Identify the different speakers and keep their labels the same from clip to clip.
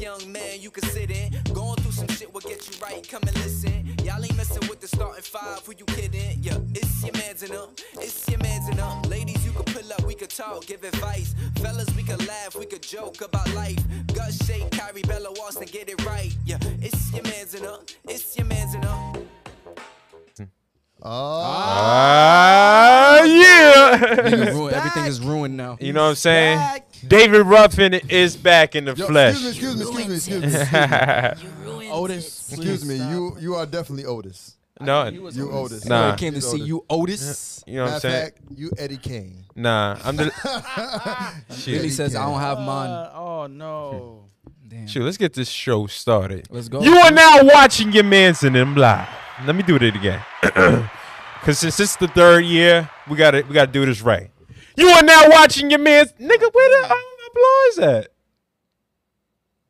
Speaker 1: you can sit in. Going through some shit will get you right. Come and listen. Y'all ain't messing with the starting five. Who you kidding? Yeah, it's your man's in them. It's your man's in them. Ladies, you can pull up. We could talk, give advice. Fellas, we could laugh. We could joke about life. Gut shake, Kyrie Bella wants to get it right. Yeah, it's your man's in them. It's your man's in them.
Speaker 2: Ah, yeah.
Speaker 3: Everything is ruined now.
Speaker 2: you know what I'm saying? David Ruffin is back in the
Speaker 4: Yo,
Speaker 2: flesh.
Speaker 4: Excuse me, excuse me, excuse me, excuse me.
Speaker 3: Otis,
Speaker 4: Excuse me. You you are definitely Otis.
Speaker 2: no,
Speaker 4: You Otis.
Speaker 2: Nah.
Speaker 3: I came to
Speaker 4: He's
Speaker 3: see
Speaker 4: Otis.
Speaker 3: you, Otis.
Speaker 2: you know
Speaker 4: Matter
Speaker 2: what I'm
Speaker 4: of
Speaker 2: saying?
Speaker 4: fact, you Eddie Kane.
Speaker 2: Nah, I'm the.
Speaker 3: Billy
Speaker 2: Shit.
Speaker 4: Really?
Speaker 3: says I don't have mine.
Speaker 5: oh no.
Speaker 3: Damn.
Speaker 2: Shoot, let's get this show started.
Speaker 3: Let's go.
Speaker 2: You are now watching your Manson and blah. Let me do it again. Cause since it's the third year, we gotta we gotta do this right. You are now watching your man's nigga, where the um, applause at?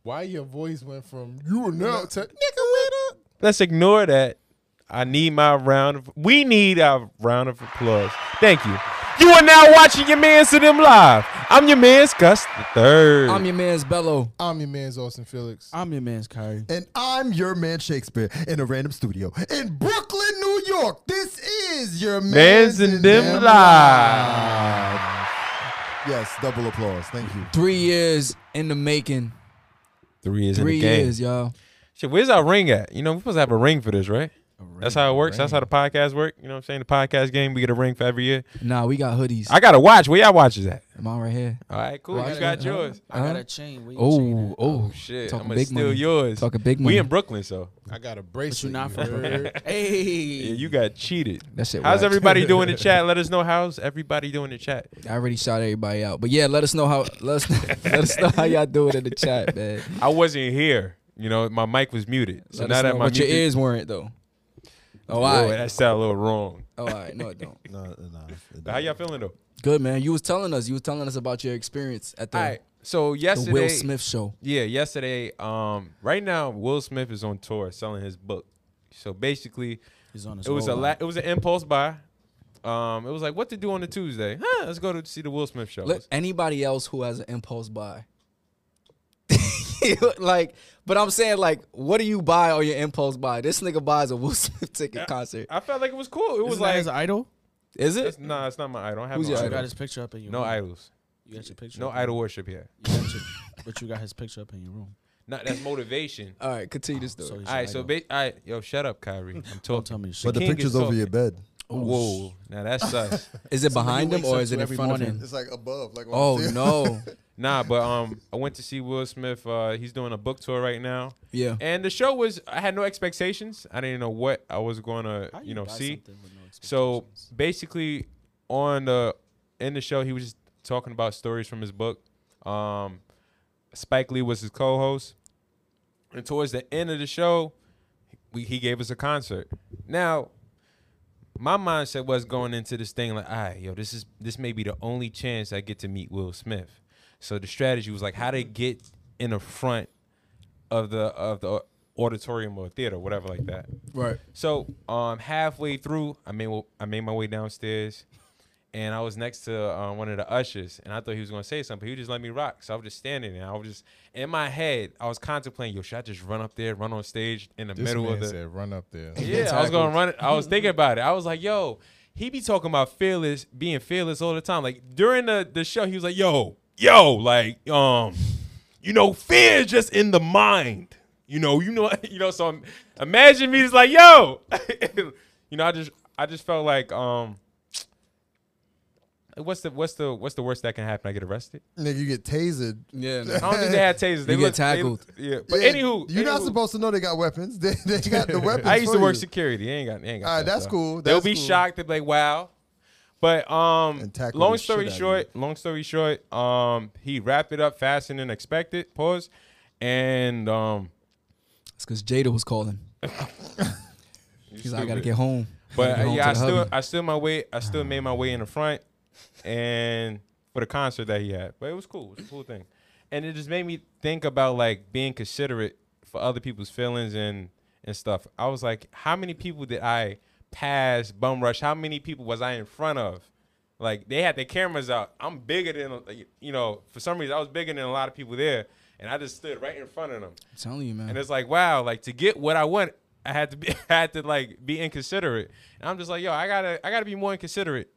Speaker 6: Why your voice went from you are now to nigga with up?
Speaker 2: Let's ignore that. I need my round of we need our round of applause. Thank you. You are now watching your Manson and live. I'm your man's Gus the third.
Speaker 3: I'm your man's Bello.
Speaker 6: I'm your man's Austin Felix.
Speaker 5: I'm your man's Kyrie.
Speaker 4: And I'm your man Shakespeare in a random studio in Brooklyn, New York. This is your
Speaker 2: Mans
Speaker 4: man's
Speaker 2: and
Speaker 4: in
Speaker 2: them live.
Speaker 4: Yes, double applause. Thank you.
Speaker 3: Three years in the making.
Speaker 2: Three years
Speaker 3: Three
Speaker 2: in the game.
Speaker 3: years, y'all.
Speaker 2: Shit, where's our ring at? You know, we're supposed to have a ring for this, right? That's how it works. That's how the podcast work. You know what I'm saying? The podcast game, we get a ring for every year.
Speaker 3: Nah, we got hoodies.
Speaker 2: I got a watch. Where y'all watches at?
Speaker 3: Mine right here.
Speaker 2: All right, cool.
Speaker 3: Watch
Speaker 2: you got
Speaker 3: it.
Speaker 2: yours.
Speaker 5: I got a
Speaker 3: Huh?
Speaker 5: chain. Where your chain
Speaker 3: Oh,
Speaker 5: at?
Speaker 3: oh,
Speaker 2: Shit,
Speaker 3: Talking
Speaker 2: I'm gonna
Speaker 3: big
Speaker 2: steal
Speaker 3: money.
Speaker 2: yours.
Speaker 3: Talking big
Speaker 2: We
Speaker 3: money.
Speaker 2: in Brooklyn, so
Speaker 6: I got a
Speaker 5: But you
Speaker 6: bracelet.
Speaker 5: not for
Speaker 6: you heard?
Speaker 5: real. Hey.
Speaker 2: yeah, you got cheated.
Speaker 3: That shit.
Speaker 2: How's
Speaker 3: whack.
Speaker 2: everybody doing in the chat? Let us know how's everybody doing in the chat.
Speaker 3: I already shout everybody out, but yeah, let us know how. Let us let us know how y'all doing in the chat, man.
Speaker 2: I wasn't here. You know, my mic was muted. So
Speaker 3: Let
Speaker 2: now
Speaker 3: us
Speaker 2: that
Speaker 3: know,
Speaker 2: my
Speaker 3: but your
Speaker 2: music-
Speaker 3: ears weren't though. Oh,
Speaker 2: Whoa,
Speaker 3: all right.
Speaker 2: that sound a little wrong.
Speaker 3: Oh, all right. No, it don't.
Speaker 4: No, no.
Speaker 2: How y'all feeling though?
Speaker 3: Good man. You was telling us. You was telling us about your experience at the,
Speaker 2: All right. So
Speaker 3: the
Speaker 2: yesterday,
Speaker 3: Will Smith show.
Speaker 2: Yeah, yesterday. Um, right now, Will Smith is on tour selling his book. So basically,
Speaker 5: He's on his
Speaker 2: it was a
Speaker 5: roll.
Speaker 2: la- it was an impulse buy. Um, it was like what to do on a Tuesday. Huh? Let's go to see the Will Smith show.
Speaker 3: Let anybody else who has an impulse buy. like, but I'm saying, like, what do you buy on your impulse buy? This nigga buys a Will Smith ticket concert.
Speaker 2: I felt like it was cool. It was
Speaker 5: Isn't that
Speaker 2: like
Speaker 5: his idol?
Speaker 3: Is it?
Speaker 2: it's, nah, it's not my idol. I don't have
Speaker 3: Who's
Speaker 2: no
Speaker 3: your
Speaker 5: You
Speaker 2: idol.
Speaker 5: got his picture up in your
Speaker 2: No
Speaker 5: room.
Speaker 2: idols.
Speaker 5: You got your picture.
Speaker 2: No
Speaker 5: up in-
Speaker 2: idol worship here.
Speaker 5: you got your- but you got his picture up in your room.
Speaker 2: Not that's motivation.
Speaker 3: All right, continue this story.
Speaker 5: So he's
Speaker 2: all right, so
Speaker 5: big.
Speaker 2: ba- all right, yo, shut up, Kyrie. I'm
Speaker 5: Don't
Speaker 2: talking.
Speaker 5: tell me to
Speaker 4: But
Speaker 5: shut
Speaker 4: the
Speaker 2: King is
Speaker 4: picture's over
Speaker 2: talking.
Speaker 4: your bed.
Speaker 2: Whoa, now that's sus.
Speaker 3: Is it behind him
Speaker 6: wakes
Speaker 3: or
Speaker 6: up
Speaker 3: is
Speaker 6: to
Speaker 3: it in
Speaker 6: every
Speaker 3: front of
Speaker 6: morning.
Speaker 3: him?
Speaker 4: It's like above, like on
Speaker 3: Oh
Speaker 4: the
Speaker 3: no!
Speaker 2: Nah, but um, I went to see Will Smith. Uh, he's doing a book tour right now.
Speaker 3: Yeah.
Speaker 2: And the show was I had no expectations. I didn't know what I was gonna
Speaker 5: How
Speaker 2: you know
Speaker 5: buy
Speaker 2: see.
Speaker 5: something with no
Speaker 2: So
Speaker 5: expectations?
Speaker 2: basically, on the in the show, he was just talking about stories from his book. Um, Spike Lee was his co-host, and towards the end of the show, we, he gave us a concert. Now, my mindset was going into this thing like, all right, yo, this is this may be the only chance I get to meet Will Smith. So the strategy was like how to get in the front of the of the auditorium or theater, whatever like that.
Speaker 3: right.
Speaker 2: So um, halfway through, I made I made my way downstairs, and I was next to uh, one of the ushers, and I thought he was gonna say something. He just let me rock, so I was just standing there. I was just in my head, I was contemplating, yo, should I just run up there, run on stage in the
Speaker 6: This
Speaker 2: middle
Speaker 6: man
Speaker 2: of the?
Speaker 6: said, "Run up there."
Speaker 2: Yeah, I was gonna run it. I was thinking about it. I was like, yo, he be talking about fearless, being fearless all the time. Like during the the show, he was like, yo, yo, like, um, you know, fear is just in the mind. You know, you know, you know. So I'm- imagine me just like, yo, you know, I just, I just felt like, um, what's the, what's the, what's the worst that can happen? I get arrested.
Speaker 4: Nigga, you get tasered.
Speaker 3: Yeah.
Speaker 2: I don't think they had tasers. They
Speaker 3: You get
Speaker 2: looked- they-
Speaker 3: tackled.
Speaker 2: yeah, but
Speaker 4: Yeah,
Speaker 2: anywho,
Speaker 4: you're not
Speaker 2: anywho.
Speaker 4: supposed to know they got weapons. They, they got the weapons.
Speaker 2: I used
Speaker 4: for
Speaker 2: to work
Speaker 4: you.
Speaker 2: security. They ain't got. They ain't got
Speaker 4: All right,
Speaker 2: that,
Speaker 4: that's
Speaker 2: though.
Speaker 4: cool.
Speaker 2: They'll
Speaker 4: That's
Speaker 2: be
Speaker 4: cool.
Speaker 2: shocked. They'll be like, "Wow." But um,
Speaker 4: And tackle
Speaker 2: long
Speaker 4: the
Speaker 2: story
Speaker 4: shit out of
Speaker 2: short, long story short, um, he wrapped it up faster than expected. Pause, and um,
Speaker 3: It's because Jada was calling. He's like, I gotta
Speaker 2: stupid.
Speaker 3: get home.
Speaker 2: but
Speaker 3: Gotta get home
Speaker 2: yeah, I
Speaker 3: to the
Speaker 2: still,
Speaker 3: hubby. Uh-huh.
Speaker 2: I still my way, I still made my way in the front, and for the concert that he had, but it was cool. It was a cool thing, and it just made me think about like being considerate for other people's feelings and and stuff. I was like, how many people did I pass bum rush? How many people was I in front of? Like they had their cameras out. I'm bigger than you know. For some reason, I was bigger than a lot of people there, and I just stood right in front of them.
Speaker 3: I'm telling you, man.
Speaker 2: And it's like, wow, like to get what I want, I had to be, I had to like be inconsiderate. And I'm just like, yo, I gotta, I gotta be more inconsiderate.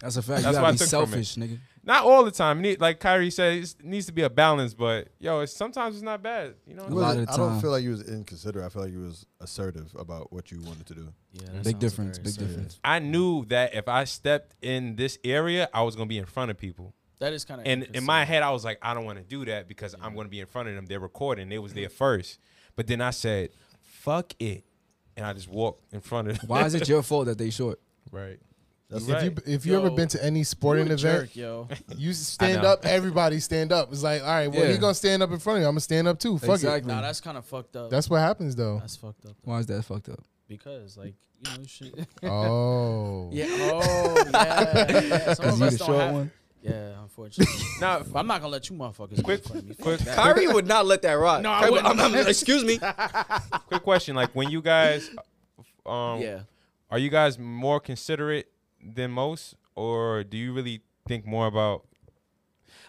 Speaker 3: That's a fact.
Speaker 2: That's
Speaker 3: you
Speaker 2: what I
Speaker 3: gotta
Speaker 2: took
Speaker 3: be
Speaker 2: from it.
Speaker 3: selfish, nigga.
Speaker 2: Not all the time. Need- Like Kyrie said, it needs to be a balance. But yo, it's, sometimes it's not bad. You
Speaker 4: You
Speaker 2: know, what I'm saying?
Speaker 3: lot
Speaker 4: wasn't-
Speaker 3: of
Speaker 4: I don't
Speaker 3: time.
Speaker 4: feel like you was inconsiderate. I feel like you was assertive about what you wanted to do.
Speaker 5: Yeah, that
Speaker 3: Big
Speaker 5: sounds
Speaker 3: difference.
Speaker 5: very
Speaker 3: Big
Speaker 5: serious.
Speaker 3: difference.
Speaker 2: I knew that if I stepped in this area, I was gonna be in front of people.
Speaker 5: That is kind of
Speaker 2: And in my head, I was like, I don't want to do that because I'm going to be in front of them. They're recording. They was there first. But then I said, fuck it. And I just walked in front of them.
Speaker 3: Why is it your fault that they short?
Speaker 2: Right.
Speaker 6: If
Speaker 2: right.
Speaker 6: you if you ever
Speaker 5: Yo,
Speaker 6: been to any sporting
Speaker 5: a
Speaker 6: event,
Speaker 5: jerk, yo.
Speaker 6: you stand
Speaker 2: know.
Speaker 6: up. Everybody stand up. It's like, all right, well,
Speaker 3: Yeah.
Speaker 6: you're gonna stand up in front of you. I'm gonna stand up too. Fuck
Speaker 3: Exactly.
Speaker 5: nah, that's kind of fucked up.
Speaker 6: it. That's what happens though.
Speaker 5: that's fucked up.
Speaker 3: Why is that fucked up?
Speaker 5: Because like you know shit.
Speaker 6: Oh,
Speaker 5: Yeah. Oh, yeah. yeah. Some
Speaker 3: Cause
Speaker 5: of
Speaker 3: you
Speaker 5: us
Speaker 3: the
Speaker 5: don't
Speaker 3: short
Speaker 5: have-
Speaker 3: one.
Speaker 5: Yeah, unfortunately.
Speaker 2: Now,
Speaker 5: but I'm not gonna let you motherfuckers
Speaker 2: Quick-
Speaker 5: quick front of me. Fuck
Speaker 2: quick-
Speaker 5: that.
Speaker 3: Kyrie would not let that ride.
Speaker 5: No, I
Speaker 3: Kyrie-
Speaker 5: wouldn't.
Speaker 3: I'm- I'm- excuse me.
Speaker 2: quick question. Like, when you guys, um,
Speaker 5: Yeah.
Speaker 2: are you guys more considerate than most? Or do you really think more about,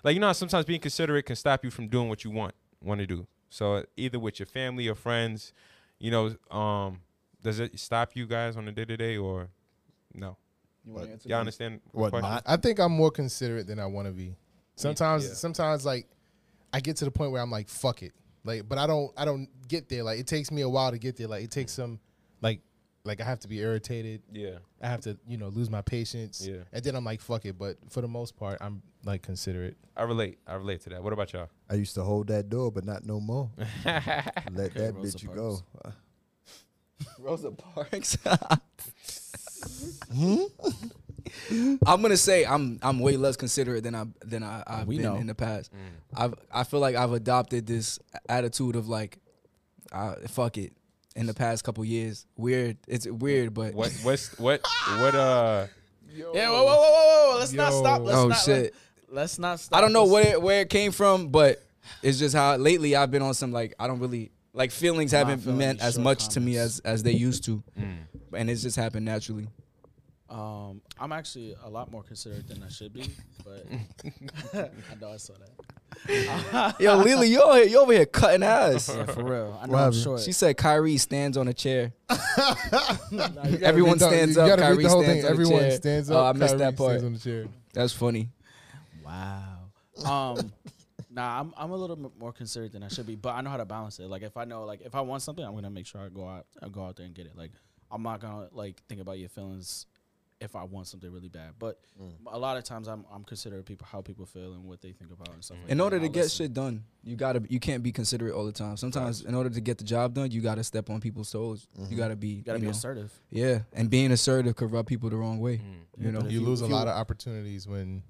Speaker 2: like, you know how sometimes being considerate can stop you from doing what you want, want to do? So either with your family or friends, you know, um, does it stop you guys on a day to day or no?
Speaker 5: You
Speaker 4: wanna
Speaker 5: answer?
Speaker 2: Y'all understand the
Speaker 4: What,
Speaker 2: question?
Speaker 4: not?
Speaker 6: I think I'm more considerate than I want to be. Sometimes, sometimes like I get to the point where I'm like, fuck it, like, but I don't, I don't get there. Like, it takes me a while to get there. Like, it takes some, like, like I have to be irritated.
Speaker 2: Yeah.
Speaker 6: I have to, you know, lose my patience.
Speaker 2: Yeah.
Speaker 6: And then I'm like, fuck it. But for the most part, I'm like considerate.
Speaker 2: I relate. I relate to that. What about y'all?
Speaker 4: I used to hold that door, but not no more. Let that
Speaker 5: Rosa
Speaker 4: bitch go.
Speaker 3: Rosa Parks. Hmm? I'm gonna say I'm I'm way less considerate than I than I, I've
Speaker 5: We
Speaker 3: been
Speaker 5: know.
Speaker 3: in the
Speaker 5: Mm.
Speaker 3: past. I've I feel like I've adopted this attitude of like, uh, fuck it. In the past couple years, weird. It's weird, but
Speaker 2: What what's what what uh
Speaker 5: Yeah. Whoa, whoa, whoa, whoa, whoa. Let's not
Speaker 6: Yo.
Speaker 5: stop. Let's
Speaker 3: Oh,
Speaker 5: not,
Speaker 3: shit.
Speaker 5: Let, let's not stop.
Speaker 3: I don't know
Speaker 5: Let's-
Speaker 3: where where it came from, but it's just how lately I've been on some like I don't really like feelings haven't
Speaker 5: feeling
Speaker 3: meant
Speaker 5: these
Speaker 3: as
Speaker 5: short
Speaker 3: much to me
Speaker 5: comments.
Speaker 3: as as they used to,
Speaker 5: Mm.
Speaker 3: and it's just happened naturally.
Speaker 5: Um, I'm actually a lot more considerate than I should be, but I know I saw that.
Speaker 3: Yo, Lily, you over here, you over here cutting ass.
Speaker 5: Yeah, for real. I know
Speaker 4: What
Speaker 5: I'm
Speaker 4: happened?
Speaker 5: short.
Speaker 3: She said Kyrie stands on a chair.
Speaker 5: Nah, you gotta
Speaker 3: Everyone
Speaker 6: Read the-
Speaker 3: stands
Speaker 6: you
Speaker 3: up.
Speaker 6: gotta read
Speaker 3: Kyrie
Speaker 6: the whole
Speaker 3: stands
Speaker 6: thing.
Speaker 3: on
Speaker 6: Everyone
Speaker 3: a chair.
Speaker 6: stands up.
Speaker 3: Oh, I missed
Speaker 6: Kyrie
Speaker 3: that part.
Speaker 6: stands on the chair.
Speaker 3: That's funny.
Speaker 5: Wow. Um, nah, I'm I'm a little bit more considerate than I should be, but I know how to balance it. Like if I know, like if I want something, I'm gonna make sure I go out, I go out there and get it. Like I'm not gonna like think about your feelings if I want something really bad. But a lot of times, I'm I'm considerate people how people feel and what they think about and stuff. Like
Speaker 3: Mm. In
Speaker 5: that.
Speaker 3: order
Speaker 5: And
Speaker 3: to
Speaker 5: I'll
Speaker 3: get
Speaker 5: listen.
Speaker 3: shit done, you gotta you can't be considerate all the time. Sometimes, in order to get the job done, you gotta step on people's toes.
Speaker 2: Mm-hmm.
Speaker 3: You gotta be,
Speaker 5: you gotta be
Speaker 3: know,
Speaker 5: assertive.
Speaker 3: Yeah, and being assertive could rub people the wrong way.
Speaker 2: Mm.
Speaker 3: You know,
Speaker 6: You lose a lot of opportunities when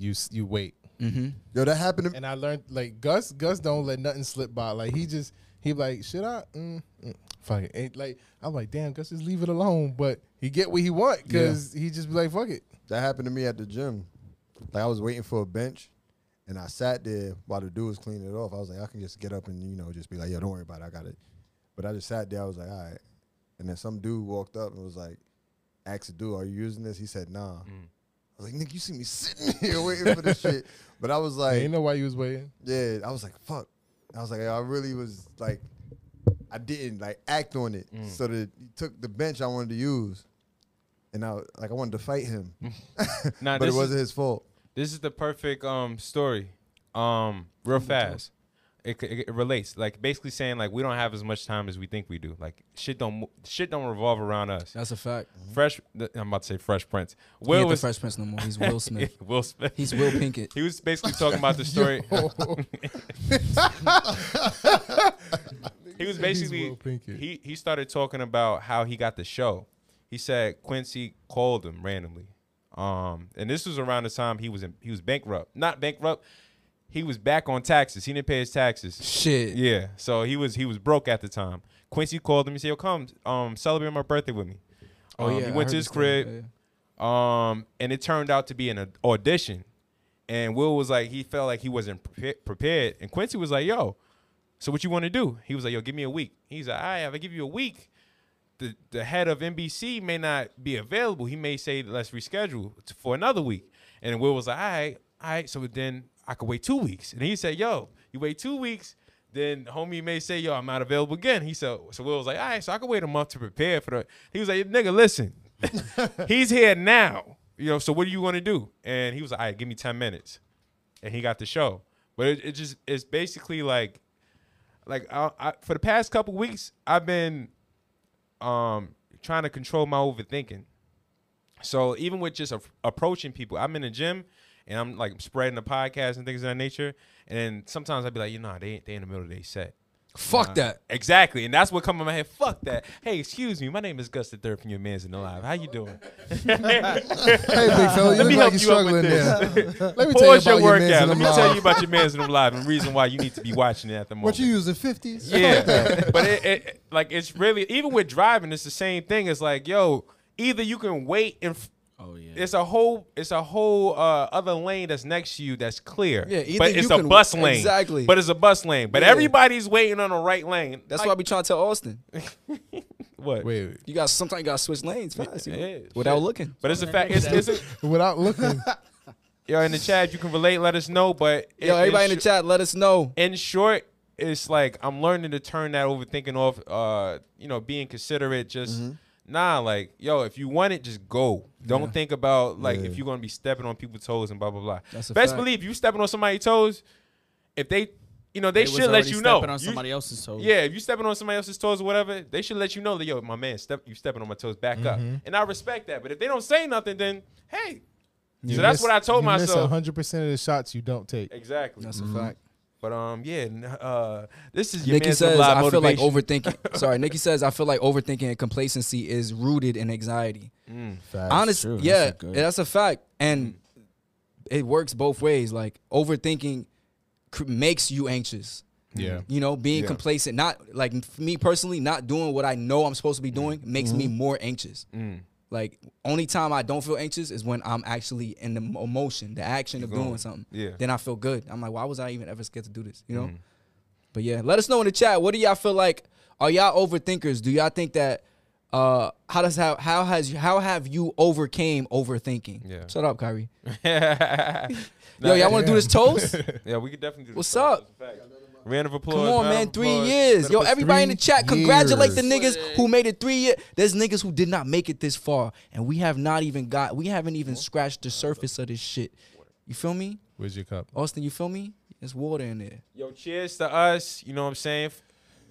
Speaker 6: you s- you wait.
Speaker 3: hmm
Speaker 4: Yo, that happened to me.
Speaker 6: And I learned like Gus Gus don't let nothing slip by. Like he just he like should I mm, mm, fuck it. And, like I'm like damn Gus just leave it alone. But he get what he want because he just be like fuck it.
Speaker 4: That happened to me at the gym. Like I was waiting for a bench, and I sat there while the dude was cleaning it off. I was like, I can just get up and you know just be like, yo, don't worry about it, I got it. But I just sat there. I was like, all right. And then some dude walked up and was like, asked the dude, are you using this? He said, nah. I was like, Nick, you see me sitting here waiting for this shit. But I was like,
Speaker 6: you know why you was waiting.
Speaker 4: yeah, I was like, fuck. I was like, I really was like, I didn't like act on it. So that he took the bench I wanted to use, and I like I wanted to fight him,
Speaker 2: nah,
Speaker 4: but
Speaker 2: this
Speaker 4: it
Speaker 2: is-
Speaker 4: wasn't his fault.
Speaker 2: This is the perfect um story. Um, real fast. It, c- it, it relates. Like basically saying like we don't have as much time as we think we do. Like shit don't mo- shit don't revolve around us.
Speaker 3: that's a fact.
Speaker 2: Fresh. th- I'm about to say Fresh Prince.
Speaker 3: He
Speaker 2: Will
Speaker 3: ain't the
Speaker 2: was
Speaker 3: Fresh Prince no more. He's Will Smith.
Speaker 2: Will Smith.
Speaker 3: He's Will Pinkett.
Speaker 2: he was basically talking about the story. he was basically
Speaker 6: Will Pinkett.
Speaker 2: he he started talking about how he got the show. He said Quincy called him randomly, um, and this was around the time he was in, he was bankrupt. Not bankrupt. He was back on taxes. He didn't pay his taxes.
Speaker 3: Shit.
Speaker 2: Yeah, so he was he was broke at the time. Quincy called him. He said, "Yo, come um, celebrate my birthday with me." Um,
Speaker 3: Oh,
Speaker 2: he
Speaker 3: I
Speaker 2: went
Speaker 3: heard
Speaker 2: to his
Speaker 3: this story.
Speaker 2: crib.
Speaker 3: Yeah.
Speaker 2: Um, and it turned out to be an au- audition. And Will was like, he felt like he wasn't prepa- prepared. And Quincy was like, yo, so what you want to do? He was like, yo, give me a week. He's like, all right, if I give you a week, the, the head of NBC may not be available. He may say, let's reschedule t- for another week. And Will was like, all right, all right. So then I could wait two weeks. And he said, yo, you wait two weeks. Then homie may say, yo, I'm not available again. He said, so Will was like, all right, so I could wait a month to prepare for the. He was like, nigga, listen, he's here now. You know, so what do you want to do? And he was like, all right, give me 10 minutes. And he got the show. But it, it just, it's basically like, like I, I, for the past couple weeks, I've been um trying to control my overthinking. So even with just a, approaching people, I'm in the gym and I'm like spreading the podcast and things of that nature. And sometimes I'd be like, you know, they they in the middle of their set.
Speaker 3: Fuck that.
Speaker 2: Exactly, and that's what come in my head. Fuck that. Hey, excuse me. My name is Gus the Third from Your Man's in the Live. How you doing?
Speaker 6: Hey, big fella, Oh, you
Speaker 2: Let me help
Speaker 6: look like you're
Speaker 2: you up with
Speaker 6: struggling there.
Speaker 2: this.
Speaker 6: Let me tell you
Speaker 2: Pause
Speaker 6: about
Speaker 2: your
Speaker 6: your mans
Speaker 2: workout.
Speaker 6: and
Speaker 2: Let
Speaker 6: them
Speaker 2: me tell
Speaker 6: lies.
Speaker 2: you about your Man's in the Live and the reason why you need to be watching it at the moment.
Speaker 4: What you using fifties?
Speaker 2: Yeah, but it, it like it's really even with driving, it's the same thing. It's like yo, either you can wait and f-
Speaker 5: Oh yeah.
Speaker 2: it's a whole it's a whole uh, other lane that's next to you that's clear.
Speaker 3: Yeah, either
Speaker 2: but it's
Speaker 3: you
Speaker 2: a
Speaker 3: can-
Speaker 2: bus lane.
Speaker 3: exactly.
Speaker 2: But it's a bus lane. But
Speaker 3: Yeah.
Speaker 2: everybody's waiting on the right lane.
Speaker 3: That's
Speaker 2: Like,
Speaker 3: why I be trying to tell Austin.
Speaker 2: what.
Speaker 6: Wait, wait.
Speaker 3: You got sometimes you got to switch lanes fast you know,
Speaker 2: Yeah,
Speaker 3: without
Speaker 2: shit.
Speaker 3: looking.
Speaker 2: But it's a fact. It's, it's a,
Speaker 6: Without looking,
Speaker 2: yo in the chat. You can relate. Let us know. But it-
Speaker 3: Yo, everybody
Speaker 2: it's-
Speaker 3: in the chat, let us know.
Speaker 2: in short, it's like I'm learning to turn that overthinking off. Uh, you know, being considerate. Just
Speaker 6: Mm-hmm.
Speaker 2: nah, like yo, if you want it, just go. Don't think about like if you're gonna be stepping on people's toes and blah blah blah.
Speaker 3: That's a
Speaker 2: Best
Speaker 3: fact.
Speaker 2: believe you stepping on somebody's toes. If they, you know, they,
Speaker 5: was
Speaker 2: should let
Speaker 5: already
Speaker 2: you know.
Speaker 5: stepping on
Speaker 2: You-
Speaker 5: somebody else's toes.
Speaker 2: yeah, if you stepping on somebody else's toes or whatever, they should let you know that yo, my man, step you stepping on my toes, back up.
Speaker 6: Mm-hmm.
Speaker 2: And I respect that. But if they don't say nothing, then hey.
Speaker 6: you
Speaker 2: so that's
Speaker 6: miss-
Speaker 2: what I told
Speaker 6: you
Speaker 2: myself.
Speaker 6: Miss 100% of the shots you don't take.
Speaker 2: Exactly.
Speaker 3: That's
Speaker 5: Mm-hmm.
Speaker 3: a fact.
Speaker 2: But um, yeah, n- uh, this is your
Speaker 3: Nikki
Speaker 2: man's
Speaker 3: says,
Speaker 2: live
Speaker 3: I feel like
Speaker 2: motivation.
Speaker 3: overthinking. sorry, Nikki says, I feel like overthinking and complacency is rooted in anxiety.
Speaker 6: Facts.
Speaker 3: Honestly,
Speaker 5: true. That's
Speaker 3: yeah,
Speaker 5: a good- Mm-hmm.
Speaker 3: that's a fact. And it works both ways. Like, overthinking cr- makes you anxious.
Speaker 6: Yeah.
Speaker 3: You know, being
Speaker 4: Yeah.
Speaker 3: complacent, not like for me personally, not doing what I know I'm supposed to be
Speaker 2: Mm.
Speaker 3: doing makes
Speaker 2: Mm-hmm.
Speaker 3: me more anxious. Like, only time I don't feel anxious is when I'm actually in the mo- emotion, the action of doing
Speaker 2: going.
Speaker 3: something.
Speaker 2: Yeah.
Speaker 3: Then I feel good. I'm like, why was I even ever scared to do this? You know?
Speaker 2: Mm.
Speaker 3: But yeah, let us know in the chat. What do y'all feel like? Are y'all overthinkers? Do y'all think that? Uh, how does how how has how have you overcame overthinking?
Speaker 2: Yeah.
Speaker 3: Shut up, Kyrie.
Speaker 2: Nah,
Speaker 3: Yo, y'all want to do this toast?
Speaker 2: Yeah, we could definitely do.
Speaker 3: What's
Speaker 2: this. That's
Speaker 3: up?
Speaker 2: a fact. Round of applause.
Speaker 3: Come on,
Speaker 2: round
Speaker 3: man.
Speaker 2: of
Speaker 3: Three
Speaker 2: applause.
Speaker 3: years.
Speaker 2: Better
Speaker 3: Yo,
Speaker 2: put-
Speaker 3: everybody in the
Speaker 6: three
Speaker 3: chat, congratulate the
Speaker 6: years.
Speaker 3: niggas who made it three years. There's niggas who did not make it this far, and we have not even got, we haven't even scratched the surface of this shit. You feel me?
Speaker 6: Where's your cup?
Speaker 3: Austin, you feel me? There's water in there.
Speaker 2: Yo, cheers to us. You know what I'm saying? F-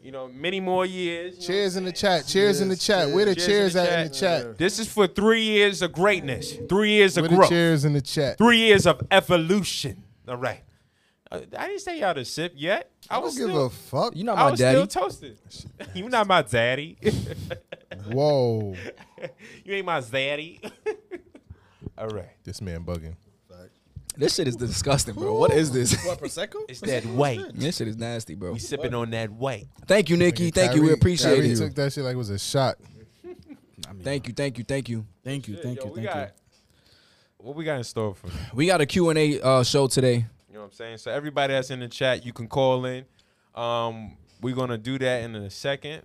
Speaker 2: You know, many more years. you know?
Speaker 6: Cheers in the chat. Cheers in the chat. Where the
Speaker 2: Cheers
Speaker 6: cheers,
Speaker 2: in the
Speaker 6: at in the
Speaker 2: chat.
Speaker 6: chat?
Speaker 2: This is for three years of greatness. Three years of
Speaker 6: Where the
Speaker 2: growth.
Speaker 6: cheers in the chat?
Speaker 2: Three years of evolution. All right. Uh, I didn't say y'all to sip yet. I
Speaker 4: I don't
Speaker 2: was
Speaker 4: give
Speaker 2: still,
Speaker 4: a fuck.
Speaker 3: You not
Speaker 2: I
Speaker 3: my
Speaker 2: was
Speaker 3: daddy.
Speaker 2: still toasted. you not my daddy.
Speaker 6: Whoa.
Speaker 2: you ain't my zaddy. All right.
Speaker 6: This man bugging.
Speaker 3: this shit is disgusting, bro. What is this?
Speaker 5: What prosecco?
Speaker 2: It's that white.
Speaker 3: this shit is nasty, bro.
Speaker 2: We sipping on that white.
Speaker 3: Thank you, Nikki. Thank you. We
Speaker 6: Kyrie-
Speaker 3: appreciate
Speaker 6: Kyrie
Speaker 3: it.
Speaker 6: took that shit like it was a shot.
Speaker 3: Thank you, thank you, thank you.
Speaker 5: Thank you, thank you,
Speaker 2: we
Speaker 5: thank you.
Speaker 2: got, What we got in store for? You
Speaker 3: We got a Q&A uh, show today.
Speaker 2: You know what I'm saying? So everybody that's in the chat, you can call in. Um, we're gonna do that in a second,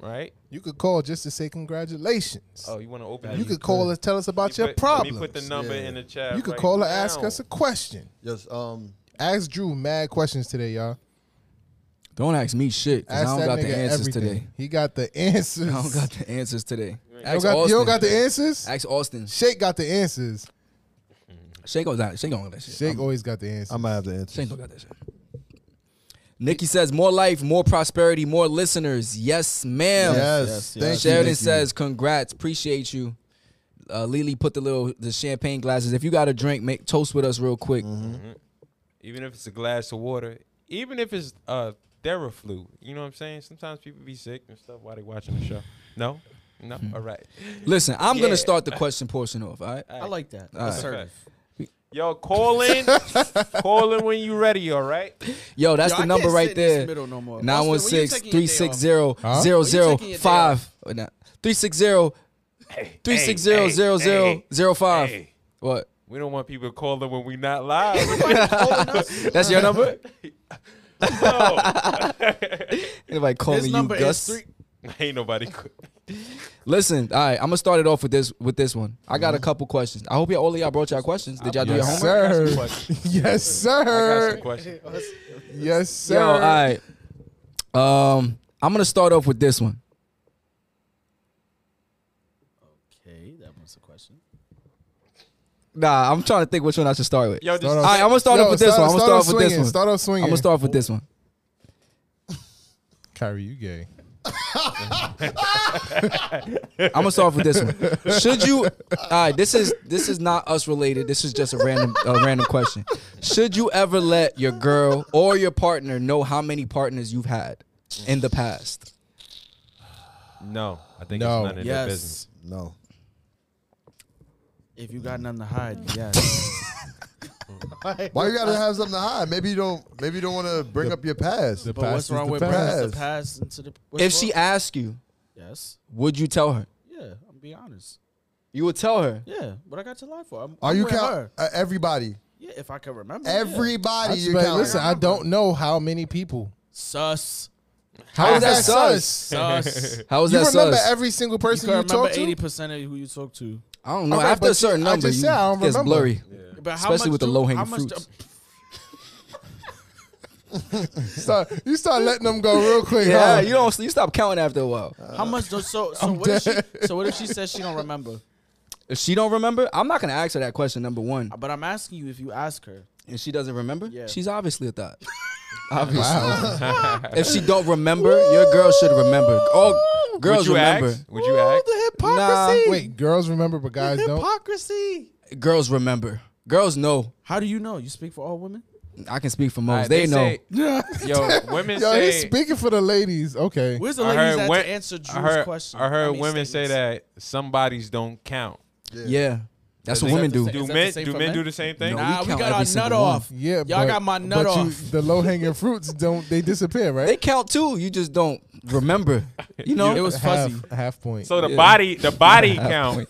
Speaker 2: right?
Speaker 6: You could call just to say congratulations.
Speaker 2: Oh, you wanna open?
Speaker 6: you could call us, tell us about
Speaker 2: Let me
Speaker 6: your
Speaker 2: put- let me
Speaker 6: problems.
Speaker 2: Put the number
Speaker 4: Yeah.
Speaker 2: in the chat.
Speaker 6: you could
Speaker 2: right
Speaker 6: call her, ask
Speaker 2: now.
Speaker 6: us a question.
Speaker 4: Yes. Um.
Speaker 6: Ask Drew mad questions today, y'all.
Speaker 3: Don't ask me shit, because
Speaker 6: Ask
Speaker 3: I
Speaker 6: that
Speaker 3: don't got
Speaker 6: nigga
Speaker 3: the answers
Speaker 6: everything.
Speaker 3: today.
Speaker 6: He got the answers.
Speaker 3: I don't got the answers today.
Speaker 6: You don't
Speaker 3: Ask
Speaker 6: got- you
Speaker 3: Austin.
Speaker 6: don't got the answers?
Speaker 3: Ask Austin.
Speaker 6: Shake got the answers.
Speaker 3: Shake goes out. Shake on that shit.
Speaker 6: Shake always got the answers.
Speaker 4: I might have to answer.
Speaker 3: Shane don't got that shit. Nikki says, more life, more prosperity, more listeners. Yes, ma'am.
Speaker 4: Yes.
Speaker 5: yes, yes.
Speaker 4: Thank you,
Speaker 3: Sheridan
Speaker 4: Nikki.
Speaker 3: says, congrats. Appreciate you. Uh, Lily put the little the champagne glasses. If you got a drink, make toast with us real quick.
Speaker 5: Mm-hmm.
Speaker 2: Even if it's a glass of water, even if it's uh Theraflu, you know what I'm saying? Sometimes people be sick and stuff while they watching the show. No, no.
Speaker 6: Hmm.
Speaker 2: All right.
Speaker 3: Listen, I'm gonna
Speaker 2: Yeah.
Speaker 3: start the question portion off. All right.
Speaker 5: I like that.
Speaker 3: right.
Speaker 5: Assertive.
Speaker 2: Yo, call in, call in when you ready. All right.
Speaker 3: Yo, that's
Speaker 5: Yo,
Speaker 3: the
Speaker 5: I
Speaker 3: number
Speaker 5: can't
Speaker 3: right
Speaker 5: sit in this
Speaker 3: there.
Speaker 5: middle no more.
Speaker 3: Nine one
Speaker 5: Austin, when you
Speaker 3: six
Speaker 5: taking
Speaker 3: three
Speaker 5: your
Speaker 3: six
Speaker 5: day
Speaker 3: zero
Speaker 6: Huh?
Speaker 3: zero
Speaker 5: When you
Speaker 3: zero
Speaker 5: taking your day
Speaker 3: five. or not, Three six zero three six zero zero zero zero five.
Speaker 2: hey.
Speaker 3: What?
Speaker 2: We don't want people calling when we not live.
Speaker 3: That's your number?
Speaker 2: No.
Speaker 3: Anybody calling
Speaker 5: His
Speaker 3: you
Speaker 5: number is
Speaker 3: Gus?
Speaker 5: three.
Speaker 2: Ain't nobody. qu-
Speaker 3: Listen, all right, I'm gonna start it off with this with this one. I
Speaker 5: Mm-hmm.
Speaker 3: got a couple questions. I hope y'all all of y'all brought y'all questions. Did y'all do your
Speaker 2: Yes,
Speaker 3: homework?
Speaker 6: Sir.
Speaker 2: question.
Speaker 6: yes,
Speaker 2: Ask
Speaker 6: sir.
Speaker 2: a question.
Speaker 6: Yes, sir.
Speaker 3: Yo, all right. Um, I'm gonna start off with this one.
Speaker 5: Okay, that was a question.
Speaker 3: Nah, I'm trying to think which one I should start with.
Speaker 2: Yo, just,
Speaker 6: Start
Speaker 3: all right, I'm gonna start
Speaker 6: Yo,
Speaker 3: off with this one. I'm gonna start
Speaker 6: off
Speaker 3: off with this
Speaker 6: swinging,
Speaker 3: one.
Speaker 6: Start off
Speaker 3: I'm
Speaker 6: swinging.
Speaker 3: gonna start off with this one.
Speaker 6: Kyrie, you gay.
Speaker 3: I'm gonna start off with this one. Should you? All right, this is this is not us related. This is just a random a random question. Should you ever let your girl or your partner know how many partners you've had in the past?
Speaker 2: no, I think
Speaker 6: No.
Speaker 2: it's none of their business.
Speaker 5: Yes.
Speaker 4: No.
Speaker 5: If you got nothing to hide, yes.
Speaker 4: Why you gotta have something to hide? Maybe you don't. Maybe you don't want to bring up your past.
Speaker 6: the-
Speaker 5: but what's
Speaker 6: Past is
Speaker 5: wrong
Speaker 6: the
Speaker 5: with
Speaker 4: past.
Speaker 5: bringing the past into the? what's
Speaker 3: if she
Speaker 5: wrong-
Speaker 3: asks you,
Speaker 5: yes,
Speaker 3: would you tell her?
Speaker 5: yeah, I'm being honest.
Speaker 3: You would tell her.
Speaker 5: Yeah, what I got to lie for? I'm,
Speaker 4: Are
Speaker 5: I'm
Speaker 4: you
Speaker 5: with
Speaker 4: count
Speaker 5: her.
Speaker 4: uh, everybody?
Speaker 5: Yeah, if I can remember. yeah.
Speaker 4: Everybody.
Speaker 6: I just
Speaker 4: You
Speaker 6: be like,
Speaker 4: count.
Speaker 6: listen, I don't know how many people.
Speaker 5: sus,
Speaker 6: How
Speaker 3: is that sus?
Speaker 5: sus.
Speaker 3: How was
Speaker 6: You
Speaker 3: that
Speaker 6: remember
Speaker 3: sus?
Speaker 6: every single
Speaker 5: you
Speaker 6: person
Speaker 5: can
Speaker 6: you,
Speaker 5: remember
Speaker 6: talk
Speaker 5: eighty
Speaker 6: to?
Speaker 5: percent of who you talk to.
Speaker 3: I don't know.
Speaker 6: Alright,
Speaker 3: After
Speaker 6: but
Speaker 3: a certain
Speaker 6: you- I
Speaker 3: number,
Speaker 6: just
Speaker 3: you
Speaker 6: said I
Speaker 3: it
Speaker 6: don't
Speaker 3: gets
Speaker 6: remember.
Speaker 3: blurry.
Speaker 5: But how
Speaker 3: Especially
Speaker 5: much
Speaker 3: with the
Speaker 5: do-
Speaker 3: low-hanging
Speaker 5: how much do-
Speaker 3: fruits.
Speaker 6: Start, you start letting them go real quick.
Speaker 3: Yeah,
Speaker 6: huh?
Speaker 3: you don't. You stop counting after a while.
Speaker 5: How much does so so what if she so what if she says she don't remember?
Speaker 3: If she don't remember, I'm not gonna ask her that question. Number one,
Speaker 5: But I'm asking you if you ask her.
Speaker 3: and she doesn't remember,
Speaker 5: Yeah.
Speaker 3: she's obviously a thought. obviously, if she don't remember, your girl should remember. All girls
Speaker 2: Would you
Speaker 3: remember.
Speaker 2: ask? Would you ask?
Speaker 3: hypocrisy.
Speaker 6: Wait, girls remember, but guys don't.
Speaker 5: hypocrisy.
Speaker 3: Girls remember. Girls know.
Speaker 5: How do you know? You speak for all women?
Speaker 3: I can speak for
Speaker 2: All
Speaker 3: most.
Speaker 2: right,
Speaker 3: they, know.
Speaker 2: say- yo, women
Speaker 6: Yo,
Speaker 2: say.
Speaker 6: he's speaking for the ladies. Okay.
Speaker 5: Where's the
Speaker 2: I
Speaker 5: ladies
Speaker 2: heard,
Speaker 5: that
Speaker 2: wo-
Speaker 5: to answer Drew's
Speaker 2: I heard,
Speaker 5: question?
Speaker 2: I heard
Speaker 5: mean,
Speaker 2: women say
Speaker 5: statements.
Speaker 2: that some bodies don't count.
Speaker 3: yeah, that's what
Speaker 2: Is that
Speaker 3: women
Speaker 2: the
Speaker 3: do.
Speaker 2: same- Do
Speaker 5: that
Speaker 2: men
Speaker 5: the same
Speaker 2: do
Speaker 5: for
Speaker 2: men,
Speaker 5: men?
Speaker 2: do the same thing?
Speaker 3: No.
Speaker 5: Nah,
Speaker 3: We
Speaker 5: we,
Speaker 3: count
Speaker 5: got
Speaker 3: every
Speaker 5: our nut
Speaker 3: single one.
Speaker 5: off.
Speaker 6: Yeah,
Speaker 5: y'all
Speaker 6: but-
Speaker 5: got my nut
Speaker 6: but you-
Speaker 5: off.
Speaker 6: the low hanging fruits don't they disappear, right?
Speaker 3: They count too. You just don't remember. You know,
Speaker 5: It was
Speaker 6: half,
Speaker 5: fuzzy.
Speaker 6: half point.
Speaker 2: So the
Speaker 3: Yeah.
Speaker 2: body, the body count,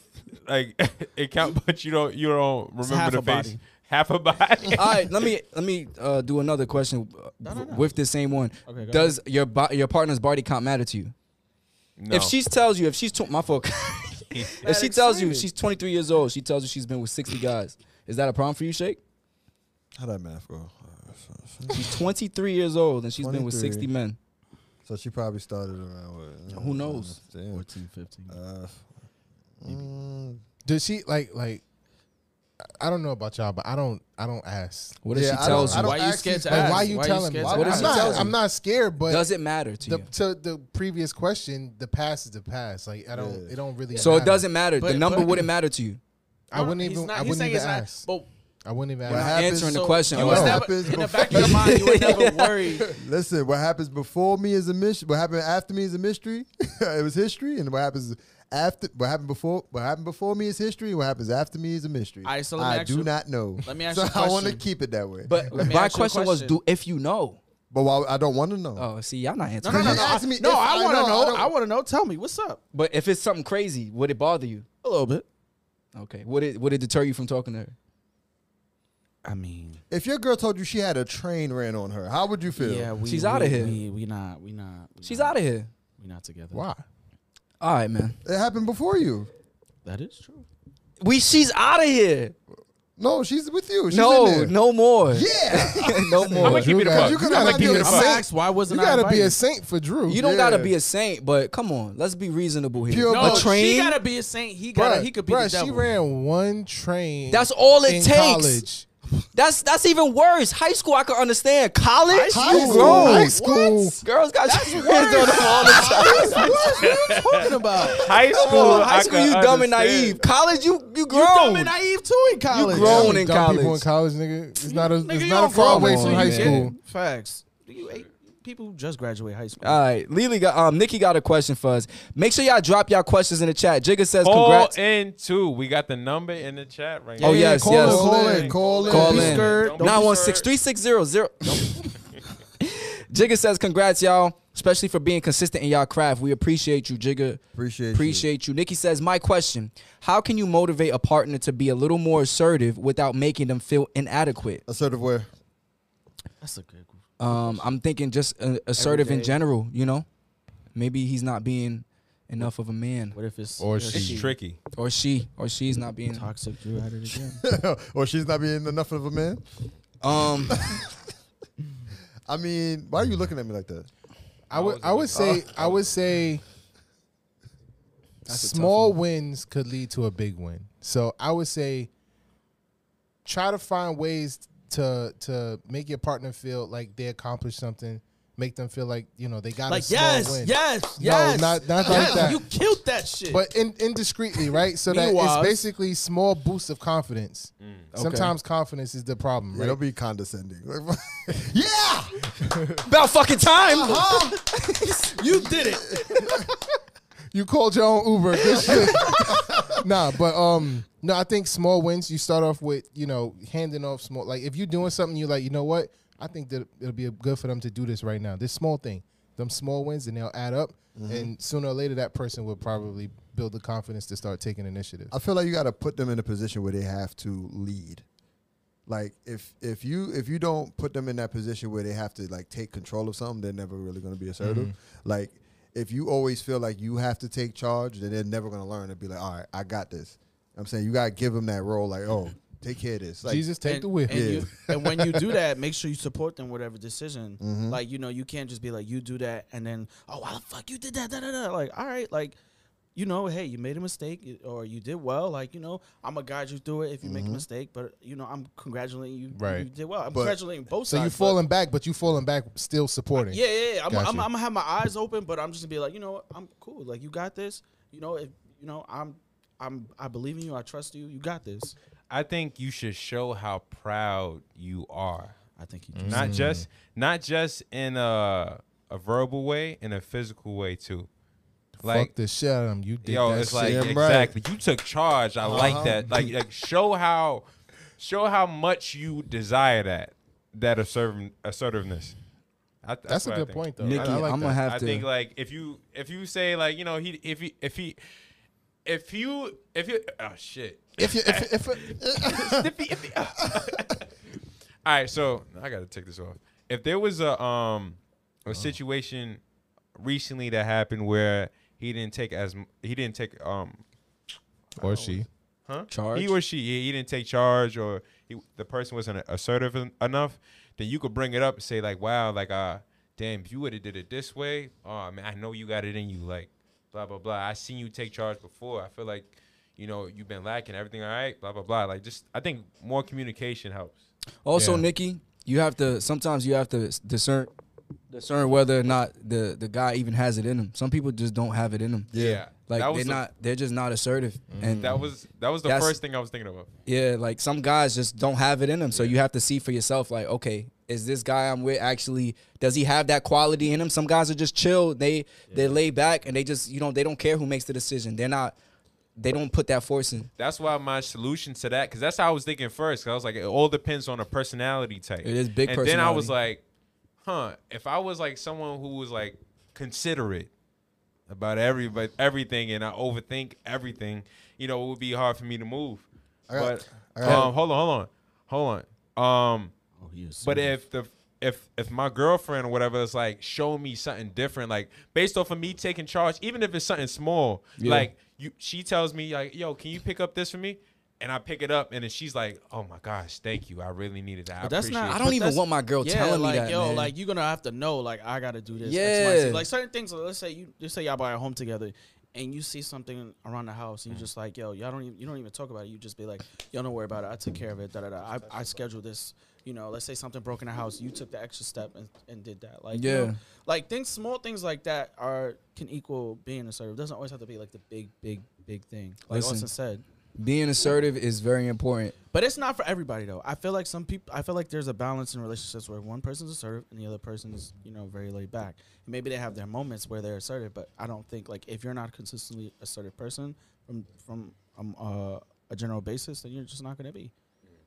Speaker 2: like it count, but you don't you don't
Speaker 5: half
Speaker 2: remember the
Speaker 5: a
Speaker 2: face.
Speaker 5: body.
Speaker 2: Half a body.
Speaker 3: All right, let me let me uh, do another question uh, w- with the same one.
Speaker 5: Okay, go
Speaker 3: Does your bo- your partner's body count matter to you?
Speaker 2: no.
Speaker 3: If she tells you, if she's tw- my fault, if she tells you she's 23 years old, she tells you she's been with 60 guys. Is that a problem for you, Shake?
Speaker 4: How that math go?
Speaker 3: She's 23 years old and she's been with
Speaker 4: 23.
Speaker 3: 60 men.
Speaker 4: So she probably started around. What,
Speaker 3: Who knows?
Speaker 4: Damn.
Speaker 5: 14, 15.
Speaker 4: Uh, mm,
Speaker 6: Does she like like? I don't know about y'all, but I don't I don't ask.
Speaker 3: What if
Speaker 4: Yeah,
Speaker 3: she
Speaker 4: I
Speaker 3: tells
Speaker 4: don't- I
Speaker 3: you?
Speaker 4: don't
Speaker 5: Why you
Speaker 4: ask
Speaker 5: scared
Speaker 4: these-
Speaker 5: to
Speaker 6: Like,
Speaker 5: ask?
Speaker 6: why you telling me?
Speaker 5: scared
Speaker 4: Why
Speaker 5: to
Speaker 4: would
Speaker 6: I'm,
Speaker 4: I
Speaker 5: ask?
Speaker 4: she tell
Speaker 6: not,
Speaker 4: you?
Speaker 6: I'm not scared, but
Speaker 3: Does it matter to
Speaker 6: the,
Speaker 3: you?
Speaker 6: to the previous question, the past is the past. Like I don't
Speaker 4: Yeah.
Speaker 6: it don't really.
Speaker 3: So
Speaker 6: matter.
Speaker 3: it doesn't matter. the
Speaker 5: But-
Speaker 3: number
Speaker 5: but-
Speaker 3: wouldn't matter to you.
Speaker 6: I wouldn't
Speaker 5: He's
Speaker 6: even.
Speaker 5: not-
Speaker 6: I
Speaker 5: he's
Speaker 6: wouldn't
Speaker 5: saying
Speaker 6: even
Speaker 5: it's not-
Speaker 6: ask.
Speaker 5: But
Speaker 6: I wouldn't even
Speaker 4: What
Speaker 6: ask.
Speaker 4: happened-
Speaker 3: Answering the
Speaker 5: so
Speaker 3: question.
Speaker 5: you
Speaker 4: What
Speaker 5: was never
Speaker 4: happens
Speaker 5: in the back of your mind. You were never worried.
Speaker 4: Listen, what happens before me is a mystery. What happened after me is a mystery. it was history, and what happens after what happened before what happened before me is history. and What happens after me is a mystery.
Speaker 5: All right, so let me
Speaker 4: I
Speaker 5: ask
Speaker 4: do
Speaker 5: you-
Speaker 4: not know.
Speaker 5: let me ask
Speaker 4: so
Speaker 5: you a
Speaker 4: I want to
Speaker 5: question.
Speaker 4: keep it that way.
Speaker 3: But
Speaker 5: Let me
Speaker 3: my
Speaker 5: ask you a
Speaker 3: question, was,
Speaker 5: question.
Speaker 3: do if you know?
Speaker 4: but why, I don't want to know.
Speaker 3: Oh, see, y'all not
Speaker 5: No,
Speaker 3: answering.
Speaker 5: no, no,
Speaker 4: you
Speaker 5: no.
Speaker 4: asked me
Speaker 5: no,
Speaker 4: if
Speaker 5: I
Speaker 4: I
Speaker 5: want to
Speaker 4: know, I
Speaker 5: know.
Speaker 4: don't-
Speaker 5: I, want to know. Tell me what's up.
Speaker 3: But if it's something crazy, would it bother you?
Speaker 5: A little bit.
Speaker 3: Okay. Would it would it deter you from talking to her?
Speaker 5: I mean,
Speaker 4: If your girl told you she had a train ran on her, how would you feel?
Speaker 5: yeah, we,
Speaker 3: She's
Speaker 5: we,
Speaker 3: outta here.
Speaker 5: We, we not. We not. We
Speaker 3: She's
Speaker 5: not,
Speaker 3: out of here.
Speaker 5: We not together.
Speaker 6: Why?
Speaker 3: All right, man.
Speaker 4: It happened before you.
Speaker 5: That is true.
Speaker 3: We she's out of here.
Speaker 4: No, she's with you. She's in
Speaker 3: no,
Speaker 4: there.
Speaker 3: no more.
Speaker 4: Yeah.
Speaker 3: no more.
Speaker 2: I'm gonna keep it a
Speaker 6: got-
Speaker 2: buck.
Speaker 4: you
Speaker 2: I'm
Speaker 4: could
Speaker 6: gotta
Speaker 2: gonna
Speaker 6: be
Speaker 2: keep it a
Speaker 6: a
Speaker 5: I'm
Speaker 6: saint.
Speaker 5: gonna
Speaker 2: buck.
Speaker 5: ask why
Speaker 6: You
Speaker 5: wasn't I
Speaker 6: gotta be a
Speaker 5: invited?
Speaker 6: saint for Drew.
Speaker 3: You don't gotta
Speaker 4: Yeah.
Speaker 3: be a saint, but come on, let's be reasonable here.
Speaker 4: Pure
Speaker 5: No,
Speaker 3: a
Speaker 4: bullshit.
Speaker 5: she
Speaker 3: train.
Speaker 5: gotta be a saint. He gotta.
Speaker 6: Bruh,
Speaker 5: he could be
Speaker 6: bruh,
Speaker 5: the devil.
Speaker 6: She ran one train.
Speaker 3: That's all it
Speaker 6: in
Speaker 3: takes.
Speaker 6: College.
Speaker 3: that's that's even worse. High school, I could understand. College,
Speaker 4: High
Speaker 3: You
Speaker 4: school.
Speaker 3: grown.
Speaker 6: High school.
Speaker 3: Girls got your hands on them all the time.
Speaker 5: talking about?
Speaker 2: High school,
Speaker 3: Come on,
Speaker 2: I
Speaker 3: high school,
Speaker 2: could
Speaker 3: you dumb and
Speaker 2: understand.
Speaker 3: naive. College, you you grown.
Speaker 5: Dumb and naive too in college.
Speaker 3: grown.
Speaker 6: Some
Speaker 3: in
Speaker 6: dumb People in
Speaker 3: college.
Speaker 6: college, nigga. It's not a. It's
Speaker 5: Nigga, you
Speaker 6: not a
Speaker 5: don't
Speaker 6: far
Speaker 5: grow
Speaker 6: away
Speaker 5: up
Speaker 6: from
Speaker 5: till
Speaker 6: high
Speaker 5: you get
Speaker 6: school.
Speaker 5: it. Facts. You ain't- people just graduate high school.
Speaker 3: all right, Lily got um Nikki got a question for us. Make sure y'all drop y'all questions in the chat. Jigga says
Speaker 2: Call
Speaker 3: congrats.
Speaker 2: in too. We got the number in the chat right
Speaker 3: Oh
Speaker 2: now.
Speaker 3: yes,
Speaker 6: call
Speaker 3: yes.
Speaker 6: in,
Speaker 4: Call in, call in.
Speaker 3: Call
Speaker 5: be
Speaker 3: in.
Speaker 5: scared.
Speaker 2: Don't be
Speaker 3: Now on
Speaker 2: scared.
Speaker 3: six three six zero zero. Jigga says congrats, y'all, especially for being consistent in y'all craft. We appreciate you, Jigga.
Speaker 4: Appreciate you.
Speaker 3: Appreciate you. Nikki says, My question How can you motivate a partner to be a little more assertive without making them feel inadequate?
Speaker 4: Assertive way.
Speaker 5: That's a good.
Speaker 3: Um, I'm thinking just uh, assertive in
Speaker 5: day.
Speaker 3: general, you know? Maybe he's not being enough of a man,
Speaker 5: What if it's
Speaker 6: Or
Speaker 2: It's
Speaker 6: she-
Speaker 2: tricky.
Speaker 3: or she, or she's not being.
Speaker 5: toxic Drew at it again?
Speaker 4: or she's not being enough of a man.
Speaker 3: Um,
Speaker 4: I mean, why are you looking at me like that?
Speaker 6: I would I would say I would say
Speaker 3: a tough
Speaker 6: small wins could lead to a big win. So I would say try to find ways to to make your partner feel like they accomplished something, make them feel like, you know, they got a
Speaker 5: Like
Speaker 6: small
Speaker 5: yes,
Speaker 6: win.
Speaker 5: yes,
Speaker 6: No,
Speaker 5: yes.
Speaker 6: not- not like
Speaker 5: yes,
Speaker 6: that.
Speaker 5: You killed that shit.
Speaker 6: But in, indiscreetly, right? So that
Speaker 5: Meanwhile- Mm.
Speaker 6: it's basically small boosts of confidence. Sometimes confidence is the problem,
Speaker 4: Yeah,
Speaker 6: right?
Speaker 4: Don't be condescending. yeah,
Speaker 3: about fucking time.
Speaker 5: you did it.
Speaker 6: You called your own Uber. Good shit. nah, but um, no, I think small wins. You start off with you know handing off small. Like if you're doing something, you're like, you know what? I think that it'll be good for them to do this right now. This small thing, them small wins, and they'll add up.
Speaker 5: Mm-hmm.
Speaker 6: And sooner or later, that person will probably build the confidence to start taking initiative.
Speaker 4: I feel like you got to put them in a position where they have to lead. Like if if you if you don't put them in that position where they have to like take control of something, they're never really going to be assertive. Like if you always feel like you have to take charge, then they're never going to learn and be like, all right, I got this. I'm saying you got to give them that role. Like oh, take care of this. Like
Speaker 6: Jesus, take
Speaker 5: and,
Speaker 6: the whip.
Speaker 5: And,
Speaker 4: Yeah.
Speaker 5: you, and when you do that, make sure you support them whatever decision.
Speaker 6: Mm-hmm.
Speaker 4: mm-hmm.
Speaker 5: Like you know, you can't just be like, you do that, and then oh, why the fuck you did that? Da, da, da. Like all right, like you know, hey, you made a mistake you- or you did well. Like you know, I'm gonna guide you through it if you make a mistake. But you know, I'm congratulating you.
Speaker 6: Mm-hmm. Right.
Speaker 5: You did well. I'm congratulating both
Speaker 6: So
Speaker 5: sides.
Speaker 6: you
Speaker 5: but-
Speaker 6: falling back, but you falling back still supporting.
Speaker 5: Yeah, yeah, yeah. I'm,
Speaker 6: Gotcha.
Speaker 5: I'm, I'm gonna have my eyes open, but I'm just gonna be like, you know, what? I'm cool. Like you got this. You know, if you know, I'm, I'm, I believe in you. I trust you. You got this.
Speaker 2: I think you should show how proud you are.
Speaker 5: I think you just
Speaker 3: Mm.
Speaker 2: Not just not just in a a verbal way, in a physical way too. Like
Speaker 6: Fuck the shit out of him. You did
Speaker 2: yo,
Speaker 6: that
Speaker 2: it's
Speaker 6: shit. Uh-huh.
Speaker 2: like
Speaker 4: Yeah, right.
Speaker 2: exactly. You took charge. I like that. Like like show how show how much you desire that that assertive, assertiveness. I,
Speaker 6: that's,
Speaker 2: what
Speaker 6: a
Speaker 2: I
Speaker 6: good
Speaker 2: think.
Speaker 6: point though.
Speaker 3: Nikki,
Speaker 6: I, I like
Speaker 3: I'm
Speaker 6: that.
Speaker 3: gonna have
Speaker 2: I
Speaker 3: to.
Speaker 2: think like if you if you say like you know he if he if he if you if you oh shit
Speaker 6: if you if, if,
Speaker 2: oh. all right so I gotta take this off if there was a um
Speaker 6: Oh.
Speaker 2: a situation recently that happened where he didn't take as m- he didn't take um
Speaker 6: or she.
Speaker 2: huh
Speaker 3: Charge?
Speaker 2: he or she yeah, he didn't take charge or he, the person wasn't assertive en- enough then you could bring it up and say like wow like uh damn if you would have did it this way oh man I know you got it in you like blah blah blah I seen you take charge before I feel like you know you've been lacking everything all right blah blah blah like just I think more communication helps
Speaker 3: Also,
Speaker 6: Yeah.
Speaker 3: Nikki, you have to sometimes you have to discern discern whether or not the the guy even has it in him. Some people just don't have it in them.
Speaker 2: yeah
Speaker 3: Like
Speaker 2: that
Speaker 3: they're
Speaker 2: was the,
Speaker 3: not they're just not assertive. And
Speaker 2: that was that was the
Speaker 3: That's-
Speaker 2: first thing I was thinking about
Speaker 3: yeah, like some guys just don't have it in them. So you have to see for yourself like, okay, is this guy I'm with actually does he have that quality in him? Some guys are just chill. They they lay back and they just, you know, they don't care who makes the decision. They're not they don't put that force in.
Speaker 2: that's why my solution to that, because that's how I was thinking first. 'cause I was like, it all depends on the personality type.
Speaker 3: It is big
Speaker 2: And then I was
Speaker 3: personality.
Speaker 2: like, huh, if I was like someone who was like considerate about every but everything, and I overthink everything, you know, it would be hard for me to move.
Speaker 4: got-
Speaker 2: but
Speaker 4: I got-
Speaker 2: um, hold on, hold on, hold on. Um,
Speaker 5: Oh, he is
Speaker 2: but
Speaker 5: serious.
Speaker 2: if the if if my girlfriend or whatever is like show me something different, like based off of me taking charge, even if it's something small, like you she tells me like, yo, can you pick up this for me? And I pick it up, and then she's like, "Oh my gosh, thank you. I really needed that. I
Speaker 5: But that's
Speaker 2: appreciate
Speaker 5: not.
Speaker 2: it."
Speaker 3: I don't
Speaker 5: but
Speaker 3: even
Speaker 5: that's-
Speaker 3: want my girl
Speaker 5: yeah,
Speaker 3: telling me
Speaker 5: like,
Speaker 3: that,
Speaker 5: Yo,
Speaker 3: man.
Speaker 5: like you're gonna have to know. Like I gotta do this. X, Y, Z.
Speaker 3: Yeah.
Speaker 5: Like certain things. like, Let's say you. Let's say y'all buy a home together, and you see something around the house,
Speaker 3: Mm.
Speaker 5: and you just like, yo, y'all don't. Even, you don't even talk about it. You just be like, yo, don't worry about it. I took care of it. Da da da. I, I scheduled this. You know, let's say something broke in the house. You took the extra step and, and did that. Like you know,
Speaker 3: Yeah.
Speaker 5: like things, small things like that are can equal being assertive. It doesn't always have to be like the big, big, big thing. Like
Speaker 3: Listen.
Speaker 5: Austin said.
Speaker 3: Being assertive is very important.
Speaker 5: But it's not for everybody though. I feel like some people. I feel like there's a balance in relationships where one person's assertive and the other person's you know very laid back. And maybe they have their moments where they're assertive, but I don't think like if you're not a consistently assertive person from from um, uh, a general basis, then you're just not gonna be.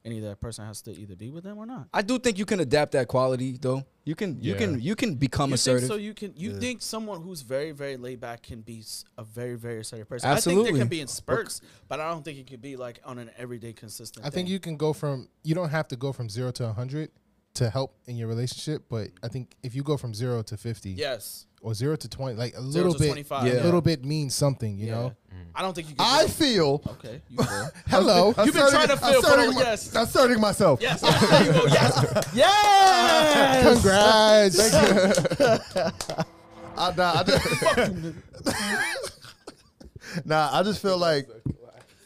Speaker 5: And either that person has to either be with them or not.
Speaker 3: I do think you can adapt that quality though. You can you
Speaker 6: Yeah.
Speaker 3: can you can become
Speaker 5: you
Speaker 3: assertive.
Speaker 5: Think so you can you think someone who's very very laid back can be s- a very very assertive person. I think
Speaker 3: Absolutely.
Speaker 5: there can be in spurts, but I don't think it could be like on an everyday consistent.
Speaker 6: I think
Speaker 5: thing.
Speaker 6: you can go from you don't have to go from zero to hundred to help in your relationship, but I think if you go from zero to fifty,
Speaker 5: Yes.
Speaker 6: or zero to twenty, like a
Speaker 5: Zero
Speaker 6: little
Speaker 5: to
Speaker 6: bit,
Speaker 5: 25,
Speaker 6: a
Speaker 5: yeah.
Speaker 6: little bit means something, you
Speaker 5: Yeah.
Speaker 6: know.
Speaker 5: I don't think you can.
Speaker 4: I feel.
Speaker 5: okay. You fair.
Speaker 6: Hello,
Speaker 4: I'm
Speaker 5: You've been
Speaker 4: starting-
Speaker 5: trying to
Speaker 4: I'm
Speaker 5: feel for
Speaker 4: starting
Speaker 5: the-
Speaker 4: my-
Speaker 5: yes.
Speaker 4: I'm starting myself.
Speaker 5: yes. There you go. Yes. Yes.
Speaker 6: congrats.
Speaker 4: I, nah, I just, nah, I just feel like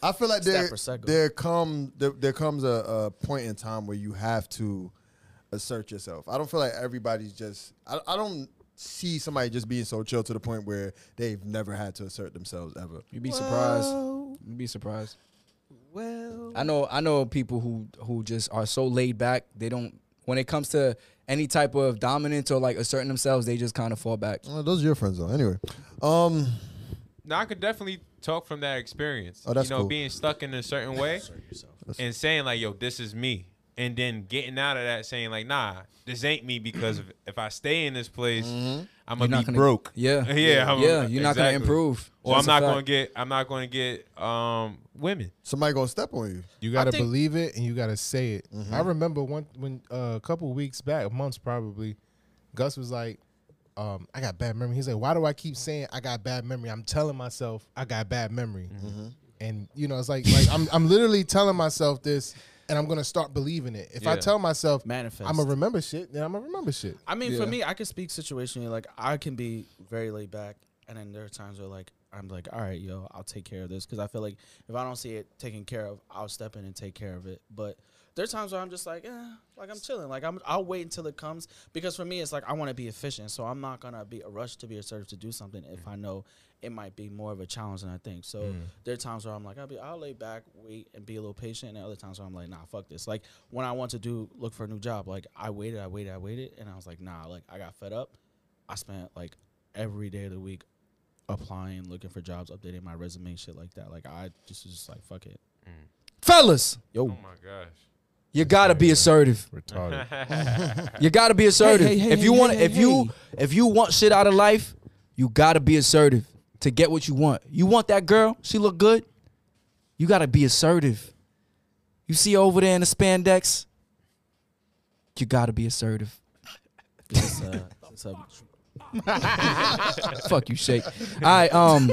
Speaker 4: I feel like there
Speaker 5: per second.
Speaker 4: there come there, there comes a, a point in time where you have to assert yourself. I don't feel like everybody's just I, I don't see somebody just being so chill to the point where they've never had to assert themselves ever.
Speaker 3: You'd be surprised. You'd be surprised. Well, I know I know people who who just are so laid back. They don't when it comes to any type of dominance or like asserting themselves, they just kind of fall back.
Speaker 4: Well, those are your friends though. Anyway, um,
Speaker 2: Now I could definitely talk from that experience.
Speaker 4: Oh, that's
Speaker 2: you know,
Speaker 4: cool.
Speaker 2: being stuck in a certain way and saying like, "Yo, this is me," and then getting out of that saying like, "Nah, this ain't me,because if, if I stay in this place, I'm gonna
Speaker 3: Mm-hmm. You're
Speaker 2: be
Speaker 3: not gonna-
Speaker 2: broke."
Speaker 3: Yeah.
Speaker 2: yeah, I'm-
Speaker 3: yeah. You're not gonna
Speaker 2: exactly.
Speaker 3: improve.
Speaker 2: Or I'm
Speaker 3: That's a
Speaker 2: not
Speaker 3: fact.
Speaker 2: gonna get. I'm not gonna get um women.
Speaker 4: somebody gonna step on you.
Speaker 6: You gotta
Speaker 5: think- Mm-hmm.
Speaker 6: believe it and you gotta say it. I remember one when uh, a couple weeks back, months probably, Gus was like, um, "I got bad memory." He's like, "Why do I keep saying I got bad memory? I'm telling myself I got bad memory."
Speaker 5: Mm-hmm.
Speaker 4: Mm-hmm.
Speaker 6: And you know, it's like like I'm I'm literally telling myself this, and I'm gonna start believing it. If I
Speaker 2: Yeah.
Speaker 6: tell myself
Speaker 5: Manifest.
Speaker 6: I'm gonna remember shit, then I'm gonna remember shit.
Speaker 5: I mean, for me, I can speak situationally. Like, I can be very laid back, and then there are times where, like, I'm like, all right, yo, I'll take care of this because I feel like if I don't see it taken care of, I'll step in and take care of it. But there are times where I'm just like, eh, like I'm chilling. Like I'm, I'll wait until it comes because for me, it's like I want to be efficient, so I'm not gonna be a rush to be assertive to do something if I know it might be more of a challenge than I think. So there are times where I'm like, I'll be, I'll lay back, wait, and be a little patient. And other times where I'm like, nah, fuck this. Like when I want to do look for a new job, like I waited, I waited, I waited, and I was like, nah, like I got fed up. I spent like every day of the week applying, looking for jobs, updating my resume, shit like that. Like I just was just like, fuck it.
Speaker 3: fellas.
Speaker 5: Yo,
Speaker 2: Oh my gosh.
Speaker 3: You gotta be assertive.
Speaker 6: Retarded.
Speaker 3: You gotta be assertive.
Speaker 5: hey,
Speaker 3: if
Speaker 5: hey,
Speaker 3: you
Speaker 5: hey,
Speaker 3: want,
Speaker 5: hey,
Speaker 3: if you if you want shit out of life, you gotta be assertive to get what you want. You want that girl? She look good. You gotta be assertive. You see her over there in the spandex. You gotta be assertive.
Speaker 5: this, uh, this, uh,
Speaker 3: Fuck you, shake. All right, um,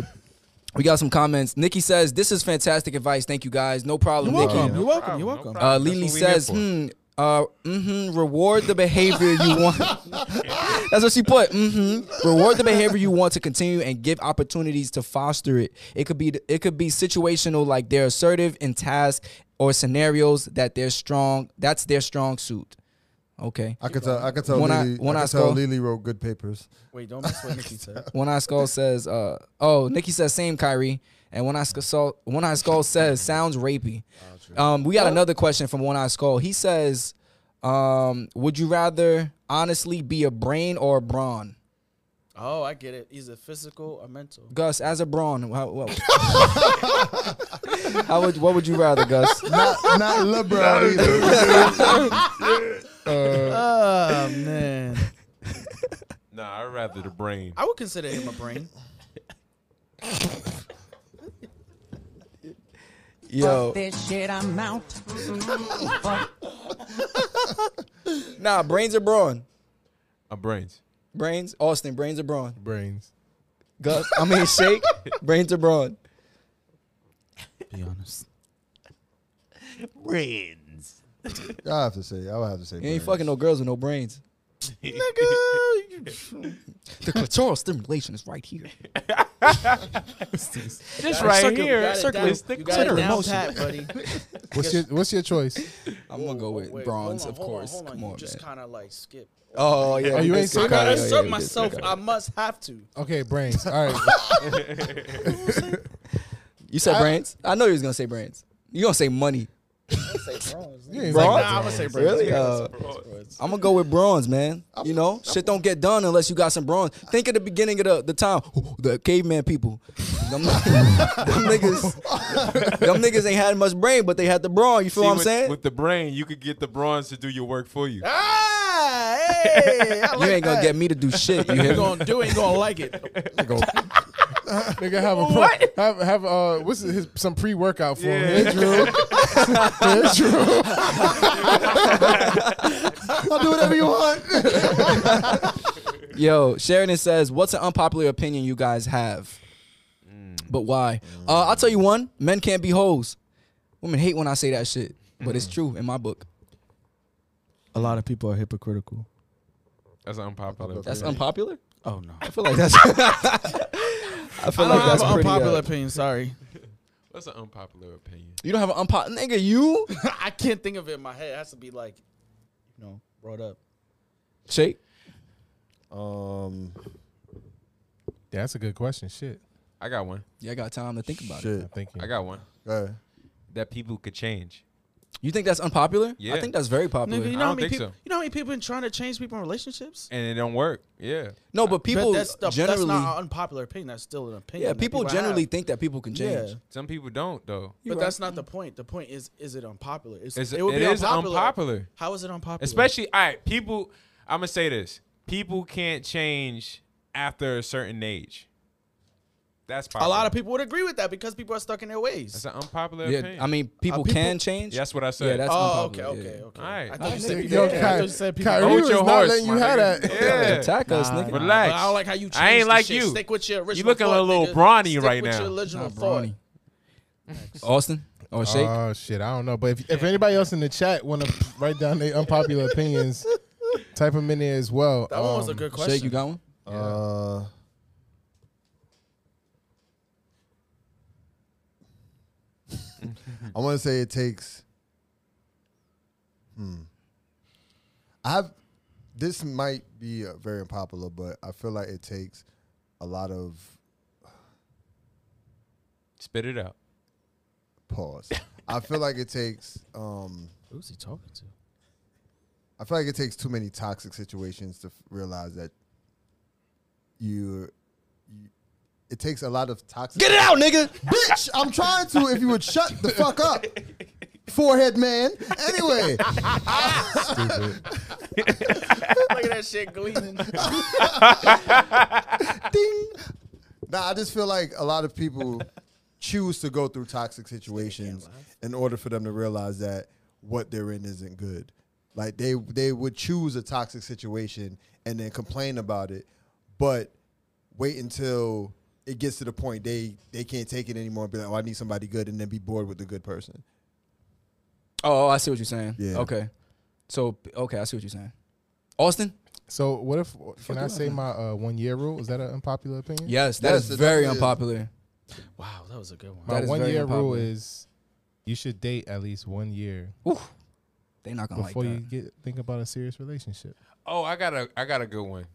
Speaker 3: we got some comments. Nikki says this is fantastic advice. Thank you guys. No problem, Nikki.
Speaker 5: You're welcome. You're welcome.
Speaker 3: Uh, Lily says, hmm, uh, mm-hmm, reward the behavior you want. That's what she put. Mm-hmm. Reward the behavior you want to continue and give opportunities to foster it. It could be it could be situational, like they're assertive in tasks or scenarios that they're strong. That's their strong suit. Okay.
Speaker 4: I could tell. I could tell.
Speaker 3: One eye-
Speaker 4: Lily,
Speaker 3: one
Speaker 4: I
Speaker 3: eye
Speaker 4: could tell
Speaker 3: skull.
Speaker 4: Lily wrote good papers.
Speaker 5: Wait, don't miss what Nikki said.
Speaker 3: One Eye Skull says, uh, oh, Nikki says same Kyrie, and One Eye Skull, One Eye Skull says sounds rapey. Um, we got another question from One Eye Skull. He says, um, would you rather honestly be a brain or a brawn?
Speaker 5: Oh, I get it. He's a physical or mental.
Speaker 3: Gus, as a brawn, how, what, how would what would you rather, Gus?
Speaker 4: Not, not LeBron either.
Speaker 5: Oh man,
Speaker 2: Nah, I'd rather the brain.
Speaker 5: I would consider him a brain.
Speaker 3: Yo,
Speaker 7: Oh. this shit, I'm out.
Speaker 3: nah, brains or brawn?
Speaker 2: A brains.
Speaker 3: Brains, Austin, brains or brawn?
Speaker 6: Brains.
Speaker 3: Gus, I mean Shake, brains or brawn?
Speaker 5: Be honest.
Speaker 8: Friends.
Speaker 4: I have to say. I would have to say.
Speaker 3: You ain't
Speaker 4: Brandon.
Speaker 3: fucking no girls with no brains. The clitoral stimulation is right here.
Speaker 8: This
Speaker 5: buddy.
Speaker 6: What's your What's your choice?
Speaker 3: I'm gonna go with
Speaker 5: Wait,
Speaker 3: bronze,
Speaker 5: hold on,
Speaker 3: of
Speaker 5: hold on,
Speaker 3: course.
Speaker 5: hold on.
Speaker 3: Come
Speaker 5: You
Speaker 3: on,
Speaker 5: just
Speaker 3: man.
Speaker 5: kind of like skip.
Speaker 3: Oh yeah,
Speaker 6: you
Speaker 3: we
Speaker 6: ain't
Speaker 3: just
Speaker 6: seen
Speaker 5: I
Speaker 3: got
Speaker 5: gotta
Speaker 3: it. Yeah, yeah,
Speaker 5: assert
Speaker 3: we just
Speaker 5: myself.
Speaker 3: got it.
Speaker 5: I must have to.
Speaker 6: Okay, brains. All right.
Speaker 3: You said brains. I know you was gonna say brains. You gonna say money?
Speaker 6: You ain't
Speaker 3: Bronze?
Speaker 6: like
Speaker 5: Nah, I'm gonna say brains.
Speaker 3: Really? Uh, I'm gonna go with bronze, man. You know, shit don't get done unless you got some bronze. Think of the beginning of the, the time, the caveman people. Them, them niggas, them niggas ain't had much brain, but they had the brawn. You feel
Speaker 2: See,
Speaker 3: what I'm
Speaker 2: with,
Speaker 3: saying?
Speaker 2: With the brain, you could get the bronze to do your work for you.
Speaker 5: Ah, hey, I
Speaker 3: you
Speaker 5: like
Speaker 3: ain't gonna
Speaker 5: that.
Speaker 3: get me to do shit. You
Speaker 5: You
Speaker 3: hear me?
Speaker 5: gonna do it? You gonna like it?
Speaker 6: Nigga have a pro, have have uh what's his some pre workout for him. Hey, Drew.
Speaker 4: I'll do whatever you want.
Speaker 3: Yo, Sheridan says, "What's an unpopular opinion you guys have?
Speaker 5: Mm.
Speaker 3: But why? Uh, I'll tell you one: men can't be hoes. Women hate when I say that shit, but
Speaker 5: Mm.
Speaker 3: it's true in my book.
Speaker 5: A lot of people are hypocritical.
Speaker 2: That's an unpopular.
Speaker 3: That's
Speaker 2: opinion.
Speaker 3: unpopular.
Speaker 5: Oh no.
Speaker 3: I feel like that's. I feel
Speaker 5: I don't
Speaker 3: like
Speaker 5: have
Speaker 3: that's
Speaker 5: an
Speaker 3: pretty.
Speaker 5: unpopular
Speaker 3: uh,
Speaker 5: opinion. Sorry,
Speaker 2: That's an unpopular opinion.
Speaker 3: you don't have an unpopular nigga. You
Speaker 5: I can't think of it in my head. It has to be like, you know, brought up.
Speaker 3: shake.
Speaker 4: Um,
Speaker 6: Yeah, that's a good question. Shit.
Speaker 2: I got one.
Speaker 3: Yeah, I got time to think about it.
Speaker 6: I
Speaker 4: shit.
Speaker 6: think
Speaker 2: I got one.
Speaker 4: Go ahead.
Speaker 2: That people could change.
Speaker 3: You think that's unpopular? I
Speaker 2: Yeah.
Speaker 3: think that's very popular.
Speaker 5: Nigga, you
Speaker 2: I
Speaker 5: know how
Speaker 2: don't
Speaker 5: many
Speaker 2: think
Speaker 5: people?
Speaker 2: so.
Speaker 5: You know how many people been trying to change people in relationships?
Speaker 2: And it don't work. Yeah.
Speaker 3: no, but people
Speaker 5: but that's, the,
Speaker 3: generally.
Speaker 5: that's not an unpopular opinion. That's still an opinion.
Speaker 3: yeah,
Speaker 5: that
Speaker 3: people
Speaker 5: have.
Speaker 3: generally think that people can
Speaker 5: Yeah.
Speaker 3: change.
Speaker 2: Some people don't though.
Speaker 5: But
Speaker 3: You're
Speaker 5: that's
Speaker 3: right.
Speaker 5: not the point. The point is, is it unpopular? It's,
Speaker 2: It's,
Speaker 5: it would
Speaker 2: it
Speaker 5: be
Speaker 2: is
Speaker 5: unpopular.
Speaker 2: unpopular.
Speaker 5: How is it unpopular?
Speaker 2: Especially, all right, people, I'm going to say this. People can't change after a certain age. That's popular.
Speaker 5: a lot of people would agree with that because people are stuck in their
Speaker 2: That's
Speaker 5: ways.
Speaker 2: an unpopular
Speaker 3: Yeah,
Speaker 2: opinion.
Speaker 3: I mean, people,
Speaker 5: people-
Speaker 3: can change.
Speaker 2: Yeah, that's what I said.
Speaker 3: yeah, that's
Speaker 5: Oh, okay,
Speaker 3: unpopular, yeah.
Speaker 5: okay, okay.
Speaker 2: All right.
Speaker 5: I thought you said people.
Speaker 6: Yo,
Speaker 5: okay, I
Speaker 6: Ky-
Speaker 5: thought you said people.
Speaker 6: Kyrie
Speaker 2: Hold
Speaker 6: was
Speaker 2: your
Speaker 6: not
Speaker 2: horse,
Speaker 6: letting you
Speaker 2: my
Speaker 6: have
Speaker 2: nigga.
Speaker 6: that.
Speaker 2: Yeah.
Speaker 3: Attack us, nigga.
Speaker 2: Oh, Relax.
Speaker 5: But I don't like how you. Changed
Speaker 2: I ain't
Speaker 5: the
Speaker 2: like
Speaker 5: shit.
Speaker 2: you.
Speaker 5: Stick with your original.
Speaker 2: looking a
Speaker 5: thought,
Speaker 2: little
Speaker 5: nigga.
Speaker 2: brawny
Speaker 5: Stick
Speaker 2: right
Speaker 5: with
Speaker 2: now.
Speaker 5: Your original
Speaker 3: Not
Speaker 5: thought.
Speaker 3: brawny. Austin or Shake.
Speaker 6: Oh shit, I don't know. But if, if anybody else in the chat want to write down their unpopular opinions, type them in there as well.
Speaker 5: That one was a
Speaker 6: Um,
Speaker 5: good
Speaker 3: Shake, you
Speaker 5: question.
Speaker 3: got one?
Speaker 4: Uh, I want to say it takes. Hmm. I have. This might be uh, very unpopular, but I feel like it takes a lot of
Speaker 2: Spit it out.
Speaker 4: pause. I feel like it takes. Um,
Speaker 5: Who's he talking to?
Speaker 4: I feel like it takes too many toxic situations to f- realize that you, you. It takes a lot of toxic.
Speaker 3: Get it out, nigga.
Speaker 4: Bitch, I'm trying to if you would shut the fuck up. Forehead man. Anyway,
Speaker 5: Look at that shit gleaming.
Speaker 4: ding. Nah, I just feel like a lot of people choose to go through toxic situations in order for them to realize that what they're in isn't good. Like they they would choose a toxic situation and then complain about it, but wait until it gets to the point they they can't take it anymore and be like, "Oh, I need somebody good," and then be bored with the good person.
Speaker 3: Oh, oh, I see what you're saying.
Speaker 4: Yeah.
Speaker 3: Okay. So okay, I see what you're saying. Austin?
Speaker 6: So what if can I
Speaker 3: you
Speaker 6: say my uh, one year rule? Is that an unpopular opinion?
Speaker 3: Yes, that
Speaker 4: Yes,
Speaker 3: is
Speaker 4: it
Speaker 3: very
Speaker 4: definitely is.
Speaker 3: unpopular.
Speaker 5: Wow, that was a good one.
Speaker 6: My
Speaker 3: That is
Speaker 6: one
Speaker 3: very
Speaker 6: year rule
Speaker 3: unpopular.
Speaker 6: is you should date at least one year
Speaker 3: They not gonna
Speaker 6: before
Speaker 3: like
Speaker 6: you
Speaker 3: that.
Speaker 6: get think about a serious relationship.
Speaker 2: Oh, I got a I got a good one.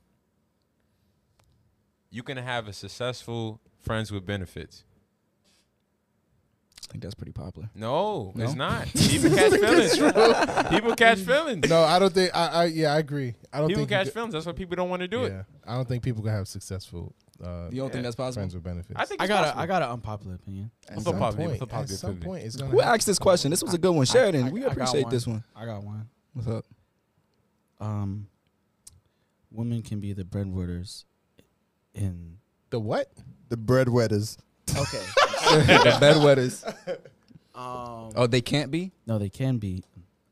Speaker 2: You can have a successful friends with benefits.
Speaker 3: I think that's pretty popular.
Speaker 2: No,
Speaker 3: No?
Speaker 2: it's not. People catch feelings. people catch feelings.
Speaker 6: No, I don't think. I, I yeah, I agree. I don't
Speaker 2: people
Speaker 6: think you
Speaker 2: catch
Speaker 6: could-
Speaker 2: feelings. That's why people don't want to do
Speaker 6: Yeah,
Speaker 2: it.
Speaker 6: I don't think people can have successful uh,
Speaker 3: You don't think
Speaker 2: Yeah.
Speaker 3: that's possible?
Speaker 6: friends with benefits.
Speaker 2: I think
Speaker 5: I
Speaker 2: it's
Speaker 5: got a,
Speaker 2: possible.
Speaker 5: I got an unpopular opinion.
Speaker 6: at
Speaker 2: What's
Speaker 6: some
Speaker 2: the popular- what's
Speaker 6: point,
Speaker 2: the
Speaker 6: at
Speaker 2: popular
Speaker 6: some
Speaker 2: opinion?
Speaker 6: point, it's gonna.
Speaker 3: Who
Speaker 6: happen.
Speaker 3: asked this question? This was a good one. Sheridan,
Speaker 5: I-
Speaker 3: we
Speaker 5: I got
Speaker 3: appreciate this one.
Speaker 5: I got one.
Speaker 3: What's up?
Speaker 5: Um, women can be the breadwinners in.
Speaker 6: the what?
Speaker 4: The breadwetters.
Speaker 5: Okay.
Speaker 3: the bedwetters.
Speaker 5: um.
Speaker 3: Oh, they can't be?
Speaker 5: No, they can be.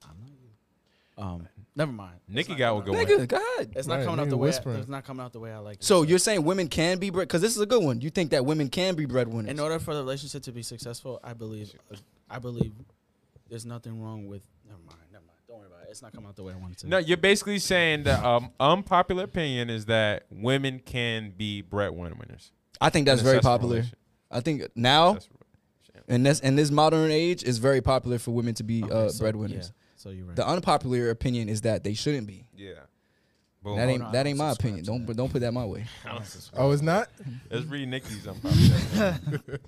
Speaker 5: I'm not you. Um. Never mind. It's
Speaker 2: Nikki
Speaker 5: not
Speaker 2: got
Speaker 5: coming
Speaker 2: what
Speaker 5: out-
Speaker 2: go on.
Speaker 3: Nigga, go ahead.
Speaker 5: It's not
Speaker 6: Right,
Speaker 5: coming out
Speaker 6: nigga
Speaker 5: the way. I,
Speaker 6: whispering.
Speaker 5: it's not coming out the way I like. it.
Speaker 3: So you're saying women can be bread because this is a good one. You think that women can be breadwinners.
Speaker 5: in order for the relationship to be successful, I believe, I believe, there's nothing wrong with. Never mind. Never mind. Don't worry about it. It's not coming out the way I wanted to.
Speaker 2: No, you're basically saying the um, unpopular opinion is that women can be breadwinners.
Speaker 3: I think that's
Speaker 2: An
Speaker 3: very
Speaker 2: accessible
Speaker 3: popular.
Speaker 2: relation-
Speaker 3: I think now
Speaker 2: accessible-
Speaker 3: in this in this modern age, it's very popular for women to be
Speaker 5: Okay,
Speaker 3: uh,
Speaker 5: so-
Speaker 3: breadwinners.
Speaker 5: yeah, so you're right.
Speaker 3: The unpopular opinion is that they shouldn't be.
Speaker 2: Yeah. Boom.
Speaker 3: that ain't
Speaker 5: on, I
Speaker 3: that
Speaker 5: don't
Speaker 3: ain't my
Speaker 5: subscribe
Speaker 3: opinion.
Speaker 5: to
Speaker 3: Don't
Speaker 5: that.
Speaker 3: don't put that my way.
Speaker 6: Oh, it's not.
Speaker 5: Mm.
Speaker 2: Let's read Nikki's unpopular. opinion.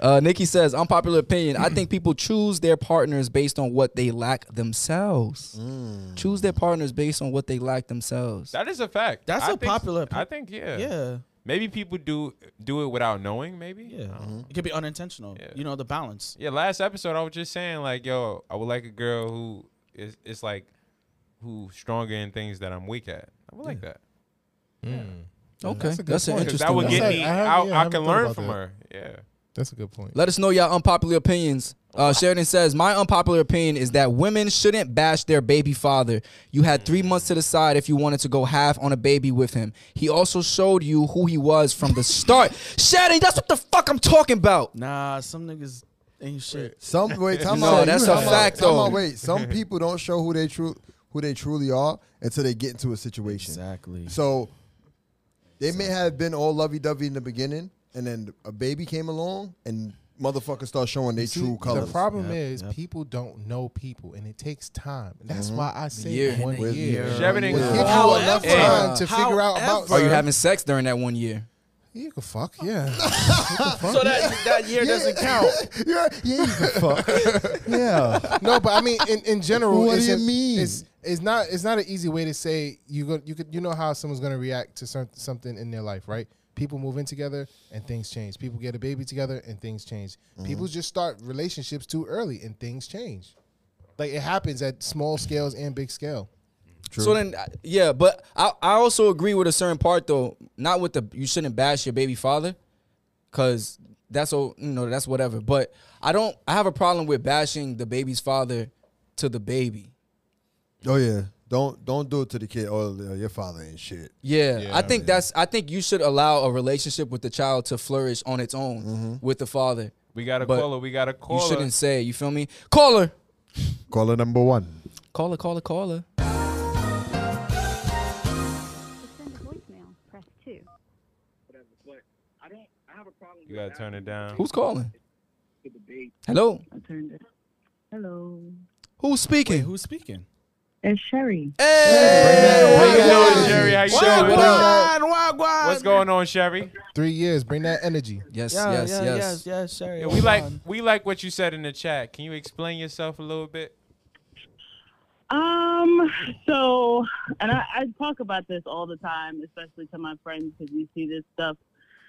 Speaker 3: Uh, Nikki says, unpopular opinion. I think people choose their partners based on what they lack themselves.
Speaker 5: Mm.
Speaker 3: Choose their partners based on what they lack themselves.
Speaker 2: that is a fact.
Speaker 5: That's
Speaker 2: a
Speaker 5: a popular
Speaker 2: I
Speaker 5: opinion.
Speaker 2: think
Speaker 5: yeah.
Speaker 2: yeah. Maybe people do do it without knowing. Maybe.
Speaker 5: Yeah.
Speaker 2: I don't
Speaker 6: Uh-huh.
Speaker 2: know.
Speaker 5: It could be unintentional.
Speaker 2: Yeah.
Speaker 5: You know the balance.
Speaker 2: Yeah, last episode I was just saying like, yo, I would like a girl who is it's like who's stronger in things that I'm weak at. I would like that.
Speaker 6: Mm.
Speaker 3: okay,
Speaker 6: That's
Speaker 3: that's,
Speaker 6: a
Speaker 3: an
Speaker 6: good point.
Speaker 2: Because
Speaker 3: interesting.
Speaker 2: that would
Speaker 3: one.
Speaker 2: get
Speaker 6: That's
Speaker 2: me.
Speaker 6: like- I
Speaker 2: I,
Speaker 6: haven't-
Speaker 2: I,
Speaker 6: yeah, I haven't
Speaker 2: can
Speaker 6: thought
Speaker 2: learn
Speaker 6: about
Speaker 2: from
Speaker 6: that.
Speaker 2: her. Yeah.
Speaker 6: That's a good point.
Speaker 3: Let us know your unpopular opinions. Uh, Sheridan says, My unpopular opinion is that women shouldn't bash their baby father. You had three months to decide if you wanted to go half on a baby with him. He also showed you who he was from the start. Sheridan, that's what the fuck I'm talking about.
Speaker 5: Nah, some niggas ain't shit.
Speaker 4: Some wait, time
Speaker 3: No,
Speaker 4: out. you
Speaker 3: that's a
Speaker 4: talking about-
Speaker 3: fact,
Speaker 4: time out,
Speaker 3: though.
Speaker 4: wait, some people don't show who they true who they truly are until they get into a situation.
Speaker 5: Exactly.
Speaker 4: So they may have been all lovey dovey in the beginning, and then a baby came along, and motherfuckers start showing their
Speaker 6: See,
Speaker 4: true colors.
Speaker 6: The problem
Speaker 5: Yep,
Speaker 6: is
Speaker 5: yep.
Speaker 6: people don't know people, and it takes time. And that's why I say
Speaker 3: Year.
Speaker 6: one
Speaker 4: With
Speaker 6: year.
Speaker 4: year.
Speaker 2: Sheridan
Speaker 6: Will
Speaker 4: Yeah.
Speaker 6: give you
Speaker 5: However-
Speaker 6: enough time to figure out about.
Speaker 3: Are you having sex during that one year?
Speaker 6: You can fuck, yeah.
Speaker 5: So that that year doesn't count.
Speaker 4: yeah, yeah, you can fuck. yeah.
Speaker 6: no, but I mean, in, in general,
Speaker 4: What do
Speaker 6: it's
Speaker 4: you
Speaker 6: a-
Speaker 4: mean?
Speaker 6: It's, it's not it's not an easy way to say you go you could you know how someone's gonna react to some, something in their life, right? People move in together and things change. People get a baby together and things change.
Speaker 4: Mm-hmm.
Speaker 6: People just start relationships too early and things change. Like it happens at small scales and big scale.
Speaker 3: So then, uh, yeah, but I, I also agree with a certain part though. Not with the you shouldn't bash your baby father, cause that's all you know. That's whatever. But I don't. I have a problem with bashing the baby's father to the baby.
Speaker 4: Oh yeah. Don't don't do it to the kid. Oh, uh, your father ain't shit.
Speaker 3: Yeah,
Speaker 6: Yeah,
Speaker 3: I think that's. I think you should allow a relationship with the child to flourish on its own with the father.
Speaker 2: We got a
Speaker 3: But
Speaker 2: caller. We got a caller.
Speaker 3: You shouldn't say. You feel me? Caller,
Speaker 4: Caller number one.
Speaker 3: caller, caller, caller.
Speaker 7: To send a voicemail, press 2.
Speaker 2: You gotta turn it down.
Speaker 3: Who's calling? Hello.
Speaker 7: Hello.
Speaker 3: Who's speaking?
Speaker 5: Wait, who's speaking?
Speaker 7: It's Sherry.
Speaker 2: How you
Speaker 4: Hey.
Speaker 2: doing, Sherry? How you
Speaker 4: What's
Speaker 2: doing?
Speaker 4: up?
Speaker 2: What's going on, Sherry?
Speaker 6: Three years, bring that energy.
Speaker 3: Yes,
Speaker 5: Yeah,
Speaker 3: yes,
Speaker 5: yeah,
Speaker 3: yes.
Speaker 5: yes, yes, Sherry.
Speaker 2: Yeah, we
Speaker 5: hold
Speaker 2: like
Speaker 5: on.
Speaker 2: we like what you said in the chat. Can you explain yourself a little bit?
Speaker 8: Um, so, and I, I talk about this all the time, especially to my friends, because we see this stuff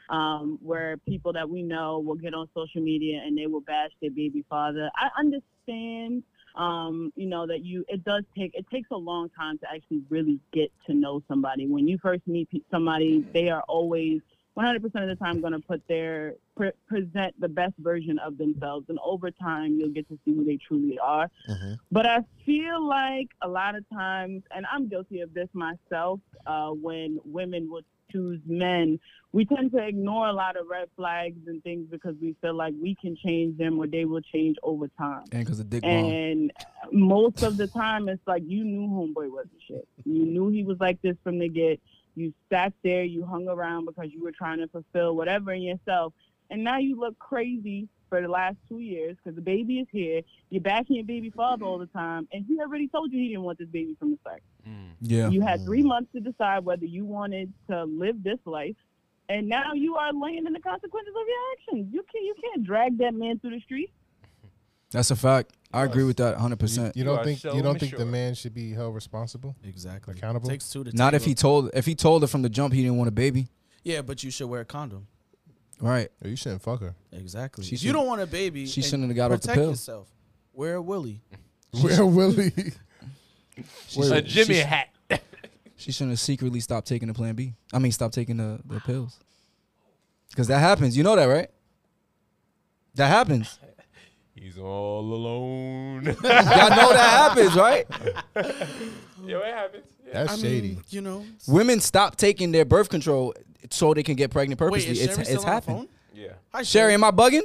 Speaker 8: um, where people that we know will get on social media and they will bash their baby father. I understand, um, you know, that you, it does take, it takes a long time to actually really get to know somebody. When you first meet pe- somebody, they are always 100% of the time going to put their, pre- present the best version of themselves. And over time, you'll get to see who they truly are.
Speaker 4: Mm-hmm.
Speaker 8: But I feel like a lot of times, and I'm guilty of this myself, uh, when women would choose men, we tend to ignore a lot of red flags and things because we feel like we can change them or they will change over time.
Speaker 3: And because the dick wrong.
Speaker 8: And most of the time, it's like you knew homeboy wasn't shit. You knew he was like this from the get. You sat there, you hung around because you were trying to fulfill whatever in yourself, and now you look crazy for the last two years because the baby is here. You're backing your baby father all the time, and he already told you he didn't want this baby from the start.
Speaker 3: Yeah.
Speaker 8: You had three months to decide whether you wanted to live this life, and now you are laying in the consequences of your actions. You can't you can't drag that man through the streets.
Speaker 3: That's a fact. I agree with that 100%.
Speaker 6: You
Speaker 2: You
Speaker 6: don't
Speaker 2: are
Speaker 6: think
Speaker 2: so
Speaker 6: you don't think the
Speaker 2: mature.
Speaker 6: man should be held responsible?
Speaker 5: Exactly.
Speaker 6: Accountable?
Speaker 5: Takes two to
Speaker 3: Not if
Speaker 5: tango.
Speaker 3: he told if he told her from the jump he didn't want a baby.
Speaker 5: Yeah, but you should wear a condom.
Speaker 3: Right.
Speaker 4: Oh,
Speaker 6: Or you shouldn't fuck her.
Speaker 5: Exactly.
Speaker 3: She
Speaker 5: If
Speaker 3: should-
Speaker 5: you don't want a baby.
Speaker 3: she
Speaker 5: and
Speaker 3: shouldn't have got off the
Speaker 5: protect
Speaker 3: pill.
Speaker 5: yourself. Wear a willy.
Speaker 2: Mm.
Speaker 6: Where Willie?
Speaker 2: A Jimmy
Speaker 3: she-
Speaker 2: hat.
Speaker 3: She shouldn't have secretly stopped taking the plan B. I mean stop taking the, the pills. Cause that happens. You know that, right? That happens.
Speaker 2: He's all alone.
Speaker 3: Y'all know that happens, right?
Speaker 2: Yo, it happens. Yeah.
Speaker 6: That's
Speaker 5: I
Speaker 6: shady.
Speaker 5: mean, Mm, you know.
Speaker 3: Women stop taking their birth control so they can get pregnant
Speaker 5: Wait,
Speaker 3: purposely.
Speaker 5: is Sherry
Speaker 3: it's
Speaker 5: still
Speaker 3: it's
Speaker 5: on the
Speaker 3: happened.
Speaker 5: phone?
Speaker 2: yeah.
Speaker 5: Hi,
Speaker 3: Sherry, am I bugging?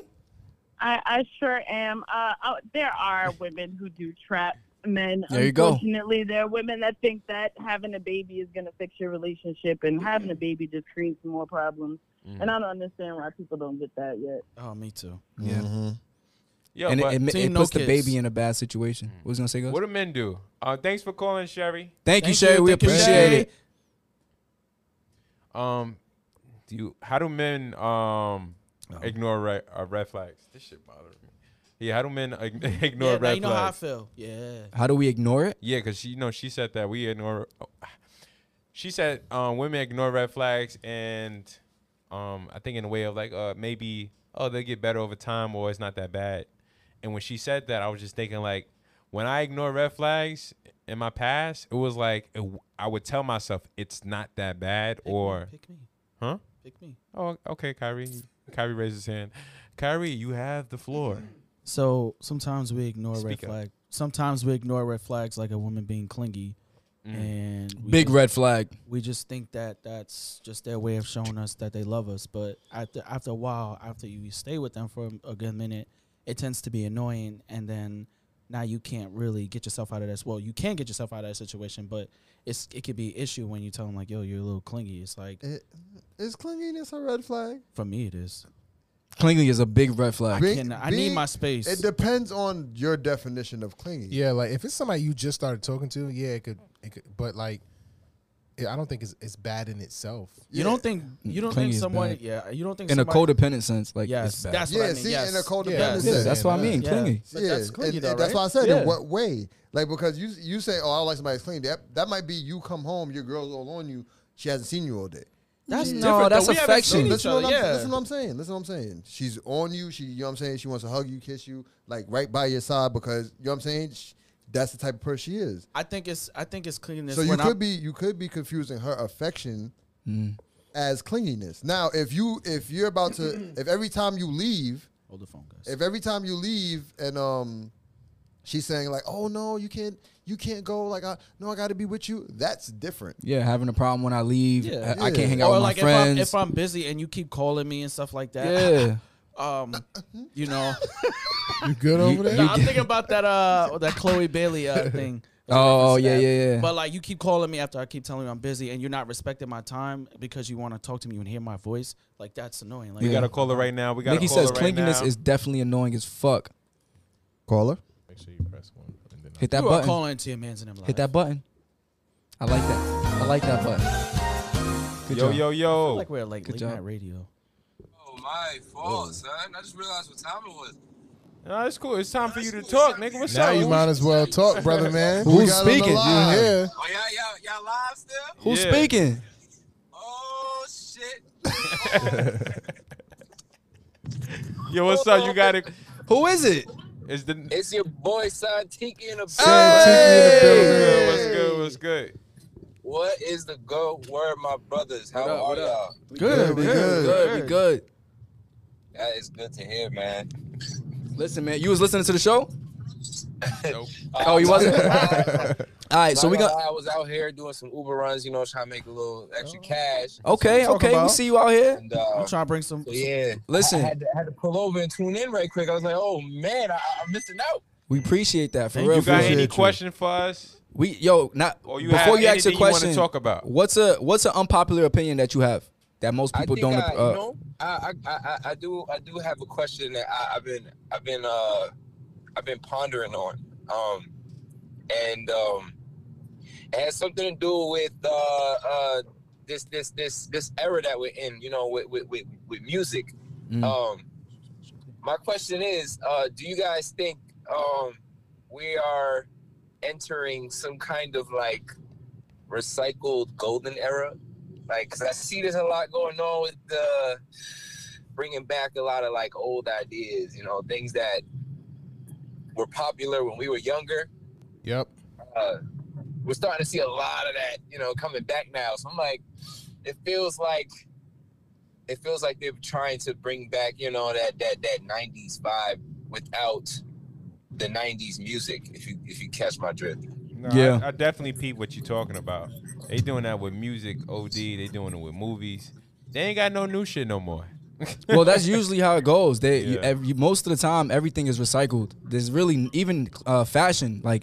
Speaker 8: I, I sure am. Uh, oh, there are women who do trap men.
Speaker 3: There you go.
Speaker 8: Unfortunately, there are women that think that having a baby is going to fix your relationship, and having a baby just creates more problems.
Speaker 3: Mm.
Speaker 8: And I don't understand why people don't get that yet.
Speaker 5: Oh, me too.
Speaker 3: Yeah.
Speaker 2: Yo,
Speaker 3: and it,
Speaker 2: but
Speaker 3: it, ma-
Speaker 5: Team
Speaker 3: it
Speaker 5: no
Speaker 3: puts the
Speaker 5: kids.
Speaker 3: baby in a bad situation. What was I gonna say, guys?
Speaker 2: what do men do? Uh, thanks for calling, Sherry.
Speaker 3: Thank, you, Sherry. we
Speaker 5: Thank you,
Speaker 3: appreciate
Speaker 5: Sherry.
Speaker 3: it.
Speaker 2: Um, do you, how do men um
Speaker 3: Oh.
Speaker 2: ignore red, uh, red flags? This shit bothers me. Yeah, how do men ig- ignore
Speaker 5: Yeah, now
Speaker 2: red
Speaker 5: you know how I
Speaker 2: flags?
Speaker 5: feel. Yeah.
Speaker 3: How do we ignore it?
Speaker 2: Yeah, because she, you know, she said that we ignore. oh, She said um, women ignore red flags, and um, I think in a way of like uh, maybe oh they get better over time or it's not that bad. And when she said that, I was just thinking like when I ignore red flags in my past, it was like it w- I would tell myself it's not that bad
Speaker 5: Pick me,
Speaker 2: or
Speaker 5: pick me.
Speaker 2: huh?
Speaker 5: Pick me.
Speaker 2: Oh, okay, Kyrie. Kyrie raised his hand. Kyrie, you have the floor.
Speaker 5: So sometimes we ignore red
Speaker 2: Speak up.
Speaker 5: flag. Sometimes we ignore red flags like a woman being clingy,
Speaker 2: Mm.
Speaker 5: and we
Speaker 3: Big
Speaker 5: just,
Speaker 3: red flag.
Speaker 5: We just think that that's just their way of showing us that they love us. But after after a while, after you stay with them for a good minute, it tends to be annoying, and then now you can't really get yourself out of this. Well, you can get yourself out of that situation, but it's it could be an issue when you tell them like, "Yo, you're a little clingy." It's like
Speaker 4: It, is clinginess a red flag?
Speaker 5: for me, it is.
Speaker 3: Clingy is a big red
Speaker 5: I
Speaker 3: flag.
Speaker 4: Big-
Speaker 5: can. I need
Speaker 4: big-
Speaker 5: my space.
Speaker 4: It depends on your definition of clingy.
Speaker 6: Yeah, like if it's somebody you just started talking to, yeah, it could, it could but like, it, I don't think it's, it's bad in itself.
Speaker 5: you don't think you don't
Speaker 3: Clingy
Speaker 5: think
Speaker 3: is
Speaker 5: someone.
Speaker 3: bad.
Speaker 5: Yeah, you don't think
Speaker 3: In a
Speaker 5: somebody-
Speaker 3: codependent sense, like
Speaker 5: Yes,
Speaker 3: yes,
Speaker 5: that's what
Speaker 4: Yeah,
Speaker 5: I mean.
Speaker 4: see,
Speaker 5: yes.
Speaker 4: in a codependent
Speaker 5: Yeah.
Speaker 4: sense.
Speaker 3: yeah, that's what I mean.
Speaker 5: Yeah.
Speaker 3: Clingy.
Speaker 5: But that's clingy
Speaker 4: and-
Speaker 5: though,
Speaker 4: and That's
Speaker 5: right?
Speaker 4: why I said
Speaker 3: Yeah.
Speaker 4: in what way. Like because you you say, oh, I don't like somebody clean. That that might be you come home, your girl's all on you. She hasn't seen you all day.
Speaker 3: That's no,
Speaker 5: Yeah. different,
Speaker 3: that's
Speaker 5: though. We haven't
Speaker 3: affection.
Speaker 5: seen each
Speaker 4: Listen, to what
Speaker 5: other,
Speaker 4: I'm,
Speaker 5: yeah.
Speaker 4: listen to what I'm saying. Listen to what I'm saying. She's on you. She, you know what I'm saying. She wants to hug you, kiss you, like right by your side because you know what I'm saying. Sh that's the type of person she is.
Speaker 5: I think it's I Mm. think it's clinginess.
Speaker 4: So you
Speaker 5: when
Speaker 4: could
Speaker 5: I'm,
Speaker 4: be you could be confusing her affection as clinginess. Now, if you if you're about to if every time you leave,
Speaker 5: hold the phone, guys.
Speaker 4: if every time you leave and um she's saying like, "Oh no, you can't you can't go like I no, I got to be with you." That's different.
Speaker 3: Yeah, having a problem when I leave.
Speaker 5: Yeah.
Speaker 3: I, I can't hang out
Speaker 5: or
Speaker 3: with
Speaker 5: like
Speaker 3: my
Speaker 5: if I'm
Speaker 3: friends.
Speaker 5: if I'm busy and you keep calling me and stuff like that.
Speaker 3: yeah.
Speaker 5: Um, you know,
Speaker 6: You good over there?
Speaker 5: Nah, I'm thinking about that uh that Chloe Bailey uh thing.
Speaker 3: Oh, yeah, yeah, yeah.
Speaker 5: But like you keep calling me after I keep telling you I'm busy and you're not respecting my time because you want to talk to me and hear my voice. Like that's annoying. Like
Speaker 2: We gotta call her right now. We gotta
Speaker 3: Nikki
Speaker 2: call
Speaker 3: says
Speaker 2: her right
Speaker 3: clinginess
Speaker 2: now.
Speaker 3: is definitely annoying as fuck.
Speaker 4: Caller?
Speaker 6: Make sure you press one. And then
Speaker 3: Hit that
Speaker 5: You are
Speaker 3: button.
Speaker 5: calling to your man's name.
Speaker 3: Hit that button. I like that. I like that button. Good
Speaker 2: yo,
Speaker 3: job.
Speaker 2: yo, yo.
Speaker 5: Like we're like
Speaker 3: Good
Speaker 5: late
Speaker 3: job.
Speaker 5: night radio.
Speaker 9: Oh, my fault, son. I just realized what time it was.
Speaker 2: Nah, it's cool. It's time for you to talk, nigga. What's
Speaker 6: now
Speaker 2: up?
Speaker 6: you might as well talk, brother man.
Speaker 4: Who's speaking? You
Speaker 6: Yeah.
Speaker 9: Oh, y'all, y'all, y'all live still?
Speaker 3: Who's
Speaker 2: Yeah.
Speaker 3: speaking?
Speaker 9: Oh, shit.
Speaker 2: Yo, what's up? You got it.
Speaker 3: Who is it?
Speaker 2: It's the.
Speaker 9: It's your boy, son, Tiki in the
Speaker 2: Hey, What's good? What's good?
Speaker 9: What is the go word, my brothers? How are y'all?
Speaker 4: Good, we good.
Speaker 3: Good. We good.
Speaker 9: That is good to hear, man.
Speaker 3: Listen, man. You was listening to the show?
Speaker 2: Nope.
Speaker 3: Oh, you wasn't. All right. So
Speaker 9: Not
Speaker 3: we
Speaker 9: gonna
Speaker 3: got.
Speaker 9: lie, I was out here doing some Uber runs, you know, trying to make a little extra
Speaker 2: Oh.
Speaker 9: cash.
Speaker 3: Okay.
Speaker 5: talking
Speaker 3: Okay. We
Speaker 5: about.
Speaker 3: see you out here.
Speaker 9: And, uh,
Speaker 5: I'm trying to bring some.
Speaker 9: so yeah.
Speaker 3: Listen.
Speaker 9: I had, to, had to pull over and tune in right quick. I was like, oh, man, I, I'm missing out.
Speaker 3: We appreciate that for
Speaker 5: Thank
Speaker 3: real.
Speaker 2: You
Speaker 3: for
Speaker 2: got
Speaker 3: real.
Speaker 2: any question for us?
Speaker 3: We yo not
Speaker 2: Or you
Speaker 3: before
Speaker 2: have
Speaker 3: you ask
Speaker 2: anything you
Speaker 3: your
Speaker 2: wanna
Speaker 3: question.
Speaker 2: talk about?
Speaker 3: What's a what's an unpopular opinion that you have that most people
Speaker 9: I think
Speaker 3: don't?
Speaker 9: I,
Speaker 3: uh,
Speaker 9: you know, I, I, I, I do I do have a question that I, I've been I've been uh I've been pondering on. Um and um it has something to do with uh uh this this this this era that we're in, you know, with with, with, with music.
Speaker 3: Mm.
Speaker 9: Um my question is, uh do you guys think um we are entering some kind of like recycled golden era like 'cause i see there's a lot going on with the bringing back a lot of like old ideas you know things that were popular when we were younger
Speaker 6: Yep.
Speaker 9: uh, we're starting to see a lot of that you know coming back now so i'm like it feels like it feels like they're trying to bring back you know that that that 90s vibe without the 90s music if you if you catch my drift
Speaker 2: No,
Speaker 3: Yeah.
Speaker 2: I, I definitely peep what you're talking about. They doing that with music, OD. They doing it with movies. They ain't got no new shit no more.
Speaker 3: well, that's usually how it goes. They you,
Speaker 2: Yeah.
Speaker 3: ev- you- most of the time everything is recycled. There's really even uh, fashion. Like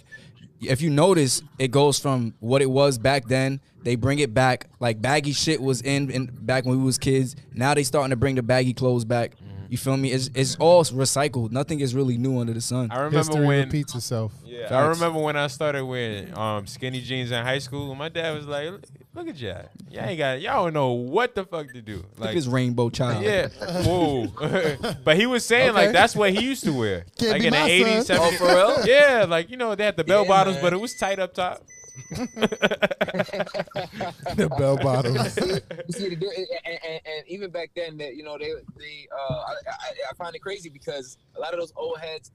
Speaker 3: if you notice, it goes from what it was back then. They bring it back. Like baggy shit was in, in back when we was kids. Now they starting to bring the baggy clothes back.
Speaker 2: Mm-hmm.
Speaker 3: You feel me? It's it's all recycled. Nothing is really new under the sun.
Speaker 2: I remember
Speaker 6: History
Speaker 2: when
Speaker 6: repeats itself.
Speaker 2: Yeah, I
Speaker 6: Facts.
Speaker 2: remember when I started wearing um, skinny jeans in high school. My dad was like, "Look- "Look at y'all, y'all ain't got, y'all don't know what the fuck to do."
Speaker 3: Look at
Speaker 2: Like,
Speaker 3: this rainbow
Speaker 4: Uh,
Speaker 3: child.
Speaker 2: yeah, whoa. but he was saying like
Speaker 6: Okay.
Speaker 2: that's what he used to wear,
Speaker 4: Can't
Speaker 2: like
Speaker 4: be
Speaker 2: in the
Speaker 4: my
Speaker 2: eighties,
Speaker 4: son.
Speaker 2: seventies. Oh, for real? Yeah, like you know they had the bell
Speaker 9: Yeah,
Speaker 2: bottoms,
Speaker 9: man.
Speaker 2: but it was tight up top.
Speaker 6: the bell bottoms.
Speaker 9: You see, the, di- and, and, and even back then, that you know, they they uh, I, I, I find it crazy because a lot of those old heads,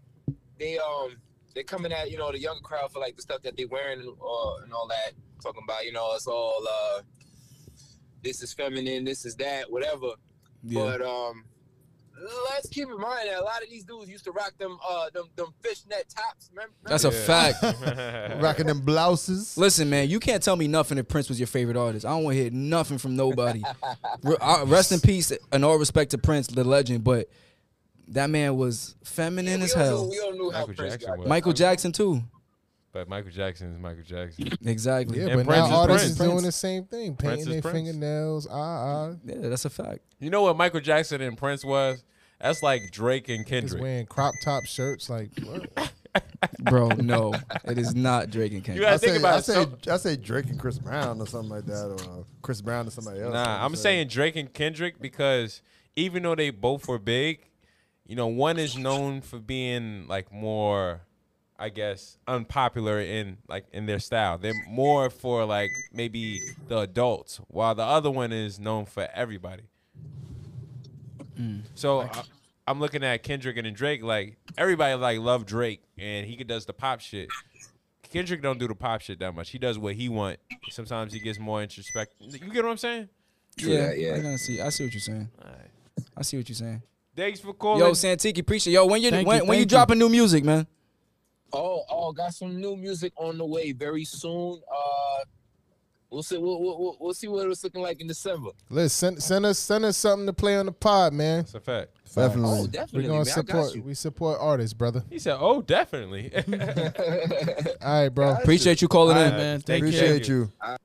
Speaker 9: they um, they're coming at you know the younger crowd for like the stuff that they wearing and, uh, and all that, talking about you know it's all uh, this is feminine, this is that, whatever.
Speaker 3: Yeah.
Speaker 9: But um, let's keep in mind that a lot of these dudes used to rock them uh them them fishnet tops. Remember?
Speaker 3: That's
Speaker 9: remember?
Speaker 3: a fact.
Speaker 4: Rocking them blouses.
Speaker 3: Listen, man, you can't tell me nothing if Prince was your favorite artist. I don't want to hear nothing from nobody. Re- uh, Rest in peace and all respect to Prince, the legend, but that man was feminine
Speaker 9: we
Speaker 3: as
Speaker 9: don't
Speaker 3: hell.
Speaker 9: Knew, we all knew how
Speaker 2: Michael
Speaker 9: Prince
Speaker 2: Jackson
Speaker 9: got.
Speaker 2: was.
Speaker 3: Michael Jackson too.
Speaker 2: But Michael Jackson is Michael Jackson.
Speaker 3: Exactly.
Speaker 6: Yeah,
Speaker 3: Yeah,
Speaker 2: And
Speaker 6: but
Speaker 2: Prince is
Speaker 6: now artists
Speaker 2: Prince.
Speaker 6: is doing the same thing,
Speaker 2: Prince
Speaker 6: painting
Speaker 2: is
Speaker 6: their
Speaker 2: Prince.
Speaker 6: fingernails. Ah, ah,
Speaker 3: that's a fact.
Speaker 2: You know what Michael Jackson and Prince was? That's like Drake and
Speaker 6: just
Speaker 2: Kendrick.
Speaker 6: wearing crop top shirts. Like, what?
Speaker 3: Bro, no. It is not Drake and
Speaker 2: You
Speaker 3: Kendrick.
Speaker 2: gotta
Speaker 4: I
Speaker 2: think
Speaker 4: say,
Speaker 2: about
Speaker 4: I
Speaker 2: it.
Speaker 4: say,
Speaker 2: So-
Speaker 4: I say Drake and Chris Brown or something like that, or uh, Chris Brown or somebody else.
Speaker 2: Nah, I'm saying Drake and Kendrick because even though they both were big, you know, one is known for being like more, I guess, unpopular in like in their style. They're more for like maybe the adults, while the other one is known for everybody. So I, I'm looking at Kendrick and then Drake. Like everybody like love Drake, and he does the pop shit. Kendrick don't do the pop shit that much. He does what he want. Sometimes he gets more introspect. You get what I'm saying?
Speaker 3: Yeah,
Speaker 9: that, yeah.
Speaker 3: I gotta see. I see what you're saying. I see what you're saying.
Speaker 2: Thanks for calling.
Speaker 3: Yo, Santiki, appreciate yo. When you
Speaker 5: Thank you,
Speaker 3: when, when you
Speaker 5: thank you.
Speaker 3: dropping new music, man.
Speaker 9: Oh, oh, got some new music on the way very soon. Uh, we'll see. We'll, we'll, we'll- we'll see what it's looking like in December.
Speaker 6: Listen, send, send us send us something to play on the pod, man.
Speaker 2: That's a fact.
Speaker 9: Oh,
Speaker 4: definitely.
Speaker 9: definitely.
Speaker 6: We're gonna
Speaker 9: man, I got
Speaker 6: support.
Speaker 9: you.
Speaker 6: We support artists, brother.
Speaker 2: He said, "Oh, definitely."
Speaker 6: All right, bro.
Speaker 3: Appreciate you calling
Speaker 5: All
Speaker 3: in.
Speaker 5: right, man.
Speaker 2: Thank
Speaker 5: Take care.
Speaker 4: Appreciate you.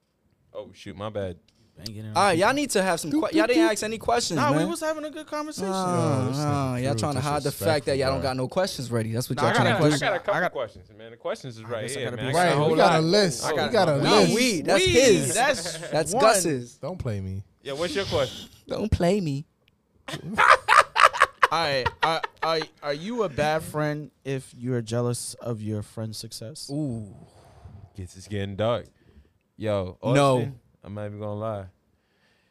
Speaker 2: oh shoot, my bad.
Speaker 5: Bang it in.
Speaker 3: All right, y'all need to have some. Que- y'all didn't ask any questions,
Speaker 5: Nah,
Speaker 3: man.
Speaker 5: we was having a good conversation.
Speaker 3: Nah, nah,
Speaker 6: nigga
Speaker 3: Oh, y'all
Speaker 6: real
Speaker 3: trying to hide the fact that y'all don't got no questions ready. That's what
Speaker 5: Nah,
Speaker 3: y'all
Speaker 2: I
Speaker 5: I
Speaker 3: trying
Speaker 2: got,
Speaker 3: to
Speaker 2: a-
Speaker 3: do.
Speaker 2: I got a couple
Speaker 5: I got-
Speaker 2: questions, man. The questions is right
Speaker 5: guess I
Speaker 2: here,
Speaker 5: gotta
Speaker 2: man. I
Speaker 5: be-
Speaker 2: got a
Speaker 6: Right,
Speaker 2: whole
Speaker 6: we got a
Speaker 2: lot.
Speaker 6: list.
Speaker 2: I
Speaker 6: We
Speaker 2: got a-
Speaker 6: got a
Speaker 3: No,
Speaker 6: list.
Speaker 3: weed. That's
Speaker 5: Weed,
Speaker 3: his.
Speaker 5: that's
Speaker 3: that's
Speaker 5: one.
Speaker 3: Gus's.
Speaker 6: Don't play me.
Speaker 2: Yeah, what's your question?
Speaker 3: Don't play me.
Speaker 5: All right, are, are, are you a bad friend if you're jealous of your friend's success?
Speaker 3: Ooh.
Speaker 2: It's, it's getting dark. Yo, Austin,
Speaker 3: No.
Speaker 2: I'm not even gonna lie.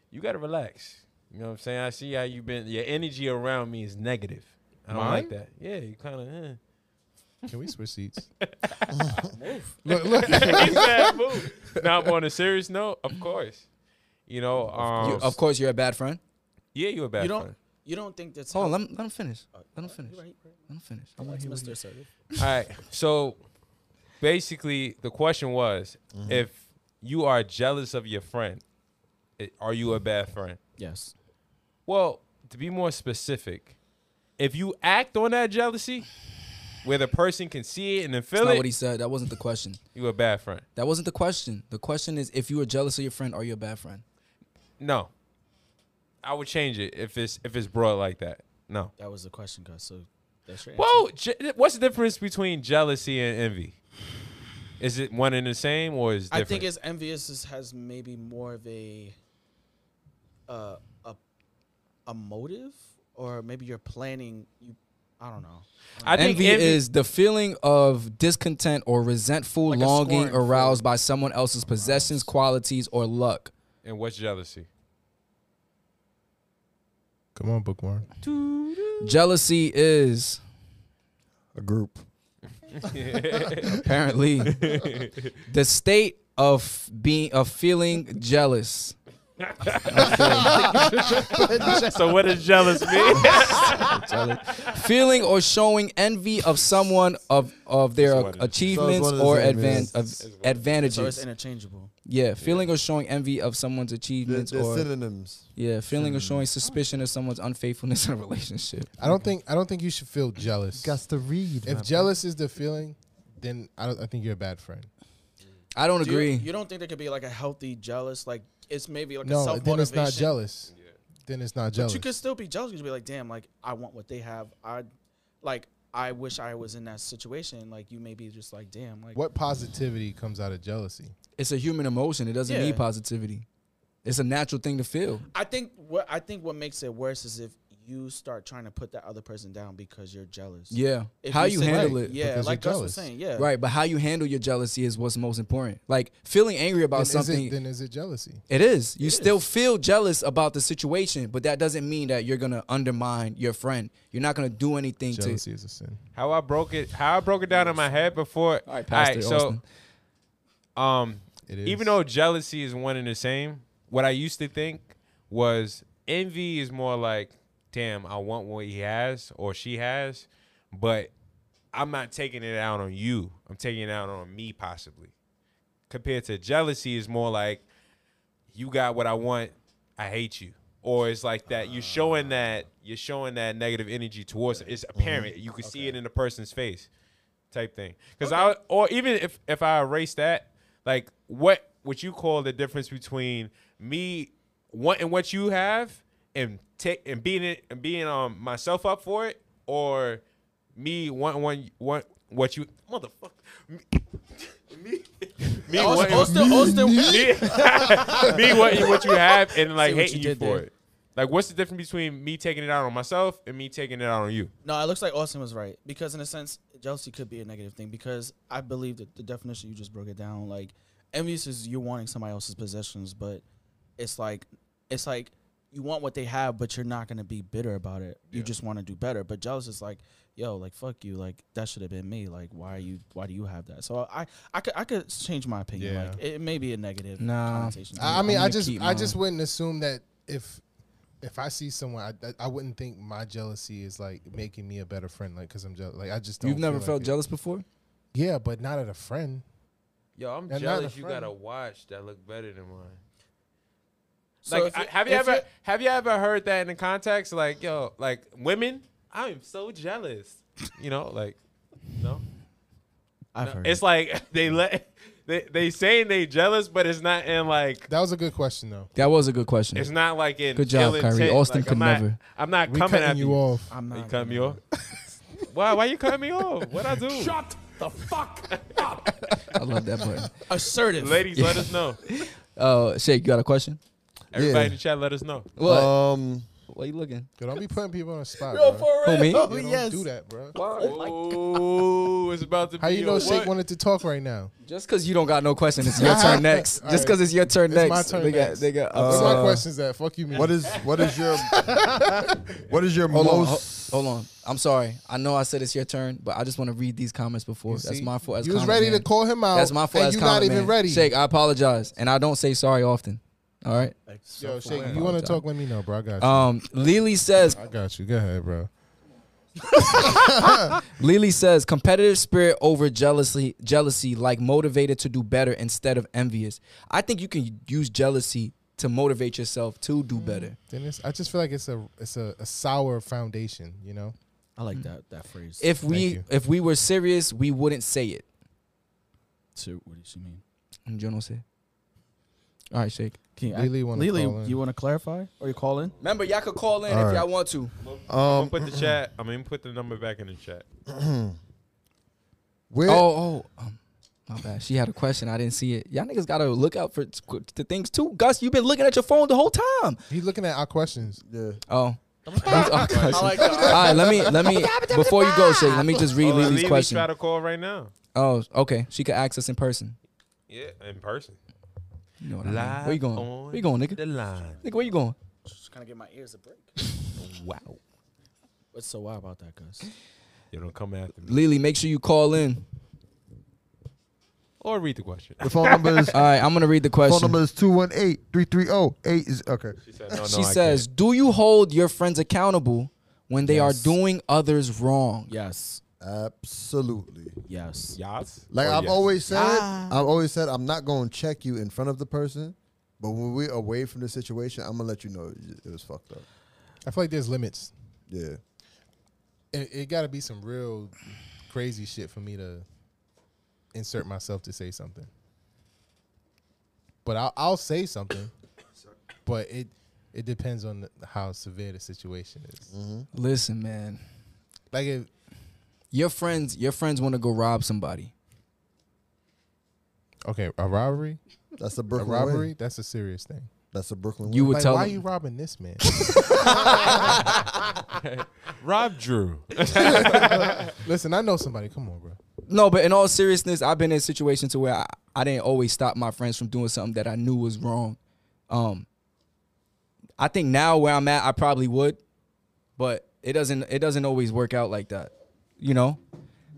Speaker 2: You gotta relax. You know what I'm saying? I see how you've been. Your energy around me is negative. I don't like that. Yeah, you kind of. Eh.
Speaker 6: Can we switch seats? look, look.
Speaker 2: He said, "Move." now, on a serious note, of course. You know, um,
Speaker 3: You,
Speaker 5: Oh,
Speaker 3: of course, you're a bad friend.
Speaker 2: yeah, you a bad
Speaker 5: You don't
Speaker 2: friend.
Speaker 5: you don't think that's
Speaker 3: Hold on,
Speaker 5: how-
Speaker 3: let him, let him finish. Let him finish.
Speaker 5: You're
Speaker 3: Let
Speaker 5: right, you're
Speaker 3: him finish. I
Speaker 5: right.
Speaker 3: wanna
Speaker 5: That's
Speaker 3: hear what
Speaker 5: Mr.
Speaker 3: he-
Speaker 5: Assertive.
Speaker 2: All right. So basically, the question was
Speaker 3: Mm-hmm.
Speaker 2: if you are jealous of your friend, i- are you a bad friend?
Speaker 5: Yes.
Speaker 2: Well, to be more specific, if you act on that jealousy where the person can see it and then
Speaker 3: That's
Speaker 2: feel
Speaker 3: not
Speaker 2: it,
Speaker 3: what he said. That wasn't the question.
Speaker 2: you a bad friend.
Speaker 3: That wasn't the question. The question is, if you were jealous of your friend, are you a bad friend?
Speaker 2: No. I would change it if it's if it's broad like that. No.
Speaker 5: That was the question, Gus. So that's your answer.
Speaker 2: Whoa, je- what's the difference between jealousy and envy? Is it one and the same or is it
Speaker 5: I
Speaker 2: different?
Speaker 5: think it's envious is- has maybe more of a uh, a a motive or maybe you're planning you I don't know.
Speaker 2: I think
Speaker 3: envy, is the feeling of discontent or resentful
Speaker 5: Like a
Speaker 3: longing
Speaker 5: scorn for-
Speaker 3: aroused by someone else's possessions, qualities, or luck.
Speaker 2: and what's jealousy?
Speaker 6: Come on, bookworm.
Speaker 3: Jealousy is
Speaker 4: A group.
Speaker 3: apparently the state of being of feeling jealous.
Speaker 2: So what does jealous mean?
Speaker 3: feeling or showing envy of someone of of their
Speaker 2: It's one of-
Speaker 3: achievements
Speaker 4: So it's one of
Speaker 3: or
Speaker 4: the same,
Speaker 3: advan-
Speaker 4: yes.
Speaker 3: of
Speaker 4: It's
Speaker 5: So it's
Speaker 3: advantages.
Speaker 5: interchangeable.
Speaker 3: yeah, feeling or showing envy of someone's
Speaker 4: They're,
Speaker 3: achievements
Speaker 4: they're
Speaker 3: or
Speaker 4: synonyms.
Speaker 3: yeah, feeling or showing suspicion of someone's unfaithfulness in a relationship.
Speaker 6: I don't think I don't think you should feel jealous.
Speaker 4: to read.
Speaker 6: If jealous is the feeling, then I, don't, I think you're a bad friend.
Speaker 3: I don't
Speaker 5: Do you-
Speaker 3: agree.
Speaker 5: You, don't think there could be like a healthy jealous like it's maybe like a
Speaker 6: No,
Speaker 5: self
Speaker 6: then it's
Speaker 5: motivation.
Speaker 6: not jealous. Then it's not
Speaker 5: But
Speaker 3: Oh.
Speaker 6: jealous.
Speaker 5: you could still be jealous because you'd be like, damn, like I want what they have. I like I wish I was in that situation. Like you may be just like, damn, like
Speaker 6: what positivity comes out of jealousy?
Speaker 3: it's a human emotion. It doesn't
Speaker 5: Yeah.
Speaker 3: need positivity. It's a natural thing to feel.
Speaker 5: I think what I think what makes it worse is if you start trying to put that other person down because you're jealous.
Speaker 3: Yeah.
Speaker 5: If
Speaker 3: how you
Speaker 5: say-
Speaker 3: handle
Speaker 6: Right.
Speaker 3: it.
Speaker 5: Yeah,
Speaker 6: because
Speaker 5: like
Speaker 6: you're
Speaker 5: Gus was
Speaker 6: jealous.
Speaker 5: saying. Yeah,
Speaker 3: Right, but how you handle your jealousy is what's most important. Like feeling angry about
Speaker 6: Then is,
Speaker 3: something
Speaker 6: it, then is it jealousy?
Speaker 3: It is. You still feel jealous about the situation, but that doesn't mean that you're gonna undermine your friend. You're not gonna do anything
Speaker 6: Jealousy is a sin.
Speaker 2: how I broke it, how I broke it down in my head before.
Speaker 3: to. All right, Pastor Austin.
Speaker 2: so, um,
Speaker 6: It is.
Speaker 2: even though jealousy is one and the same, what I used to think was envy is more like, damn, I want what he has or she has, but I'm not taking it out on you. I'm taking it out on me possibly. Compared to jealousy is more like you got what I want, I hate you. Or it's like that you're showing that you're showing that negative energy towards it. It's apparent. You can see it in the person's face type thing. Because I or even if if I erase that, like what what you call the difference between me wanting what you have and take and being it and being um myself up for it, or me wanting one want what you motherfucker me me me wanting-
Speaker 5: Austin, Austin,
Speaker 2: me, me wanting what you have and like
Speaker 5: See what
Speaker 2: hating you,
Speaker 5: you did
Speaker 2: for
Speaker 5: there.
Speaker 2: it. Like, what's the difference between me taking it out on myself and me taking it out on you?
Speaker 5: No, it looks like Austin was right because, in a sense, jealousy could be a negative thing because I believe that the definition you just broke it down, like envious is you wanting somebody else's possessions, but it's like it's like you want what they have, but you're not gonna be bitter about it. You just want to do better. But jealous is like, yo, like fuck you, like that should have been me. Like why are you? Why do you have that? So I I could I could change my opinion.
Speaker 6: Yeah.
Speaker 5: Like it may be a negative.
Speaker 3: Nah.
Speaker 5: connotation to it.
Speaker 6: I, I mean,
Speaker 3: I'm
Speaker 6: I
Speaker 3: gonna
Speaker 6: just
Speaker 3: keep
Speaker 6: I just
Speaker 3: mine.
Speaker 6: wouldn't assume that if if I see someone, I, I I wouldn't think my jealousy is like making me a better friend, like because I'm jealous. Like I just don't
Speaker 3: You've never
Speaker 6: feel like
Speaker 3: felt
Speaker 6: it.
Speaker 3: jealous before?
Speaker 6: Yeah, but not at a friend.
Speaker 2: Yo, I'm
Speaker 6: They're not
Speaker 2: jealous.
Speaker 6: a
Speaker 2: You
Speaker 6: friend.
Speaker 2: got a watch that look better than mine.
Speaker 5: So
Speaker 2: like,
Speaker 5: if you-
Speaker 2: I- have you
Speaker 5: if
Speaker 2: ever
Speaker 5: you-
Speaker 2: have you ever heard that in the context? Like, yo, like women, I'm so jealous. You know, like, no,
Speaker 5: I've
Speaker 2: No.
Speaker 5: heard
Speaker 2: it's
Speaker 5: it.
Speaker 2: like they let they they saying they jealous, but it's not in like
Speaker 6: That was a good question though.
Speaker 3: That was a good question.
Speaker 2: it's not like in
Speaker 3: Good job,
Speaker 2: ill
Speaker 3: Kyrie.
Speaker 2: intent.
Speaker 3: Austin
Speaker 2: Like,
Speaker 3: could
Speaker 2: I'm not,
Speaker 3: never.
Speaker 2: I'm not
Speaker 6: We
Speaker 2: coming
Speaker 6: cutting
Speaker 2: at
Speaker 6: you off.
Speaker 5: I'm
Speaker 2: You
Speaker 5: not
Speaker 2: cut me off. why? Why you cut me off? What I do? Shut the fuck up,
Speaker 3: I love that button.
Speaker 5: assertive.
Speaker 2: ladies. Let us know.
Speaker 3: Uh, Shake, you got a question?
Speaker 2: Everybody
Speaker 4: Yeah.
Speaker 2: in the chat, let us know.
Speaker 3: What?
Speaker 4: Um,
Speaker 3: Why you looking?
Speaker 6: Yo, don't be putting people on the spot. bro.
Speaker 3: Who me?
Speaker 6: Yo, don't do that, bro.
Speaker 2: Oh, it's about to.
Speaker 6: How
Speaker 2: be
Speaker 6: you
Speaker 2: a
Speaker 6: know
Speaker 2: what?
Speaker 6: Shake wanted to talk right now?
Speaker 3: Just because you don't got no question, it's your turn next.
Speaker 6: All
Speaker 3: Just
Speaker 6: right.
Speaker 3: because it's your turn
Speaker 6: It's my
Speaker 3: next,
Speaker 6: turn
Speaker 3: they got
Speaker 6: next.
Speaker 3: they got uh,
Speaker 6: What's
Speaker 3: upset.
Speaker 6: my questions at? Fuck you, man.
Speaker 4: what is what is your what is your
Speaker 3: Hold on, ho-
Speaker 4: most
Speaker 3: hold on. I'm sorry. I know I said it's your turn, but I just want to read these comments before. That's
Speaker 6: See,
Speaker 3: my fault. As
Speaker 6: You was
Speaker 3: comment,
Speaker 6: ready
Speaker 3: man.
Speaker 6: to call him out.
Speaker 3: That's my fault.
Speaker 6: And
Speaker 3: as
Speaker 6: you
Speaker 3: comment,
Speaker 6: not even
Speaker 3: man.
Speaker 6: ready.
Speaker 3: Shake, I apologize, and I don't say sorry often. All right.
Speaker 6: Yo, Shake, you want to talk? Let me know, bro. I got you.
Speaker 3: Um, Lily says
Speaker 6: I got you. Go ahead, bro.
Speaker 3: Lily says competitive spirit over jealousy, jealousy like motivated to do better instead of envious. I think you can use jealousy to motivate yourself to
Speaker 4: Mm.
Speaker 3: do better.
Speaker 6: Dennis, I just feel like it's a it's a, a sour foundation, you know.
Speaker 5: I like that that phrase.
Speaker 3: If we
Speaker 6: you.
Speaker 3: if we were serious, we wouldn't say it.
Speaker 5: So what does she mean?
Speaker 3: And Jono said. All right, shake.
Speaker 5: Can you
Speaker 6: Lily wanna
Speaker 5: Lily,
Speaker 6: call in.
Speaker 5: you want to clarify or you call in?
Speaker 3: Remember, y'all could call in
Speaker 4: All
Speaker 3: if
Speaker 4: right.
Speaker 3: y'all want to.
Speaker 2: I'm
Speaker 4: um
Speaker 2: gonna put the chat. I mean, put the number back in the chat.
Speaker 4: where
Speaker 3: Oh, oh, um, my bad. She had a question. I didn't see it. Y'all niggas gotta look out for t- qu- the things too. Gus, you've been looking at your phone the whole time.
Speaker 6: He's looking at our questions.
Speaker 4: yeah.
Speaker 3: Oh. I like that. All right, let me let me before you go, Shay. Let me just read
Speaker 2: Hold on,
Speaker 3: Lily's
Speaker 2: Lily
Speaker 3: question.
Speaker 2: Oh, Try to call right now.
Speaker 3: Oh, okay. She could ask us in person.
Speaker 2: Yeah, in person.
Speaker 3: You know what I mean. Where you going?
Speaker 2: on
Speaker 3: Where you going, nigga?
Speaker 2: The line.
Speaker 3: Nigga, where you going?
Speaker 5: Just kind of give my ears a break.
Speaker 2: Wow.
Speaker 5: What's so wild about that, Gus?
Speaker 2: You don't come after me.
Speaker 3: Lily, make sure you call in.
Speaker 2: Or read the question.
Speaker 4: The phone number is
Speaker 3: All right, I'm gonna read the
Speaker 4: phone
Speaker 3: question.
Speaker 4: number is 218-330-8 is okay.
Speaker 2: She said, no, no,
Speaker 3: she
Speaker 2: I
Speaker 3: says, "Do you hold your friends accountable when they
Speaker 5: Yes.
Speaker 3: are doing others wrong?"
Speaker 5: Yes,
Speaker 4: Absolutely.
Speaker 5: yes.
Speaker 2: can't. Yas?
Speaker 4: Like
Speaker 2: Or
Speaker 3: Oh,
Speaker 4: I've
Speaker 2: Oh, yes?
Speaker 4: always said, I've always said I'm not going to check you in front of the person, but when we're away from the situation, I'm gonna let you know it it was fucked up.
Speaker 6: I feel like there's limits.
Speaker 4: Yeah.
Speaker 6: It, it got to be some real crazy shit for me to insert myself to say something. But I'll, I'll say something. but it it depends on the, how severe the situation is.
Speaker 3: Mm-hmm. Listen, man,
Speaker 6: Like if
Speaker 3: your friends, your friends want to go rob somebody.
Speaker 6: okay, a robbery,
Speaker 4: That's a
Speaker 6: a
Speaker 4: Brooklyn
Speaker 6: robbery,
Speaker 4: Way.
Speaker 6: that's a serious thing.
Speaker 4: That's a Brooklyn.
Speaker 3: You
Speaker 4: way.
Speaker 3: would
Speaker 6: Like
Speaker 3: tell
Speaker 6: why
Speaker 3: them.
Speaker 6: you robbing this man?
Speaker 2: Rob Drew.
Speaker 6: Listen, I know somebody. Come on, bro.
Speaker 3: No, but in all seriousness, I've been in situations to where I, I didn't always stop my friends from doing something that I knew was wrong. Um, I think now where I'm at, I probably would, but it doesn't. It doesn't always work out like that, you know.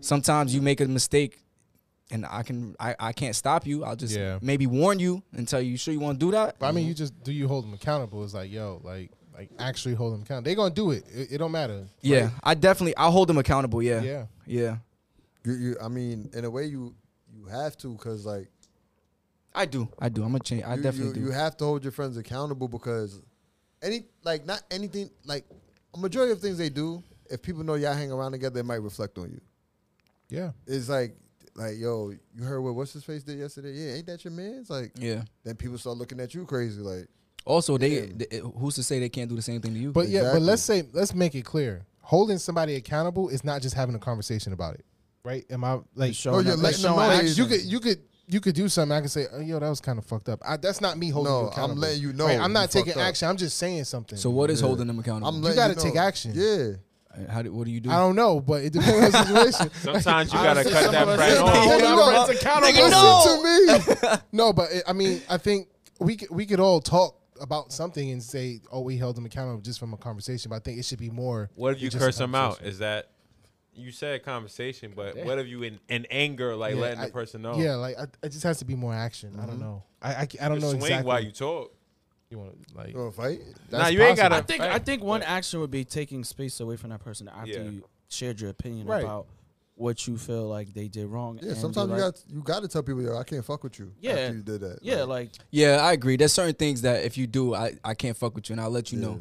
Speaker 3: Sometimes you make a mistake, and I can I, I can't stop you. I'll just
Speaker 6: Yeah.
Speaker 3: maybe warn you and tell you, you sure you want to do that?
Speaker 6: But I mean, you just do you hold them accountable? It's like, yo, like like actually hold them accountable. They gonna do it. It, it don't matter.
Speaker 3: Yeah, I definitely I hold them accountable. Yeah, yeah,
Speaker 6: Yeah.
Speaker 4: You, you, I mean, in a way, you you have to because like
Speaker 3: I do, I do. I'm gonna change. I
Speaker 4: you,
Speaker 3: definitely
Speaker 4: you,
Speaker 3: do.
Speaker 4: you have to hold your friends accountable because any like not anything like a majority of things they do. If people know y'all hang around together, it might reflect on you.
Speaker 6: Yeah.
Speaker 4: It's like like yo, you heard what what's his face did yesterday? Yeah, ain't that your man's? Like
Speaker 3: yeah.
Speaker 4: then people start looking at you crazy. Like
Speaker 3: Also, they,
Speaker 4: Yeah.
Speaker 3: they- who's to say they can't do the same thing to you?
Speaker 6: But yeah, but
Speaker 4: Exactly.
Speaker 6: let's say let's make it clear. Holding somebody accountable is not just having a conversation about it, right? Am I like?
Speaker 5: Just showing
Speaker 4: you're
Speaker 5: up.
Speaker 4: letting
Speaker 5: Just
Speaker 4: them
Speaker 5: showing
Speaker 4: know
Speaker 5: up.
Speaker 4: that-
Speaker 6: Like, you could you could you could do something. I could say, oh, yo, that was kind of fucked up. I, that's not me holding.
Speaker 4: No,
Speaker 6: you
Speaker 4: I'm
Speaker 6: accountable.
Speaker 4: letting you know
Speaker 6: Right? I'm
Speaker 4: you
Speaker 6: not taking
Speaker 4: fucked up.
Speaker 6: action. I'm just saying something.
Speaker 3: so what is
Speaker 4: Yeah.
Speaker 3: holding them accountable?
Speaker 4: I'm letting
Speaker 6: gotta
Speaker 4: know.
Speaker 6: take action.
Speaker 4: Yeah,
Speaker 3: How do, what do you do?
Speaker 6: I don't know, but it depends on the situation.
Speaker 2: Sometimes you
Speaker 6: I
Speaker 2: gotta
Speaker 6: said
Speaker 2: cut
Speaker 6: some
Speaker 2: that
Speaker 6: of us
Speaker 2: friend
Speaker 6: said
Speaker 2: off.
Speaker 6: that. Hold
Speaker 3: Nigga,
Speaker 6: our
Speaker 3: no.
Speaker 6: friends accountable.
Speaker 3: Nigga, no.
Speaker 6: Listen to me. no, but it, I mean, I think we could, we could all talk about something and say, oh, we held them accountable just from a conversation. But I think it should be more.
Speaker 2: What if
Speaker 6: than
Speaker 2: you
Speaker 6: just a
Speaker 2: curse them out?
Speaker 6: conversation.
Speaker 2: Is that you said conversation, but what if you in, in anger like
Speaker 6: Yeah,
Speaker 2: letting
Speaker 6: I-
Speaker 2: the person know?
Speaker 6: Yeah, like I, it just has to be more action. I don't know. I I, I don't
Speaker 2: Just
Speaker 6: know
Speaker 2: swing
Speaker 6: exactly.
Speaker 2: while you talk.
Speaker 6: you want to like.
Speaker 4: you want to fight?
Speaker 2: nah, you ain't gotta.
Speaker 6: possible.
Speaker 5: I think I
Speaker 2: fight,
Speaker 5: think one
Speaker 2: but-
Speaker 5: action would be taking space away from that person after
Speaker 2: Yeah.
Speaker 5: you shared your opinion
Speaker 6: Right.
Speaker 5: about what you feel like they did wrong.
Speaker 4: Yeah,
Speaker 5: and be
Speaker 4: sometimes you
Speaker 5: like-
Speaker 4: got you got to tell people yo, I can't fuck with you.
Speaker 5: Yeah.
Speaker 4: after you did that.
Speaker 5: yeah, like
Speaker 3: Yeah, I agree. There's certain things that if you do, I, I can't fuck with you, and I'll let you know.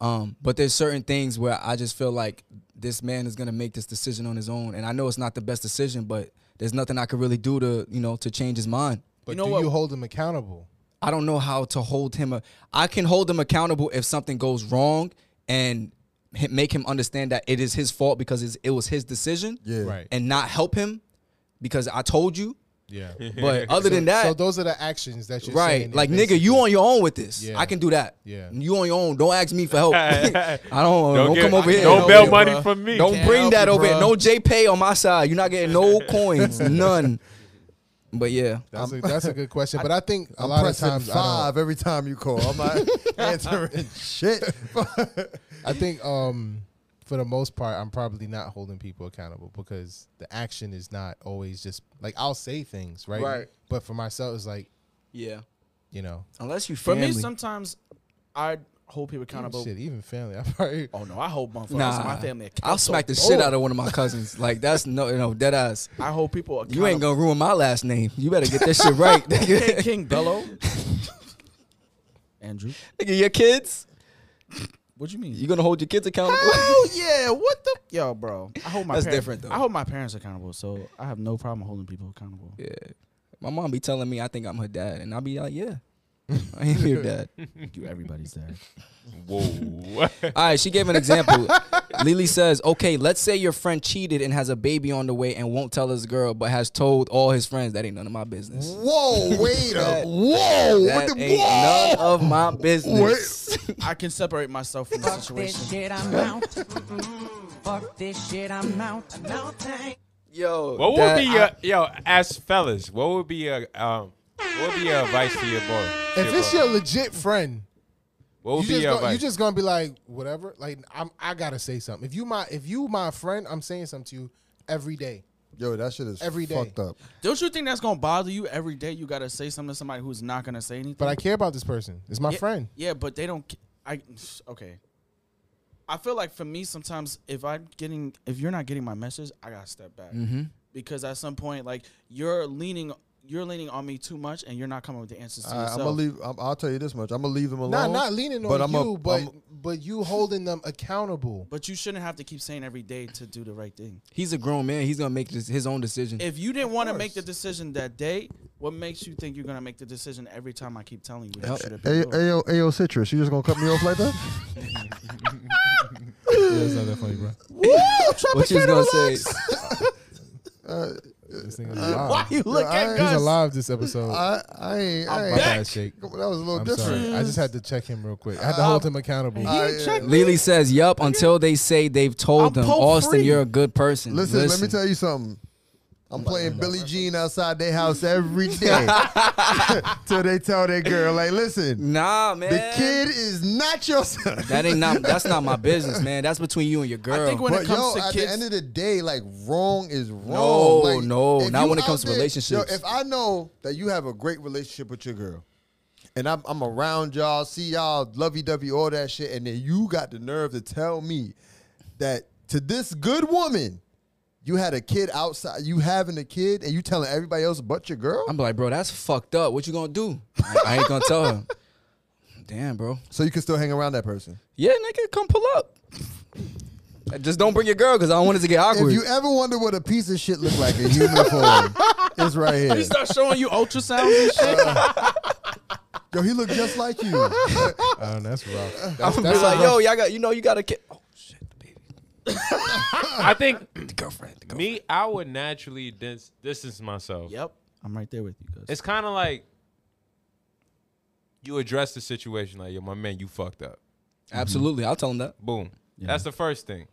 Speaker 3: Um, but there's certain things where I just feel like this man is gonna make this decision on his own, and I know it's not the best decision, but there's nothing I could really do to you know to change his mind.
Speaker 6: But
Speaker 5: You know
Speaker 6: do
Speaker 5: what?
Speaker 6: you hold them accountable?
Speaker 3: I don't know how to hold him. A, I can hold him accountable if something goes wrong and h- make him understand that it is his fault because it's, it was his decision,
Speaker 4: yeah,
Speaker 6: Right.
Speaker 3: and not help him because I told you.
Speaker 6: Yeah.
Speaker 3: But other than that,
Speaker 6: so those are the actions that you're
Speaker 3: Right.
Speaker 6: saying that
Speaker 3: Like, nigga, you
Speaker 6: basically-
Speaker 3: on your own with this.
Speaker 6: Yeah.
Speaker 3: I can do that.
Speaker 6: Yeah.
Speaker 3: You on your own. Don't ask me for help. I don't don't,
Speaker 2: Don't give-
Speaker 3: come over here.
Speaker 2: Don't
Speaker 5: Help
Speaker 2: bail
Speaker 5: you,
Speaker 2: money
Speaker 5: bruh.
Speaker 2: from me.
Speaker 3: Don't
Speaker 5: Can't
Speaker 3: bring
Speaker 5: help
Speaker 3: that
Speaker 5: you,
Speaker 3: over here.
Speaker 5: bruh.
Speaker 3: No JPay on my side. You're not getting no coins. None. But yeah.
Speaker 6: That's a, that's a good question, but I think a
Speaker 4: I'm
Speaker 6: lot of
Speaker 4: pressing
Speaker 6: times I,
Speaker 4: five every time you call. I'm not answering shit.
Speaker 6: don't- I think um for the most part I'm probably not holding people accountable because the action is not always just like I'll say things right,
Speaker 4: Right.
Speaker 6: but for myself it's like
Speaker 3: Yeah.
Speaker 6: you know
Speaker 3: Unless you
Speaker 5: for
Speaker 3: family.
Speaker 5: me sometimes I hold people accountable.
Speaker 6: shit even family I probably
Speaker 5: Oh no, I hold motherfuckers in
Speaker 3: Nah.
Speaker 5: my family accountable. Oh,
Speaker 3: I'll smack the shit out of one of my cousins. Like that's no, you know, dead ass.
Speaker 5: I hold people accountable.
Speaker 3: You ain't gonna ruin my last name. You better get this shit right.
Speaker 5: King,
Speaker 3: nigga,
Speaker 5: King Bello. Andrew,
Speaker 3: Nigga, your kids.
Speaker 5: what you mean?
Speaker 3: You gonna hold your kids accountable?
Speaker 5: Oh yeah, what the yo, bro? I hold my
Speaker 3: That's
Speaker 5: parents,
Speaker 3: different, though.
Speaker 5: I hold my parents accountable, so I have no problem holding people accountable.
Speaker 3: Yeah. My mom be telling me I think I'm her dad, and I'll be like, yeah, I am your dad.
Speaker 5: You everybody's dad.
Speaker 2: Whoa.
Speaker 3: All right, she gave an example. Lily says, okay, let's say your friend cheated and has a baby on the way and won't tell his girl, but has told all his friends that ain't none of my business.
Speaker 4: Whoa, wait up. Whoa, what
Speaker 3: That
Speaker 4: the
Speaker 3: ain't
Speaker 4: whoa?
Speaker 3: none of my business.
Speaker 5: I can separate myself from the
Speaker 10: This
Speaker 5: situation.
Speaker 10: shit, I'm out. Fuck this shit, I'm out. No thanks.
Speaker 3: Yo,
Speaker 2: What would
Speaker 3: that-
Speaker 2: be
Speaker 3: I-
Speaker 2: your yo as fellas? What would be a um? What would be your advice to your boy?
Speaker 6: if
Speaker 2: Your
Speaker 6: it's
Speaker 2: bro.
Speaker 6: your legit friend
Speaker 2: what
Speaker 6: you
Speaker 2: would be
Speaker 6: just,
Speaker 2: your
Speaker 6: gonna, you
Speaker 2: advice?
Speaker 6: just gonna be like whatever like I'm I gotta say something if you my if you my friend I'm saying something to you every day
Speaker 4: Yo, that shit is
Speaker 6: Every day.
Speaker 4: fucked up.
Speaker 5: Don't you think that's gonna bother you every day? You gotta say something to somebody who's not gonna say anything.
Speaker 6: but I care about this person it's my
Speaker 5: yeah,
Speaker 6: friend
Speaker 5: Yeah, but they don't. ca- I okay. I feel like for me sometimes if I'm getting if you're not getting my message, I gotta step back
Speaker 3: Mm-hmm.
Speaker 5: because at some point like you're leaning you're leaning on me too much and you're not coming with the answers to
Speaker 4: I, am
Speaker 5: yourself.
Speaker 4: gonna leave. I'm, I'll tell you this much. I'm gonna leave them alone.
Speaker 6: Not not leaning on
Speaker 4: but I'm
Speaker 6: you,
Speaker 4: a-
Speaker 6: but
Speaker 4: I'm-
Speaker 6: but you holding them accountable.
Speaker 5: But you shouldn't have to keep saying every day to do the right thing.
Speaker 3: He's a grown man. He's gonna make his, his own decision.
Speaker 5: If you didn't want to make the decision that day, what makes you think you're gonna make the decision every time I keep telling you? That you should have been
Speaker 4: Ayo,
Speaker 5: doing?
Speaker 4: Ayo, Ayo Citrus, you just gonna cut me off like that?
Speaker 6: That's not that funny, bro.
Speaker 3: what you was gonna say?
Speaker 6: This thing is alive.
Speaker 5: You look
Speaker 4: I-
Speaker 5: at
Speaker 4: he's
Speaker 5: Gus.
Speaker 6: He's alive this episode.
Speaker 4: I, I ain't. I
Speaker 6: My
Speaker 4: ain't
Speaker 6: bad, Shake.
Speaker 4: that was a little
Speaker 6: I'm
Speaker 4: different.
Speaker 6: sorry. I just had to check him real quick. I had to hold him accountable.
Speaker 4: I- yeah.
Speaker 3: Lily says, yup, until they say they've totold
Speaker 5: I'm
Speaker 3: them,
Speaker 5: Pope
Speaker 3: Austin,
Speaker 5: free.
Speaker 3: you're a good person.
Speaker 4: Listen, let me tell you something. I'm playing Billie Jean outside their house every day till they tell their girl, like, listen,
Speaker 3: Nah, man.
Speaker 4: the kid is not your son.
Speaker 3: That ain't not. That's not my business, man. That's between you and your girl.
Speaker 5: I think when
Speaker 4: But
Speaker 5: it comes
Speaker 4: yo,
Speaker 5: to
Speaker 4: at
Speaker 5: kids,
Speaker 4: the end of the day, like wrong is wrong.
Speaker 3: No,
Speaker 4: Like,
Speaker 3: no,
Speaker 4: if
Speaker 3: not
Speaker 4: you
Speaker 3: when it
Speaker 4: out
Speaker 3: comes to relationships.
Speaker 4: Yo, if I know that you have a great relationship with your girl, and I'm, I'm around y'all, see y'all, lovey dovey, all that shit, and then you got the nerve to tell me that to this good woman, you had a kid outside, you having a kid, and you telling everybody else but your girl.
Speaker 3: I'm like, bro, that's fucked up. What you gonna do? I, I ain't gonna tell him. Damn, bro.
Speaker 4: so you can still hang around that person.
Speaker 3: Yeah, nigga, come pull up. Just don't bring your girl because I don't want it to get awkward.
Speaker 4: If you ever wonder what a piece of shit look like in human form, it's right here.
Speaker 5: Start showing you ultrasounds and shit.
Speaker 4: Yo, he look just like you.
Speaker 6: Oh, that's rough.
Speaker 3: I'm gonna be like, yo, y'all got, you know, you got a kid. Oh shit, the baby,
Speaker 2: I think
Speaker 3: the girlfriend. The girlfriend.
Speaker 2: me, I would naturally dis- distance myself.
Speaker 5: Yep, I'm right there with you. Cause
Speaker 2: It's kind of like you address the situation like, yo, my man, you fucked up.
Speaker 3: Absolutely, I'll tell him that.
Speaker 2: Boom. That's the first thing.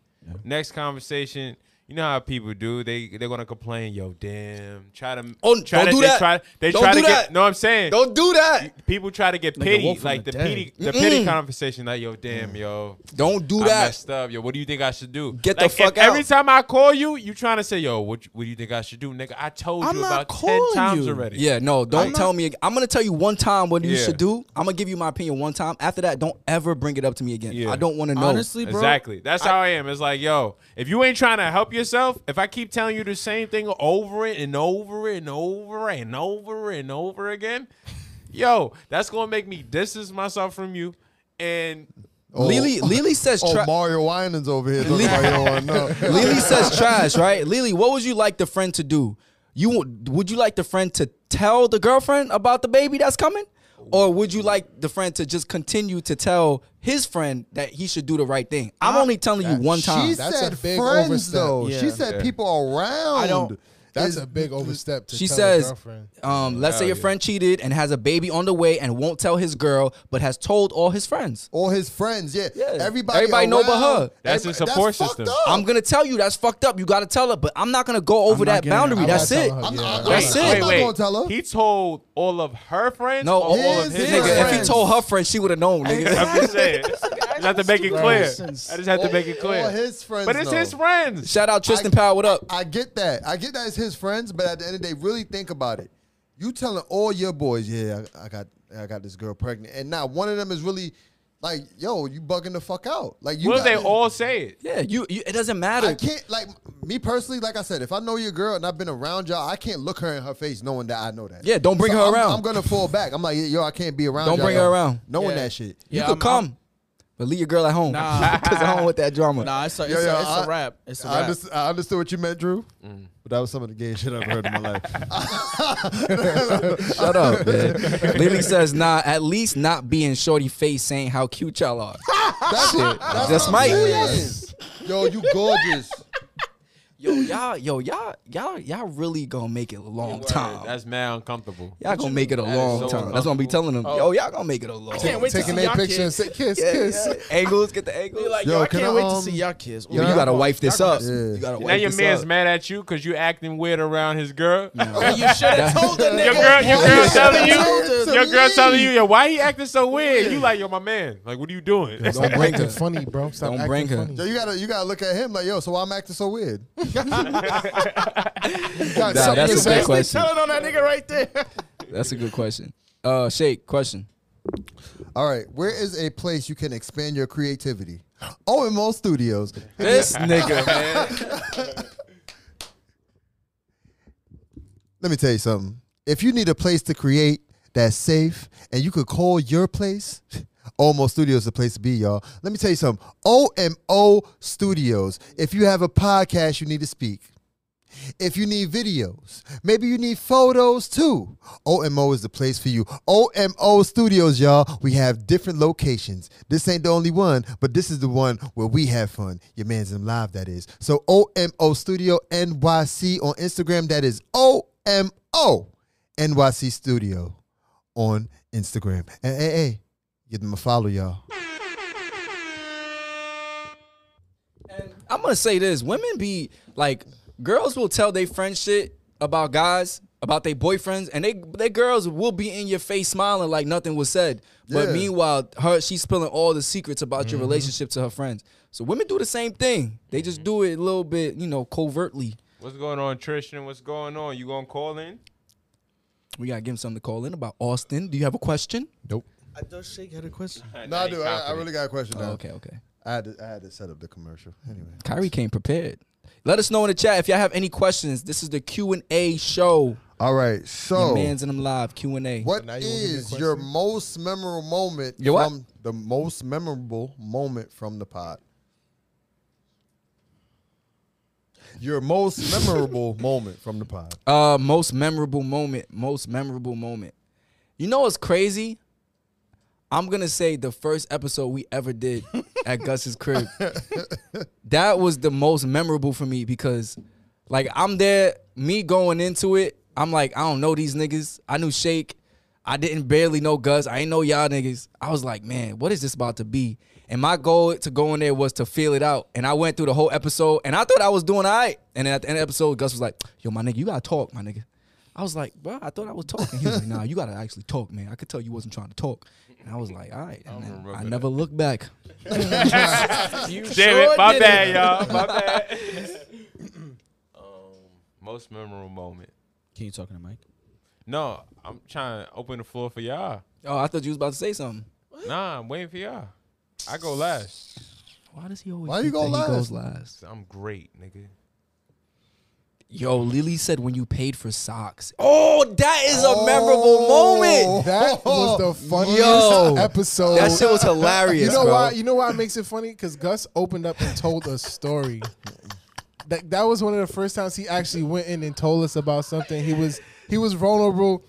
Speaker 2: Next conversation. You know how people do. They they're gonna complain. Yo, damn. Try to
Speaker 3: Oh,
Speaker 2: try
Speaker 3: don't
Speaker 2: to
Speaker 3: do
Speaker 2: they
Speaker 3: that.
Speaker 2: try they
Speaker 3: Don't
Speaker 2: try
Speaker 3: do
Speaker 2: to
Speaker 3: that.
Speaker 2: get. No, I'm saying
Speaker 3: Don't do that.
Speaker 2: people try to get
Speaker 5: Like a
Speaker 2: pity.
Speaker 5: wolf on
Speaker 2: Like the
Speaker 5: the
Speaker 2: pity the pity conversation. Like yo, damn, yo.
Speaker 3: Don't do
Speaker 2: I
Speaker 3: that.
Speaker 2: messed up. Yo, what do you think I should do?
Speaker 3: Get the
Speaker 2: Like, if
Speaker 3: fuck
Speaker 2: Every
Speaker 3: out.
Speaker 2: time I call you, you trying to say, yo, what, you- what do you think I should do, nigga? I told
Speaker 5: I'm
Speaker 2: you
Speaker 5: not
Speaker 2: about 10
Speaker 5: calling
Speaker 2: times
Speaker 5: you.
Speaker 2: already.
Speaker 3: Yeah, no, don't
Speaker 2: I'm
Speaker 3: tell me. ag- I'm gonna tell you one time what you
Speaker 2: Yeah.
Speaker 3: should do. I'm gonna give you my opinion one time. After that, don't ever bring it up to me again.
Speaker 2: Yeah.
Speaker 3: I don't want to know.
Speaker 5: honestly, bro.
Speaker 2: Exactly. That's how I am. It's like, yo, if you ain't trying to help yourself, if I keep telling you the same thing over it and over it and over and over and over again, yo, that's gonna make me distance myself from you. And
Speaker 4: Oh,
Speaker 3: Lily, Lily says
Speaker 4: oh
Speaker 3: tra-
Speaker 4: Mario Winans over here. Look like you don't wanna know.
Speaker 3: Lily says trash, right? Lily, what would you like the friend to do? You would would you like the friend to tell the girlfriend about the baby that's coming? Or would you like the friend to just continue to tell his friend that he should do the right thing? I'm only telling you one
Speaker 4: She
Speaker 3: time.
Speaker 6: That's a
Speaker 4: said
Speaker 6: big
Speaker 4: friends
Speaker 6: overstep.
Speaker 4: though. She
Speaker 5: Yeah.
Speaker 4: said people around.
Speaker 5: I don't-
Speaker 6: That's
Speaker 4: Is-
Speaker 6: a big overstep. To
Speaker 3: She
Speaker 6: tell a
Speaker 3: says,
Speaker 6: girlfriend.
Speaker 3: um, let's say your friend cheated and has a baby on the way and won't tell his girl, but has told all his friends.
Speaker 4: all his friends. Yeah,
Speaker 3: Yeah.
Speaker 4: everybody.
Speaker 3: Everybody know but her.
Speaker 4: around,
Speaker 2: That's
Speaker 4: everybody-
Speaker 2: his support
Speaker 4: fucked
Speaker 2: system.
Speaker 4: up.
Speaker 3: I'm gonna tell you that's fucked up. You gotta tell her, but I'm not gonna go over
Speaker 5: I'm not
Speaker 3: that
Speaker 5: getting it.
Speaker 3: boundary.
Speaker 5: I'm
Speaker 6: not
Speaker 3: That's it.
Speaker 6: telling her.
Speaker 4: I'm,
Speaker 6: Yeah.
Speaker 4: I'm,
Speaker 2: wait,
Speaker 4: I'm
Speaker 2: wait,
Speaker 4: not
Speaker 2: wait.
Speaker 4: gonna tell her.
Speaker 2: He told all of her friends.
Speaker 3: No,
Speaker 2: or all, of
Speaker 4: His
Speaker 2: his
Speaker 4: friends.
Speaker 3: nigga, if he
Speaker 2: friends.
Speaker 3: told her friend, she would have known, nigga.
Speaker 2: I'm just saying. I just have to make it clear. I
Speaker 5: Since-
Speaker 2: just have to make it
Speaker 4: All
Speaker 2: clear.
Speaker 4: his friends.
Speaker 2: But it's
Speaker 4: know.
Speaker 2: his friends.
Speaker 3: Shout out Tristan Power, what up?
Speaker 4: I get that. I get that it's his friends, but at the end of the day, really think about it. You telling all your boys, yeah, I, I got, I got this girl pregnant, and not one of them is really like, yo, you bugging the fuck out. Like, you
Speaker 2: Will
Speaker 4: got
Speaker 2: they
Speaker 4: this-
Speaker 2: all say it?
Speaker 3: Yeah, you, you it doesn't matter.
Speaker 4: I can't like me personally. Like I said, if I know your girl and I've been around y'all, I can't look her in her face knowing that I know that.
Speaker 3: Yeah, don't bring her
Speaker 4: I'm-
Speaker 3: around.
Speaker 4: I'm gonna fall back. I'm like, yo, I can't be around.
Speaker 3: Don't
Speaker 4: y'all
Speaker 3: bring her around.
Speaker 4: Knowing
Speaker 5: Yeah.
Speaker 4: that shit.
Speaker 3: You
Speaker 5: Yeah,
Speaker 3: could
Speaker 5: I'm-
Speaker 3: come,
Speaker 5: I'm-
Speaker 3: but leave your girl at home.
Speaker 5: Nah.
Speaker 3: because I don't want that drama.
Speaker 5: Nah, it's a, it's,
Speaker 4: Yo, yo,
Speaker 5: a, it's a
Speaker 4: I-
Speaker 5: wrap. It's a
Speaker 4: I,
Speaker 5: wrap. Mm.
Speaker 4: underst- I understood what you meant, Drew. But that was some of the gay shit I've heard in my life.
Speaker 3: Shut up, man. Lily says, nah, at least not being shorty face saying how cute y'all are.
Speaker 4: That's it.
Speaker 3: That's Mike.
Speaker 4: Yo, you gorgeous.
Speaker 3: Yo, y'all, yo, y'all, y'all, y'all really gonna make it a long time.
Speaker 2: That's mad uncomfortable.
Speaker 3: y'all gonna make it a
Speaker 2: That is
Speaker 3: long
Speaker 2: so
Speaker 3: time. That's what I be telling them. Yo, y'all gonna make it a long time.
Speaker 5: wait to
Speaker 6: taking
Speaker 5: see
Speaker 6: their
Speaker 5: y'all
Speaker 6: picture and
Speaker 5: kids.
Speaker 6: say, kiss,
Speaker 3: Yeah,
Speaker 6: kiss.
Speaker 3: yeah. Angles, get the angles.
Speaker 5: Be like,
Speaker 4: Yo,
Speaker 5: yo, I
Speaker 4: can
Speaker 5: can't
Speaker 4: I,
Speaker 5: wait
Speaker 4: um,
Speaker 5: to see y'all kids.
Speaker 3: Yo, you gotta wipe this up.
Speaker 4: Yeah.
Speaker 3: You gotta
Speaker 2: Now
Speaker 3: wipe
Speaker 2: your
Speaker 3: this
Speaker 2: man's
Speaker 3: up.
Speaker 2: mad at you because you acting weird around his girl.
Speaker 5: you should have told the nigga.
Speaker 2: Your girl, your girl telling
Speaker 4: It's
Speaker 2: you,
Speaker 4: a
Speaker 2: your girl
Speaker 4: lead.
Speaker 2: telling you, yo, why he acting so weird? You like, yo, my man, like, what are you doing?
Speaker 6: Stop
Speaker 3: Don't bring
Speaker 6: acting
Speaker 3: her.
Speaker 6: funny, bro. Stop
Speaker 3: Don't
Speaker 6: acting
Speaker 3: bring her.
Speaker 6: funny.
Speaker 4: Yo, you gotta you gotta look at him like, yo, so why I'm acting so weird?
Speaker 6: Nah,
Speaker 3: Nah, that's a good question.
Speaker 5: Telling on that nigga right there.
Speaker 3: That's a good question. Uh, Shake, question.
Speaker 4: All right, where is a place you can expand your creativity? Oh, in most studios.
Speaker 3: This nigga, man.
Speaker 4: Let me tell you something. If you need a place to create that's safe and you could call your place, OMO Studios is the place to be, y'all. Let me tell you something. OMO Studios. If you have a podcast you need to speak, if you need videos, maybe you need photos too. OMO is the place for you. OMO Studios, y'all. We have different locations. This ain't the only one, but this is the one where we have fun. Your man's in live, that is. So OMO Studio NYC on Instagram, that is OMO NYC Studio on Instagram. And hey, hey, give them a follow, y'all.
Speaker 3: I'm gonna say this: women be like, girls will tell their friends shit about guys, about their boyfriends, and they they girls will be in your face smiling like nothing was said. But
Speaker 4: Yeah.
Speaker 3: meanwhile, her she's spilling all the secrets about your relationship to her friends. So women do the same thing. They just do it a little bit, you know, covertly.
Speaker 2: What's going on, Tristan? What's going on? You gonna call in?
Speaker 3: We gotta give him something to call in about. Austin, do you have a question?
Speaker 6: Nope.
Speaker 5: I thought Shake had a question.
Speaker 4: No, I do. I, I really got a question.
Speaker 3: Oh,
Speaker 4: now.
Speaker 3: okay, okay.
Speaker 4: I had to, I had to set up the commercial. Anyway,
Speaker 3: Kyrie came prepared. Let us know in the chat if y'all have any questions. This is the Q and A show.
Speaker 4: all right.
Speaker 3: Your
Speaker 4: So,
Speaker 3: Man's and them live Q and A.
Speaker 4: Oh. what
Speaker 6: now you wanna do the
Speaker 4: is your
Speaker 6: question?
Speaker 4: most memorable moment?
Speaker 3: Your what?
Speaker 4: From the most memorable moment from the pod. Your most memorable moment from the pod.
Speaker 3: Uh, most memorable moment. Most memorable moment. You know what's crazy? I'm gonna say the first episode we ever did at Gus's crib. that was the most memorable for me because, like, I'm there. Me going into it, I'm like, I don't know these niggas. I knew Shake. I didn't barely know Gus. I ain't know y'all niggas. I was like, man, what is this about to be? And my goal to go in there was to feel it out. And I went through the whole episode and I thought I was doing all right. And then at the end of the episode, Gus was like, yo, my nigga, you gotta talk, my nigga. I was like, bro, I thought I was talking. He was like, nah, you gotta actually talk, man. I could tell you wasn't trying to talk. And I was like, all right. And then
Speaker 2: remember
Speaker 3: I
Speaker 2: that.
Speaker 3: never looked back.
Speaker 2: Damn
Speaker 3: sure
Speaker 2: it, my
Speaker 3: did
Speaker 2: bad,
Speaker 3: it.
Speaker 2: y'all. My bad. um, most memorable moment.
Speaker 5: Can you talk to the mic?
Speaker 2: No, I'm trying to open the floor for y'all.
Speaker 3: Oh, I thought you was about to say something.
Speaker 2: Nah, I'm waiting for y'all. I go last.
Speaker 3: Why does he always
Speaker 4: Why you
Speaker 3: think
Speaker 4: go
Speaker 3: that
Speaker 4: last?
Speaker 3: he goes last?
Speaker 2: I'm great, nigga.
Speaker 3: Yo, Lily said when you paid for socks. Oh, that is a memorable
Speaker 4: Oh.
Speaker 3: moment.
Speaker 6: That was the funniest
Speaker 3: Yo.
Speaker 6: episode.
Speaker 3: That shit was hilarious,
Speaker 6: You know
Speaker 3: bro.
Speaker 6: why? You know why it makes it funny? Because Gus opened up and told a story. that that was one of the first times he actually went in and told us about something. He was he was vulnerable.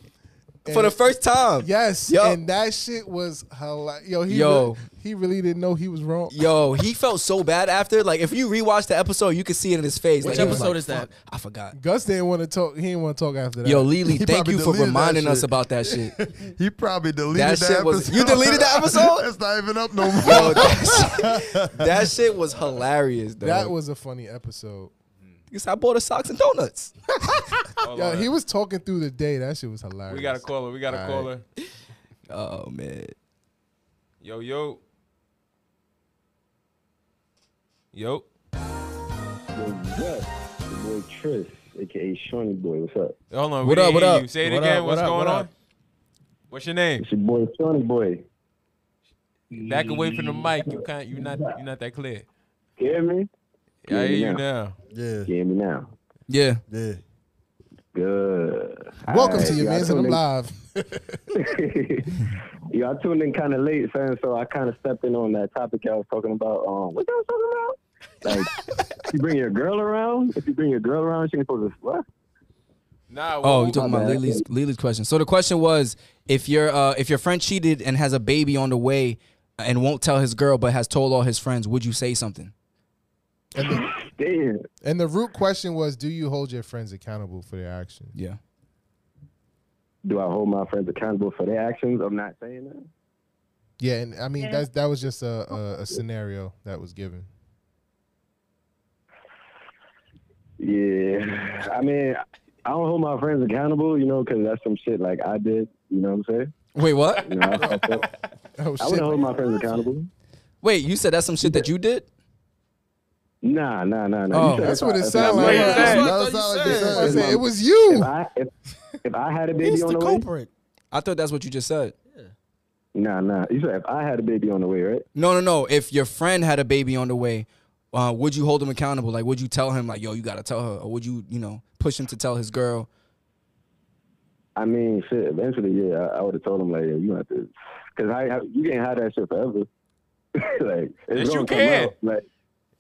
Speaker 3: For the first time.
Speaker 6: Yes,
Speaker 3: Yo.
Speaker 6: and that shit was hilarious. Yo, he
Speaker 3: Yo.
Speaker 6: Really, he really didn't know he was wrong.
Speaker 3: Yo, he felt so bad after. Like, if you rewatch the episode, you can see it in his face.
Speaker 5: Which
Speaker 3: like, he was
Speaker 5: episode
Speaker 3: like,
Speaker 5: is that?
Speaker 3: "Fuck, I forgot.
Speaker 6: Gus didn't want to talk. He didn't want to talk after that.
Speaker 3: Yo, Lily, thank
Speaker 4: probably
Speaker 3: you for
Speaker 4: deleted that
Speaker 3: reminding us
Speaker 4: shit.
Speaker 3: about that shit.
Speaker 4: He probably deleted
Speaker 3: That
Speaker 4: that,
Speaker 3: shit
Speaker 4: episode.
Speaker 3: was- you deleted that episode?
Speaker 4: it's not even up no more.
Speaker 3: Yo, that, shit, that shit was hilarious, though.
Speaker 6: that was a funny episode.
Speaker 3: I bought her socks and donuts.
Speaker 2: Hold
Speaker 6: Yo,
Speaker 2: on.
Speaker 6: Uh, he was talking through the day. That shit was hilarious.
Speaker 2: we got a caller. We got a
Speaker 6: All right.
Speaker 2: caller.
Speaker 3: Oh, man.
Speaker 2: Yo, yo. Yo.
Speaker 11: aka Shawnee Boy. What's up?
Speaker 2: Hold on.
Speaker 3: What
Speaker 2: we
Speaker 3: up,
Speaker 2: didn't
Speaker 3: what
Speaker 2: hear
Speaker 3: up?
Speaker 2: You. Say it
Speaker 5: What
Speaker 2: again.
Speaker 5: up, what
Speaker 2: What's
Speaker 5: up,
Speaker 2: going
Speaker 5: what
Speaker 2: on?
Speaker 5: up?
Speaker 2: What's your name?
Speaker 11: It's your boy Shawnee Boy.
Speaker 2: Back away from the mic. You can't. You not. You not that clear.
Speaker 11: You hear me?
Speaker 2: Yeah, I
Speaker 11: Yeah,
Speaker 2: hear you
Speaker 11: yeah.
Speaker 2: now.
Speaker 4: Yeah,
Speaker 11: You hear me now? Uh,
Speaker 3: Yeah.
Speaker 4: yeah.
Speaker 11: Good.
Speaker 6: Welcome
Speaker 11: All
Speaker 6: to
Speaker 11: right,
Speaker 6: your
Speaker 11: y'all
Speaker 6: man's and I'm
Speaker 11: tuned in-
Speaker 6: live.
Speaker 11: yeah, I tuned in kind of late, son, so I kind of stepped in on that topic I was talking about. Um, what y'all was talking about? Like, if you bring your girl around, if you bring your girl around, she ain't supposed to. What?
Speaker 2: Nah. what-
Speaker 3: Oh,
Speaker 2: what-
Speaker 3: you're talking about
Speaker 11: bad.
Speaker 3: Lily's, Lily's question. So the question was, if your uh, if your friend cheated and has a baby on the way and won't tell his girl but has told all his friends, would you say something?
Speaker 11: Damn.
Speaker 6: And the root question was, do you hold your friends accountable for their actions?
Speaker 3: Yeah.
Speaker 11: Do I hold my friends accountable for their actions of not saying that?
Speaker 6: Yeah, and I mean
Speaker 8: Yeah.
Speaker 6: that's that was just a, a, a scenario that was given.
Speaker 11: Yeah. I mean, I don't hold my friends accountable, you know, because that's some shit like I did. You know what I'm saying?
Speaker 3: Wait, what?
Speaker 11: You know, I, fucked up.
Speaker 6: Oh
Speaker 11: I
Speaker 6: shit!
Speaker 11: wouldn't hold my friends accountable.
Speaker 3: Wait, you said that's some shit that you did?
Speaker 11: Nah, nah, nah, nah.
Speaker 3: Oh.
Speaker 11: You said
Speaker 6: That's
Speaker 11: if
Speaker 6: what
Speaker 11: I-
Speaker 6: it
Speaker 11: if
Speaker 6: sounded
Speaker 11: I-
Speaker 6: like.
Speaker 2: Wait,
Speaker 6: That's
Speaker 2: hey.
Speaker 6: what
Speaker 4: That sound like
Speaker 6: I
Speaker 4: they
Speaker 6: was
Speaker 4: said.
Speaker 6: saying. It was you.
Speaker 11: If I if, if I had a baby
Speaker 5: He's
Speaker 11: on
Speaker 5: the
Speaker 11: the way,
Speaker 5: culprit.
Speaker 3: I thought that's what you just said.
Speaker 11: nah, nah. You said if I had a baby on the way, right?
Speaker 3: No, no, no. If your friend had a baby on the way, uh, would you hold him accountable? Like, would you tell him like, yo, you gotta tell her, or would you, you know, push him to tell his girl?
Speaker 11: I mean, shit. Eventually, yeah, I, I would have told him like, yeah, you have to, because I, I you can't hide that shit forever. like,
Speaker 2: Yes,
Speaker 11: it's
Speaker 2: you
Speaker 11: gonna come
Speaker 2: can.
Speaker 11: out. Like,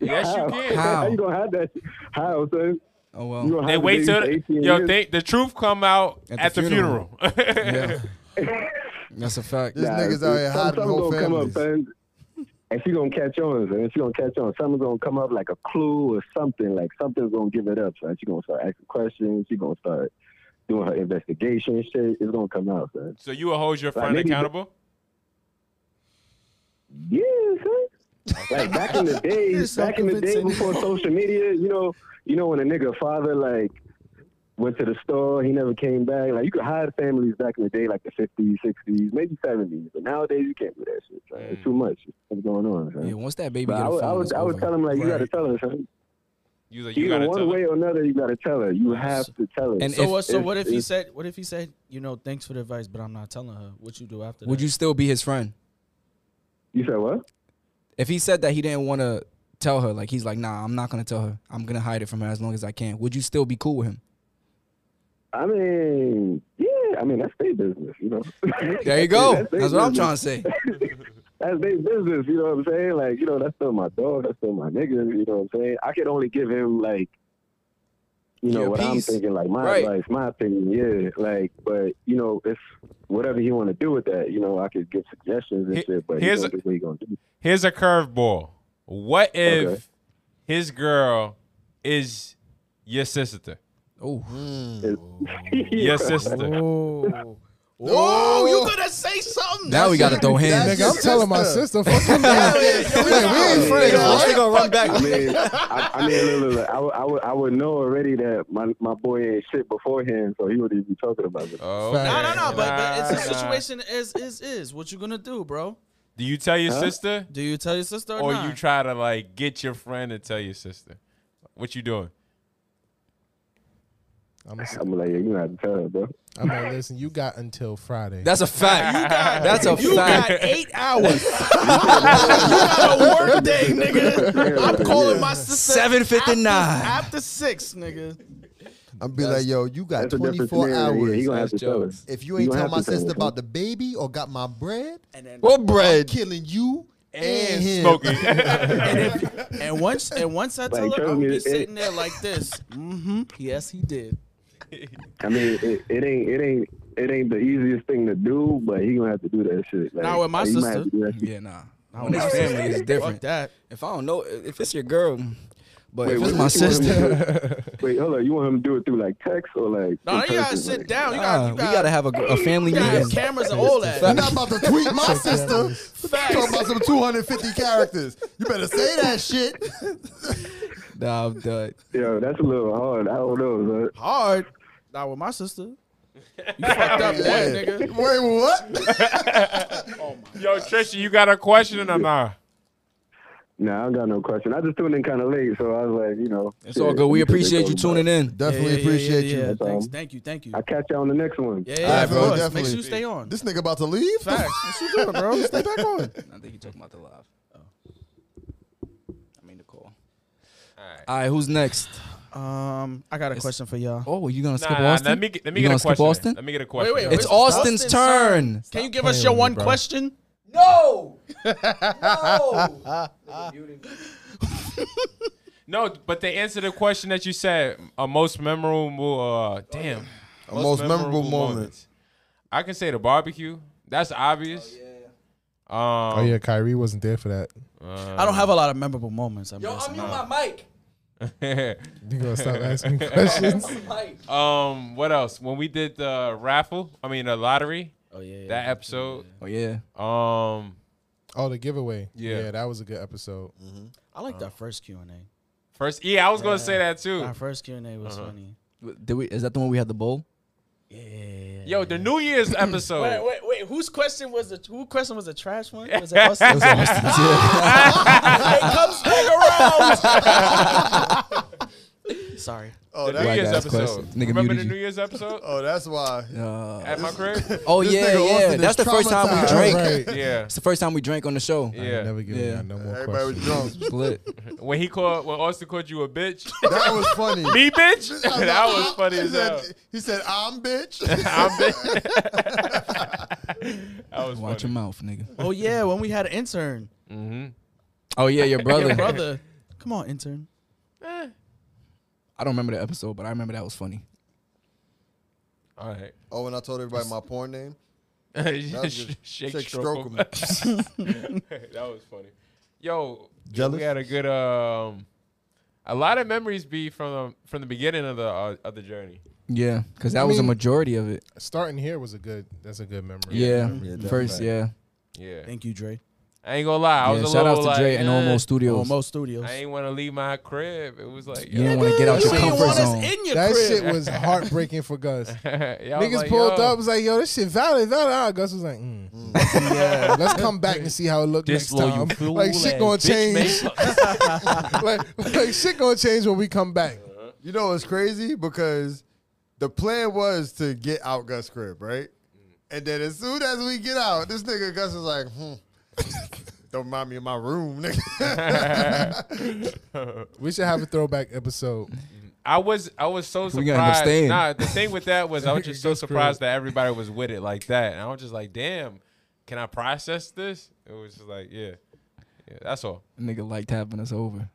Speaker 2: Yes, you
Speaker 11: how?
Speaker 2: can.
Speaker 3: How?
Speaker 11: you gonna hide that? shit? How, son?
Speaker 3: Oh
Speaker 11: You
Speaker 3: well.
Speaker 11: gonna
Speaker 2: They
Speaker 11: hide the
Speaker 2: wait
Speaker 11: baby
Speaker 2: till
Speaker 11: for
Speaker 2: the,
Speaker 11: 18
Speaker 2: yo
Speaker 11: years?
Speaker 2: they, the truth come out
Speaker 3: At
Speaker 2: at,
Speaker 3: the
Speaker 2: the, funeral.
Speaker 3: Yeah. That's a fact.
Speaker 4: This
Speaker 11: Nah,
Speaker 4: nigga's out here
Speaker 11: some-
Speaker 4: hiding
Speaker 11: something
Speaker 4: whole
Speaker 11: gonna come up,
Speaker 4: families.
Speaker 11: son. And she gonna catch on, son. She gonna catch on. Something's gonna come up like a clue or something. Like something's gonna give it up, son. She gonna start asking questions. She gonna start doing her investigation shit. It's gonna come out, son.
Speaker 2: so you will hold your friend
Speaker 11: maybe-
Speaker 2: accountable?
Speaker 11: Yeah, son. Like back in the day, back in the day before social media, you know, you know when a nigga father like went to the store, he never came back. Like you could hide families back in the day, like the fifties, sixties, maybe seventies. But nowadays you can't do that shit. Son. It's too much. What's going on? Son?
Speaker 3: Yeah. Once that baby
Speaker 11: But
Speaker 3: get
Speaker 11: I
Speaker 3: a
Speaker 11: would, I
Speaker 3: phone, it's
Speaker 11: would, I would
Speaker 3: over.
Speaker 11: tell him like you got to tell him, son.
Speaker 2: You like you
Speaker 11: Either
Speaker 2: gotta
Speaker 11: one
Speaker 2: tell
Speaker 11: way
Speaker 2: her.
Speaker 11: or another, you gotta tell her. You have to tell her.
Speaker 5: And so what? So
Speaker 11: It's-
Speaker 5: what if he
Speaker 11: it's-
Speaker 5: said? What if he said? You know, thanks for the advice, but I'm not telling her. What you do after?
Speaker 3: Would
Speaker 5: that?
Speaker 3: you still be his friend?
Speaker 11: You said what?
Speaker 3: If he said that he didn't want to tell her, like he's like, nah, I'm not gonna tell her. I'm gonna hide it from her as long as I can. Would you still be cool with him?
Speaker 11: I mean, yeah. I mean, that's their business, you know.
Speaker 3: There you go.
Speaker 11: their
Speaker 3: That's what I'm trying to
Speaker 11: business.
Speaker 3: say.
Speaker 11: that's their business. You know what I'm saying? Like, you know, that's still my dog. That's still my nigga. You know what I'm saying? I could only give him like, you know,
Speaker 3: Your
Speaker 11: what I'm
Speaker 3: piece.
Speaker 11: thinking, like my
Speaker 3: Right.
Speaker 11: advice, my opinion. Yeah, like, but you know, it's whatever he want to do with that. You know, I could give suggestions and
Speaker 2: He-
Speaker 11: shit, but
Speaker 2: here's
Speaker 11: he's
Speaker 2: a-
Speaker 11: gonna do what he gonna do.
Speaker 2: Here's a curveball. What if
Speaker 11: Okay.
Speaker 2: his girl is your sister?
Speaker 3: Oh,
Speaker 2: your sister.
Speaker 5: Oh.
Speaker 6: Oh,
Speaker 5: you gonna say something?
Speaker 3: now we gotta throw hands.
Speaker 6: Nigga, I'm telling my sister, fuck you. man. Like, we ain't friends.
Speaker 11: Yeah.
Speaker 6: right?
Speaker 3: gonna run back.
Speaker 11: I mean, I, I mean, look, look, look, I, would- I would, I would know already that my my boy ain't shit beforehand, so he wouldn't even be talking about it.
Speaker 2: Oh,
Speaker 6: Fact.
Speaker 5: No, no, no. But, but it's
Speaker 2: nah,
Speaker 5: a
Speaker 2: nah.
Speaker 5: situation. Is is is what you gonna do, bro?
Speaker 2: Do you tell your
Speaker 11: Huh?
Speaker 2: sister,
Speaker 5: Do you tell your sister or,
Speaker 2: or
Speaker 5: not?
Speaker 2: you try to like get your friend to tell your sister? What you doing?
Speaker 6: I'm gonna,
Speaker 11: I'm like, yeah, you gotta tell her, bro.
Speaker 6: I'm gonna listen. You got until Friday.
Speaker 3: That's a fact. That's a
Speaker 5: You
Speaker 3: fact.
Speaker 5: got eight hours. you got a work day, nigga. I'm calling my sister.
Speaker 3: Seven fifty nine.
Speaker 5: After, after six, nigga.
Speaker 4: I'm be like, yo, you got
Speaker 11: That's a different
Speaker 4: 24
Speaker 11: scenario. Yeah,
Speaker 4: hours.
Speaker 11: he gonna have to
Speaker 3: That's
Speaker 11: tell her.
Speaker 3: jokes.
Speaker 4: if you
Speaker 11: he
Speaker 4: ain't
Speaker 11: gonna have
Speaker 4: tell my
Speaker 11: to tell
Speaker 4: sister
Speaker 11: her.
Speaker 4: about the baby or got my bread,
Speaker 5: And then
Speaker 3: What
Speaker 4: I'm
Speaker 3: bread?
Speaker 4: killing you and him.
Speaker 2: Smoking.
Speaker 5: and once and once I tell
Speaker 11: Like,
Speaker 5: her,
Speaker 11: tell
Speaker 5: I'm
Speaker 11: me
Speaker 5: be
Speaker 11: it-
Speaker 5: sitting there like this. Mm-hmm. Yes, he did.
Speaker 11: I mean, it, it ain't, it ain't, it ain't the easiest thing to do, but he gonna have to do that shit. Like,
Speaker 5: Not with my
Speaker 8: oh,
Speaker 11: like, he might have
Speaker 5: sister.
Speaker 11: to do that shit.
Speaker 3: Yeah, nah. When it's family, it's
Speaker 5: Fuck
Speaker 3: different.
Speaker 5: that.
Speaker 3: If I don't know, if it's your girl, but
Speaker 11: Wait,
Speaker 3: if it's
Speaker 11: what-
Speaker 3: my
Speaker 11: what you want him to
Speaker 3: sister,
Speaker 11: do? Wait, hold on. You want him to do it through like text or like?
Speaker 5: No, no,
Speaker 11: in
Speaker 5: you gotta
Speaker 11: person?
Speaker 5: sit
Speaker 11: Like,
Speaker 5: down. You
Speaker 3: nah, Ah,
Speaker 5: gotta,
Speaker 3: Uh, we
Speaker 5: you gotta,
Speaker 3: gotta have a, a family
Speaker 5: you gotta have
Speaker 3: meeting.
Speaker 5: cameras and all that.
Speaker 4: You're not about to tweet my sister.
Speaker 5: Facts.
Speaker 4: Talking about some 250 characters. You better say that shit.
Speaker 3: Nah, I'm done.
Speaker 11: Yo, that's a little hard. I don't know. Son.
Speaker 5: hard. Not with my sister. You fucked up there, nigga.
Speaker 4: Wait, what?
Speaker 2: Yo, Trisha, you got a question or not?
Speaker 11: Nah, I don't got no question. I just tuned in kind of late, so I was like, you know.
Speaker 3: It's all good. We appreciate you tuning in.
Speaker 4: Definitely
Speaker 5: Yeah, yeah, yeah,
Speaker 4: appreciate
Speaker 5: yeah,
Speaker 4: you.
Speaker 5: yeah. Thanks.
Speaker 11: Um,
Speaker 5: Thank you. Thank you.
Speaker 11: I'll catch you on the next one.
Speaker 5: Yeah, yeah,
Speaker 4: Alright,
Speaker 5: of
Speaker 4: bro,
Speaker 5: course. Make
Speaker 4: definitely.
Speaker 5: sure you stay on.
Speaker 4: This nigga about to leave?
Speaker 5: Facts. What you doing, bro?
Speaker 4: Stay back on.
Speaker 3: I think you're talking about the live. Oh. I mean the call. All right. who's next?
Speaker 5: Um, I got a question for y'all.
Speaker 3: Oh, you gonna skip
Speaker 2: Nah, nah,
Speaker 3: Austin?
Speaker 2: let me get, let me
Speaker 3: You
Speaker 2: get
Speaker 3: gonna
Speaker 2: a
Speaker 3: skip
Speaker 2: question.
Speaker 3: Austin?
Speaker 2: Let me get a question.
Speaker 5: wait,
Speaker 3: It's
Speaker 5: Wait,
Speaker 3: Austin's
Speaker 5: Austin's
Speaker 3: turn.
Speaker 5: Can you give
Speaker 6: playing
Speaker 5: us your
Speaker 6: with me,
Speaker 5: one
Speaker 6: bro.
Speaker 5: question?
Speaker 3: No. No.
Speaker 2: No, but they answer the question that you said. A most memorable, uh, damn,
Speaker 4: A most memorable moment.
Speaker 2: I can say the barbecue. That's obvious. Um,
Speaker 6: Oh yeah, Kyrie wasn't there for that.
Speaker 2: Uh,
Speaker 5: I don't have a lot of memorable moments. I'm
Speaker 3: Yo,
Speaker 5: guessing.
Speaker 3: unmute my mic.
Speaker 6: You gonna stop asking me questions?
Speaker 3: Mic.
Speaker 2: um, what else? When we did the raffle, I mean the lottery,
Speaker 5: Oh yeah. yeah.
Speaker 2: that episode.
Speaker 3: Oh yeah.
Speaker 2: Um,
Speaker 6: Oh, the giveaway.
Speaker 2: Yeah.
Speaker 6: that was a good episode.
Speaker 5: I like
Speaker 2: Uh-huh.
Speaker 5: that first Q and A.
Speaker 2: first, yeah, I was gonna say that too.
Speaker 5: That first Q and A
Speaker 2: Uh-huh.
Speaker 5: was funny.
Speaker 3: Did we? Is that the one we had the bowl?
Speaker 5: Yeah. yeah, yeah.
Speaker 2: Yo, the New Year's episode.
Speaker 5: Wait, wait, wait. Whose question was the who question was the trash one? Was it Austin's? it comes back around. Sorry.
Speaker 4: Oh,
Speaker 2: The
Speaker 4: that-
Speaker 2: New
Speaker 3: Black
Speaker 2: Year's
Speaker 3: ass
Speaker 2: episode.
Speaker 3: question. Nigga,
Speaker 2: Remember the
Speaker 3: muted you.
Speaker 2: New Year's episode
Speaker 4: oh, that's why.
Speaker 3: Uh,
Speaker 2: at my crib?
Speaker 3: oh
Speaker 4: This
Speaker 3: yeah,
Speaker 4: nigga
Speaker 3: yeah.
Speaker 4: Austin
Speaker 3: That's
Speaker 4: is
Speaker 3: the first time we
Speaker 4: traumatized.
Speaker 3: drank.
Speaker 6: Right.
Speaker 2: Yeah,
Speaker 3: It's the first time we drank on the show.
Speaker 6: I
Speaker 2: yeah.
Speaker 6: never give
Speaker 3: Yeah.
Speaker 6: you no more
Speaker 4: Everybody was
Speaker 6: questions.
Speaker 4: drunk.
Speaker 3: Lit.
Speaker 2: When he called, when Austin called you a bitch.
Speaker 4: That was funny.
Speaker 2: Me, bitch. that was funny
Speaker 4: he
Speaker 2: as
Speaker 4: said,
Speaker 2: hell.
Speaker 4: He said, I'm bitch.
Speaker 2: I'm bitch. that was
Speaker 3: Watch your
Speaker 2: funny.
Speaker 3: mouth, nigga.
Speaker 5: Oh yeah, when we had an intern,
Speaker 3: Oh yeah, your brother.
Speaker 5: your brother. Come on, intern.
Speaker 3: I don't remember the episode, but I remember that was funny.
Speaker 2: All right.
Speaker 4: oh, and I told everybody my porn name. That was
Speaker 2: Sh-
Speaker 4: good.
Speaker 2: Shake,
Speaker 4: Shake
Speaker 2: stroke.
Speaker 4: stroke 'em.
Speaker 2: that was funny. Yo,
Speaker 4: Jealous?
Speaker 2: we had a good um, a lot of memories be from um, from the beginning of the uh, of the journey.
Speaker 3: Yeah, because that was a
Speaker 6: mean-
Speaker 3: majority of it.
Speaker 6: Starting here was a good. That's a good memory.
Speaker 3: Yeah,
Speaker 4: Yeah,
Speaker 3: first,
Speaker 4: definitely.
Speaker 3: yeah.
Speaker 2: Yeah.
Speaker 5: Thank you, Dre.
Speaker 2: I ain't gonna lie. I
Speaker 3: Yeah,
Speaker 2: was a
Speaker 3: shout
Speaker 2: little
Speaker 3: outs to
Speaker 2: like,
Speaker 3: Dre and
Speaker 2: eh.
Speaker 3: Almost Studios.
Speaker 5: Almost Studios.
Speaker 2: I ain't want to leave my crib. It was like
Speaker 3: You didn't wanna get out
Speaker 2: That
Speaker 3: your
Speaker 2: shit-
Speaker 3: comfort
Speaker 2: you want us
Speaker 3: zone.
Speaker 2: in your
Speaker 6: that
Speaker 2: crib.
Speaker 6: shit was heartbreaking for Gus.
Speaker 2: Y'all was
Speaker 6: Niggas
Speaker 2: like,
Speaker 6: pulled
Speaker 2: yo.
Speaker 6: up, was like, yo, this shit valid, valid. Ah, Gus was like, mm. yeah, let's come back and see how it looked
Speaker 2: This
Speaker 6: next
Speaker 2: low,
Speaker 6: time.
Speaker 2: you fool
Speaker 6: like shit
Speaker 2: ass
Speaker 6: gonna
Speaker 2: bitch,
Speaker 6: change. like, like shit gonna change when we come back.
Speaker 4: You know it's crazy because the plan was to get out Gus crib, right? And then as soon as we get out, this nigga Gus is like, hmm, don't mind me in my room, nigga.
Speaker 6: We should have a throwback episode.
Speaker 2: I was I was so
Speaker 3: We gotta
Speaker 2: surprised.
Speaker 3: understand.
Speaker 2: Nah, the thing with that was I was just so
Speaker 6: That's correct.
Speaker 2: surprised that everybody was with it like that, and I was just like, damn, can I process this? It was just like, yeah, yeah, that's all.
Speaker 3: Nigga liked having us over.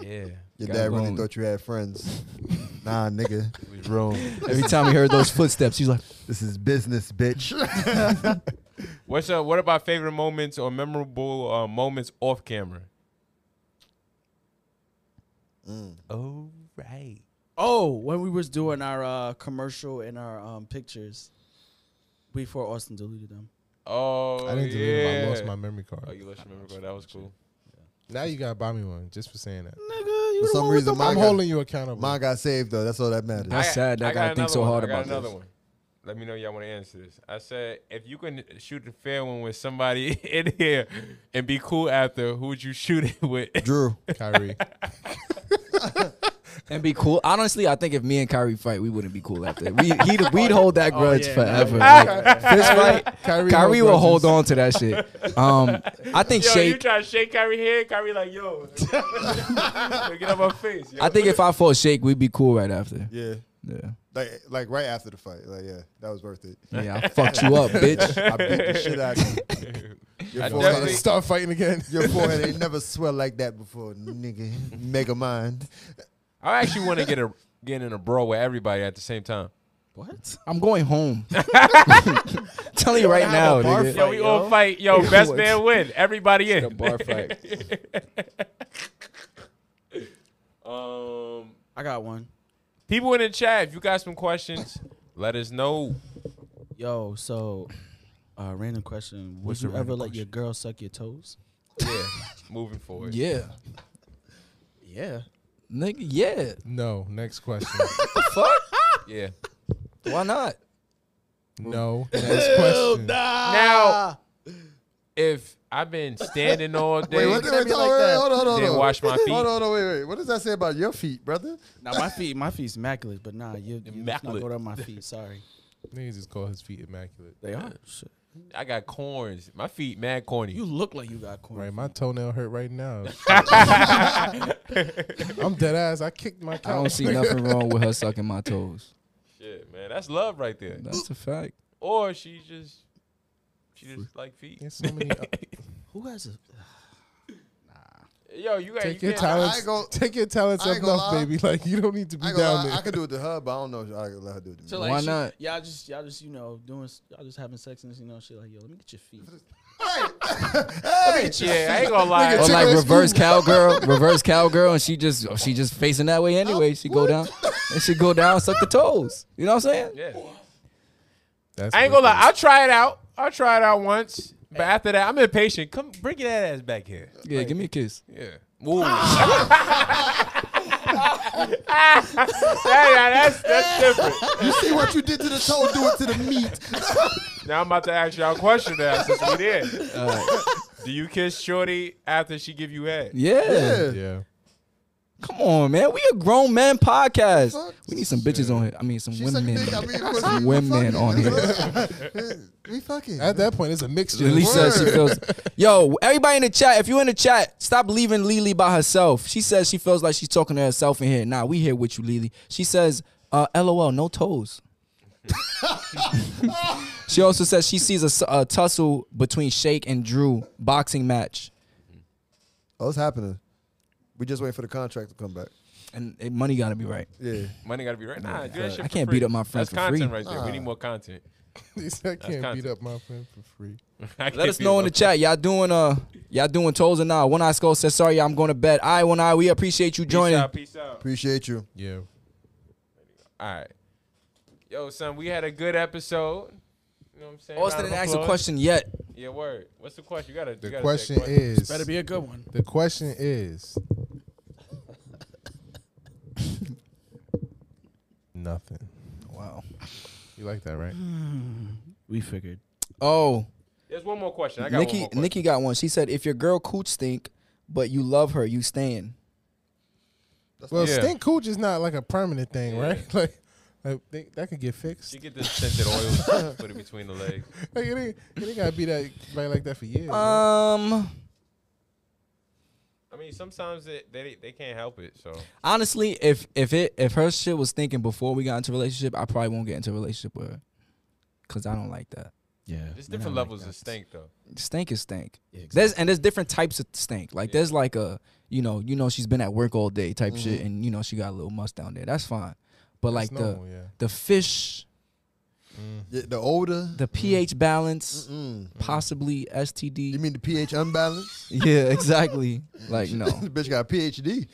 Speaker 2: Yeah,
Speaker 4: Your
Speaker 3: Got
Speaker 4: dad really
Speaker 3: lonely.
Speaker 4: thought you had friends. nah, nigga.
Speaker 2: we wrong.
Speaker 3: Every time he heard those footsteps, he's like,
Speaker 4: This is business, bitch.
Speaker 2: What's up? What about favorite moments or memorable uh, moments off camera? Oh right.
Speaker 5: Oh, when we was doing our uh, commercial and our um, pictures before Austin deleted them.
Speaker 2: Oh
Speaker 6: I
Speaker 2: yeah.
Speaker 6: didn't delete it. I lost my memory
Speaker 2: Oh,
Speaker 6: card.
Speaker 2: you lost your memory card. That was cool.
Speaker 6: Now you gotta buy me one just for saying that.
Speaker 4: For some reason, mine
Speaker 6: I'm
Speaker 4: got,
Speaker 6: holding you accountable.
Speaker 4: mine got saved though. That's all that matters.
Speaker 3: That's
Speaker 2: I-
Speaker 3: sad that
Speaker 2: I
Speaker 3: guy
Speaker 2: got
Speaker 3: thinks so
Speaker 2: another
Speaker 3: hard
Speaker 2: one. I got
Speaker 3: about
Speaker 2: another
Speaker 3: this.
Speaker 2: one. Let me know y'all want to answer this. I said, if you can shoot a fair one with somebody in here and be cool after, who would you shoot it with?
Speaker 4: Drew.
Speaker 6: Kyrie.
Speaker 3: and be cool. Honestly, I think if me and Kyrie fight, we wouldn't be cool after. We he'd, we'd hold that grudge
Speaker 5: yeah,
Speaker 3: forever.
Speaker 2: Oh, yeah,
Speaker 3: Like,
Speaker 2: yeah.
Speaker 3: fist fight.
Speaker 6: Kyrie
Speaker 3: Kyrie,
Speaker 6: no
Speaker 3: will hold
Speaker 6: grudges.
Speaker 3: on to that shit. Um, I think
Speaker 2: Yo, you
Speaker 3: Shake.
Speaker 2: try to shake Kyrie head? Kyrie like, yo, get out my face. Yo.
Speaker 3: I think if I fought Shake, we'd be cool right after.
Speaker 4: Yeah.
Speaker 3: Yeah,
Speaker 4: Like like right after the fight. Like, yeah, that was worth it.
Speaker 3: yeah. I fucked you up, bitch.
Speaker 4: I beat the shit out of you. Your
Speaker 2: I
Speaker 4: forehead,
Speaker 2: definitely-
Speaker 4: is-
Speaker 6: Start fighting again.
Speaker 4: your forehead ain't never swelled like that before, nigga. Mega mind.
Speaker 2: I actually want to get a get in a brawl with everybody at the same time.
Speaker 5: What?
Speaker 3: I'm going home. Telling you right now, nigga.
Speaker 2: Yo, we all fight. Yo, best man win. Everybody in.
Speaker 3: A bar fight.
Speaker 2: Um,
Speaker 5: I got one.
Speaker 2: people in the chat, if you got some questions, let us know.
Speaker 5: Yo, so uh, random question. Would
Speaker 2: What's the
Speaker 5: you ever
Speaker 2: random
Speaker 5: let your girl suck your toes?
Speaker 2: Yeah, moving forward.
Speaker 3: Yeah,
Speaker 5: Yeah.
Speaker 3: nigga. Yeah.
Speaker 6: No. Next question.
Speaker 2: Yeah.
Speaker 3: Why not?
Speaker 6: no. Next question.
Speaker 2: Now, if I've been standing all day,
Speaker 4: Wait, what did
Speaker 5: at
Speaker 4: we
Speaker 5: me
Speaker 4: talk
Speaker 5: like that.
Speaker 4: about? Hold on, hold on.
Speaker 2: Then
Speaker 4: hold on.
Speaker 2: wash my feet.
Speaker 4: Hold on, hold on, wait, wait. What does that say about your feet, brother?
Speaker 5: Now my feet, my feet's immaculate, but nah, you, you let's not
Speaker 2: Immaculate.
Speaker 5: go to my feet. Sorry.
Speaker 6: Niggas just call his feet immaculate.
Speaker 5: They are. Shit.
Speaker 2: I got corns. My feet mad corny.
Speaker 5: You look like you got corn.
Speaker 6: Right, my toenail hurt right now. I'm dead ass. I kicked my
Speaker 3: I don't
Speaker 6: couch.
Speaker 3: see nothing wrong with her sucking my toes.
Speaker 2: Shit, man, that's love right there.
Speaker 3: That's a fact.
Speaker 2: Or she just, she just like feet.
Speaker 6: There's so many. uh,
Speaker 5: Who has a
Speaker 2: Yo, you got
Speaker 6: Take
Speaker 2: you
Speaker 6: your
Speaker 2: can't-
Speaker 4: I ain't
Speaker 6: talents.
Speaker 4: gonna-
Speaker 6: Take your talents
Speaker 4: I
Speaker 6: up
Speaker 4: ain't gonna
Speaker 6: enough,
Speaker 4: lie.
Speaker 6: baby. Like you don't need to
Speaker 4: I,
Speaker 6: be
Speaker 4: ain't gonna
Speaker 6: down
Speaker 4: lie, I
Speaker 6: there.
Speaker 4: could do it to her, but I don't know if I could let her do it to me.
Speaker 5: So
Speaker 3: Why
Speaker 5: she-
Speaker 3: not?
Speaker 5: Y'all just y'all just you know doing s- y'all just having sex and you know shit like yo let me get your feet.
Speaker 2: Yeah, I ain't gonna lie.
Speaker 3: Or like reverse cowgirl, reverse cowgirl, and she just oh, she just facing that way anyway. She go down, and she go down, suck the toes. You know what I'm saying?
Speaker 2: Yeah.
Speaker 6: That's
Speaker 2: I ain't gonna lie. I'll try it out. I'll try it out once. But after that, I'm impatient. Come bring your ass back here.
Speaker 3: Yeah, give me a kiss.
Speaker 2: Yeah. Ooh. Hey, now that's that's different.
Speaker 4: You see what you did to the toe, do it to the meat.
Speaker 2: Now I'm about to ask y'all a question now since we did. Do you kiss Shorty after she give you head?
Speaker 3: Yeah.
Speaker 4: Yeah.
Speaker 6: Yeah.
Speaker 3: come on, man. We a grown man podcast. We need some bitches on here. I mean, some
Speaker 4: She suck
Speaker 3: women.
Speaker 4: dick, I
Speaker 3: on
Speaker 4: mean,
Speaker 3: here.
Speaker 4: what-
Speaker 3: Some
Speaker 4: we
Speaker 3: women on
Speaker 4: fucking-
Speaker 3: here.
Speaker 4: we fucking.
Speaker 6: At that point, it's a mixture.
Speaker 3: Lily says she
Speaker 4: Word.
Speaker 3: feels. Yo, everybody in the chat, if you in the chat, stop leaving Lily by herself. She says she feels like she's talking to herself in here. Nah, we here with you, Lily. She says, uh, "LOL, no toes." she also says she sees a, s- a tussle between Shake and Drew boxing match,
Speaker 4: Oh, it's happening. We just waiting for the contract to come back.
Speaker 3: and eh, money gotta be right.
Speaker 4: Yeah.
Speaker 2: Money gotta be right. Nah, do that shit
Speaker 3: Uh, I
Speaker 2: for
Speaker 3: can't
Speaker 2: free.
Speaker 3: beat up my friends
Speaker 2: That's
Speaker 3: for free.
Speaker 2: content right there. We need more content.
Speaker 6: I can't beat
Speaker 2: content.
Speaker 6: up my friend for free.
Speaker 3: Let us know in the chat, y'all doing uh, y'all doing toes or not? One Eye Skull says, "Sorry, I'm going to bed." I one eye, we appreciate you
Speaker 2: Peace
Speaker 3: joining.
Speaker 2: out. Peace out.
Speaker 4: Appreciate you.
Speaker 6: Yeah.
Speaker 2: All right. Yo, son, we had a good episode. You know what I'm saying?
Speaker 3: Austin
Speaker 2: Round of
Speaker 3: didn't ask a
Speaker 2: applause.
Speaker 3: question yet.
Speaker 2: Yeah, word. What's the question? You gotta.
Speaker 6: The question is.
Speaker 5: better be a good one.
Speaker 6: The question is. nothing.
Speaker 3: Wow.
Speaker 6: You like that, right?
Speaker 3: Mm.
Speaker 5: We figured.
Speaker 3: Oh,
Speaker 2: There's one more question. I got one
Speaker 3: Nikki,
Speaker 2: more question.
Speaker 3: Nikki got one. She said, "If your girl cooch stink, but you love her, you staying."
Speaker 6: Well,
Speaker 2: Yeah.
Speaker 6: stink cooch is not like a permanent thing, right? Like, like they, that could get fixed.
Speaker 2: You get this scented oil, put it between the legs.
Speaker 6: Like it ain't, it ain't gotta be that like, like that for years. right?
Speaker 3: Um,
Speaker 2: I mean, sometimes it, they they can't help it. So
Speaker 3: honestly, if if it if her shit was thinking before we got into a relationship, I probably won't get into a relationship with her, cause I don't like that.
Speaker 5: Yeah.
Speaker 2: there's different levels of stink, though.
Speaker 3: Stink is stink.
Speaker 5: Yeah,
Speaker 3: There's and there's different types of stink. Like there's like a you know you know she's been at work all day type
Speaker 2: Mm-hmm.
Speaker 3: shit, and you know she got a little must down there. That's fine, but like
Speaker 6: It's normal,
Speaker 3: the
Speaker 6: yeah.
Speaker 3: the fish,
Speaker 4: Yeah, the older.
Speaker 3: the
Speaker 2: Mm-hmm.
Speaker 3: pH balance,
Speaker 4: mm.
Speaker 3: possibly
Speaker 4: You
Speaker 3: STD.
Speaker 4: mean the pH unbalance?
Speaker 3: Yeah, exactly. like no,
Speaker 4: the bitch got a PhD.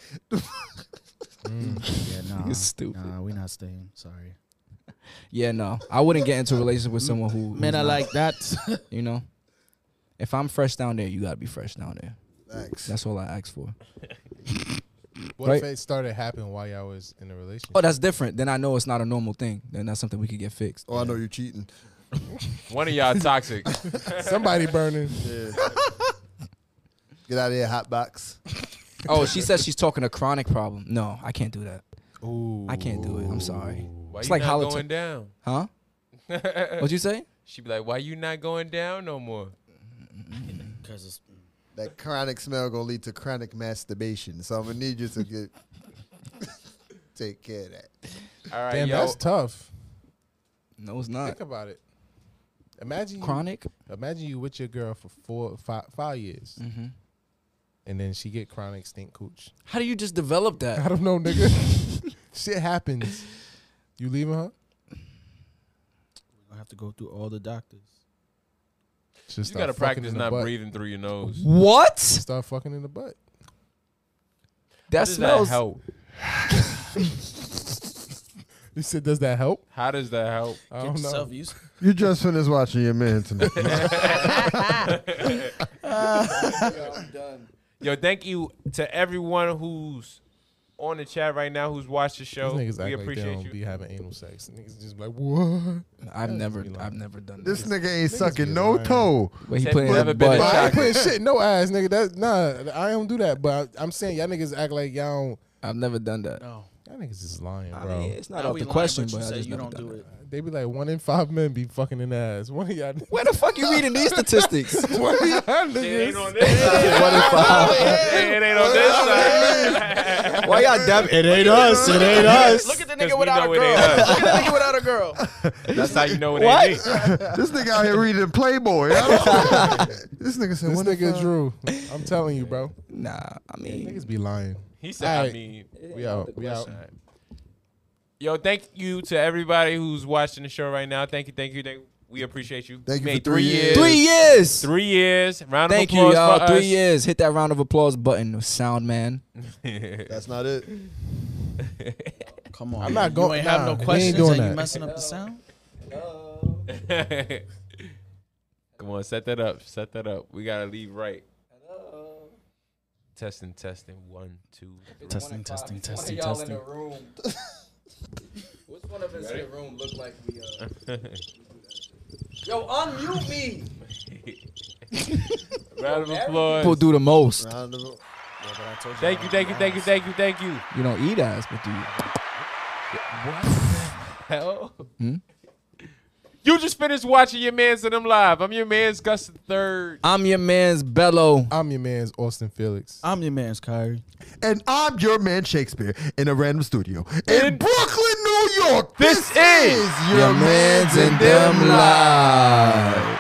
Speaker 5: Yeah, nah.
Speaker 3: It's stupid.
Speaker 5: Nah, we not staying. Sorry.
Speaker 3: yeah, no. I wouldn't get into a relationship with someone who who's
Speaker 5: Man, I
Speaker 3: not,
Speaker 5: like that.
Speaker 3: you know. If I'm fresh down there, you gotta be fresh down there.
Speaker 4: Thanks.
Speaker 3: That's all I ask for.
Speaker 6: what if
Speaker 3: right.
Speaker 6: it started happening while y'all was in a relationship?
Speaker 3: Oh, that's different. Then I know it's not a normal thing. Then that's something we could get fixed.
Speaker 4: Oh, I know you're cheating.
Speaker 2: One of y'all toxic.
Speaker 6: Somebody burning.
Speaker 4: Yeah. Get out of here, hot box.
Speaker 3: Oh, she says she's talking a chronic problem. No, I can't do that.
Speaker 6: Ooh.
Speaker 3: I can't do it. I'm sorry.
Speaker 2: Why
Speaker 3: It's
Speaker 2: you
Speaker 3: like
Speaker 2: not
Speaker 3: holotype.
Speaker 2: going down?
Speaker 3: Huh? What'd you say?
Speaker 2: She be like, "Why you not going down no more?"
Speaker 5: Cause it's
Speaker 4: That chronic smell gonna lead to chronic masturbation. So I'm gonna need you to get take care of that.
Speaker 2: All right,
Speaker 6: Damn,
Speaker 2: yo.
Speaker 6: that's tough.
Speaker 3: No, it's
Speaker 6: Think
Speaker 3: not.
Speaker 6: about it. Imagine you,
Speaker 3: Chronic?
Speaker 6: imagine you with your girl for four, five, five years,
Speaker 3: Mhm.
Speaker 6: and then she get chronic stink cooch.
Speaker 3: How do you just develop
Speaker 6: I
Speaker 3: that?
Speaker 6: don't know, Oh, nigga. Shit happens. You leaving her?
Speaker 5: I have to go through all the doctors.
Speaker 6: Just
Speaker 2: you gotta practice not breathing through your nose.
Speaker 3: What?
Speaker 6: Start fucking in the butt.
Speaker 2: How
Speaker 3: That
Speaker 2: does
Speaker 3: smells.
Speaker 2: That help?
Speaker 6: You said, does that help?
Speaker 2: How does that help?
Speaker 6: I don't know.
Speaker 5: used.
Speaker 4: You just finished watching your man tonight.
Speaker 2: Yo, thank you to everyone who's on the chat right now who's watched the show.
Speaker 6: These niggas
Speaker 2: We
Speaker 6: act like they
Speaker 2: appreciate
Speaker 6: don't
Speaker 2: you.
Speaker 6: be having anal sex. Niggas just be like, what?
Speaker 3: I've never,
Speaker 6: be lying.
Speaker 3: I've never done
Speaker 4: this
Speaker 3: This
Speaker 4: nigga ain't sucking
Speaker 6: be
Speaker 4: no
Speaker 6: lying.
Speaker 4: toe.
Speaker 3: Wait, he
Speaker 2: Said
Speaker 3: put it in
Speaker 2: never
Speaker 3: the
Speaker 2: been a
Speaker 6: But
Speaker 3: butt.
Speaker 6: I ain't
Speaker 2: Shocker.
Speaker 6: putting shit in no ass, nigga. That nah, I don't do that. But I, I'm saying y'all niggas act like y'all
Speaker 3: I've never done that.
Speaker 5: No,
Speaker 6: don't. Y'all niggas is lying, bro.
Speaker 3: I mean, it's not
Speaker 5: Now
Speaker 3: out
Speaker 5: we
Speaker 3: the
Speaker 5: lying,
Speaker 3: question,
Speaker 5: but
Speaker 3: but,
Speaker 5: you
Speaker 3: I
Speaker 5: said
Speaker 3: just
Speaker 5: you
Speaker 3: never
Speaker 5: don't
Speaker 3: done
Speaker 5: do
Speaker 3: that.
Speaker 5: it.
Speaker 6: They be like one in five men be fucking in the ass. One of y'all,
Speaker 3: Where the fuck you reading these statistics?
Speaker 6: one of y'all
Speaker 2: It ain't
Speaker 6: niggas.
Speaker 2: on this side.
Speaker 3: What if I-
Speaker 2: It ain't on this side.
Speaker 3: Why y'all dab? It ain't us. It ain't us.
Speaker 5: Look at the
Speaker 2: 'Cause
Speaker 5: nigga
Speaker 2: we
Speaker 5: without a
Speaker 2: know it ain't
Speaker 5: girl.
Speaker 2: us.
Speaker 5: Look at the nigga without a girl.
Speaker 2: That's how you know it
Speaker 3: What?
Speaker 2: ain't me.
Speaker 4: This nigga out here reading Playboy. I don't- this nigga said,
Speaker 6: This
Speaker 4: "What
Speaker 6: nigga Drew. I'm telling you, bro.
Speaker 3: Nah, I mean,
Speaker 6: Niggas be lying.
Speaker 2: He said, I
Speaker 6: Alright.
Speaker 2: mean,
Speaker 6: We out. We out.
Speaker 2: yo, thank you to everybody who's watching the show right now. Thank you, thank you, thank you. We appreciate you.
Speaker 4: Thank you
Speaker 2: Made
Speaker 4: for three years.
Speaker 3: three years.
Speaker 2: Three years. Round
Speaker 3: Thank
Speaker 2: of
Speaker 3: you,
Speaker 2: applause for
Speaker 3: y'all.
Speaker 2: us.
Speaker 3: Three years. Hit that round of applause button, sound man.
Speaker 4: That's not it.
Speaker 5: Come on.
Speaker 6: I'm not going-
Speaker 5: You ain't have
Speaker 6: nah,
Speaker 5: no
Speaker 6: we ain't
Speaker 5: questions.
Speaker 6: doing
Speaker 5: and
Speaker 6: that.
Speaker 5: you messing up the sound.
Speaker 2: Come on, set that up. Set that up. We gotta leave right. Testing, testing. One, two. three.
Speaker 5: Testing, testing, testing,
Speaker 3: y'all in
Speaker 5: testing.
Speaker 3: the room. Which one of us in the room look like we? Uh... Yo, unmute me.
Speaker 2: Round of
Speaker 3: People
Speaker 2: applause.
Speaker 3: do the most.
Speaker 4: Round of-
Speaker 2: Thank you, thank you, thank you, thank you, thank you.
Speaker 3: You don't eat ass, but do you?
Speaker 2: What the hell? You just finished watching your man's and them live. I'm your man's Gus the third.
Speaker 3: I'm your man's Bello.
Speaker 6: I'm your man's Austin Felix.
Speaker 5: I'm your man's Kyrie.
Speaker 4: And I'm your man Shakespeare in a random studio in,
Speaker 2: In-
Speaker 4: Brooklyn, New York.
Speaker 2: This is
Speaker 4: your, man's and them live.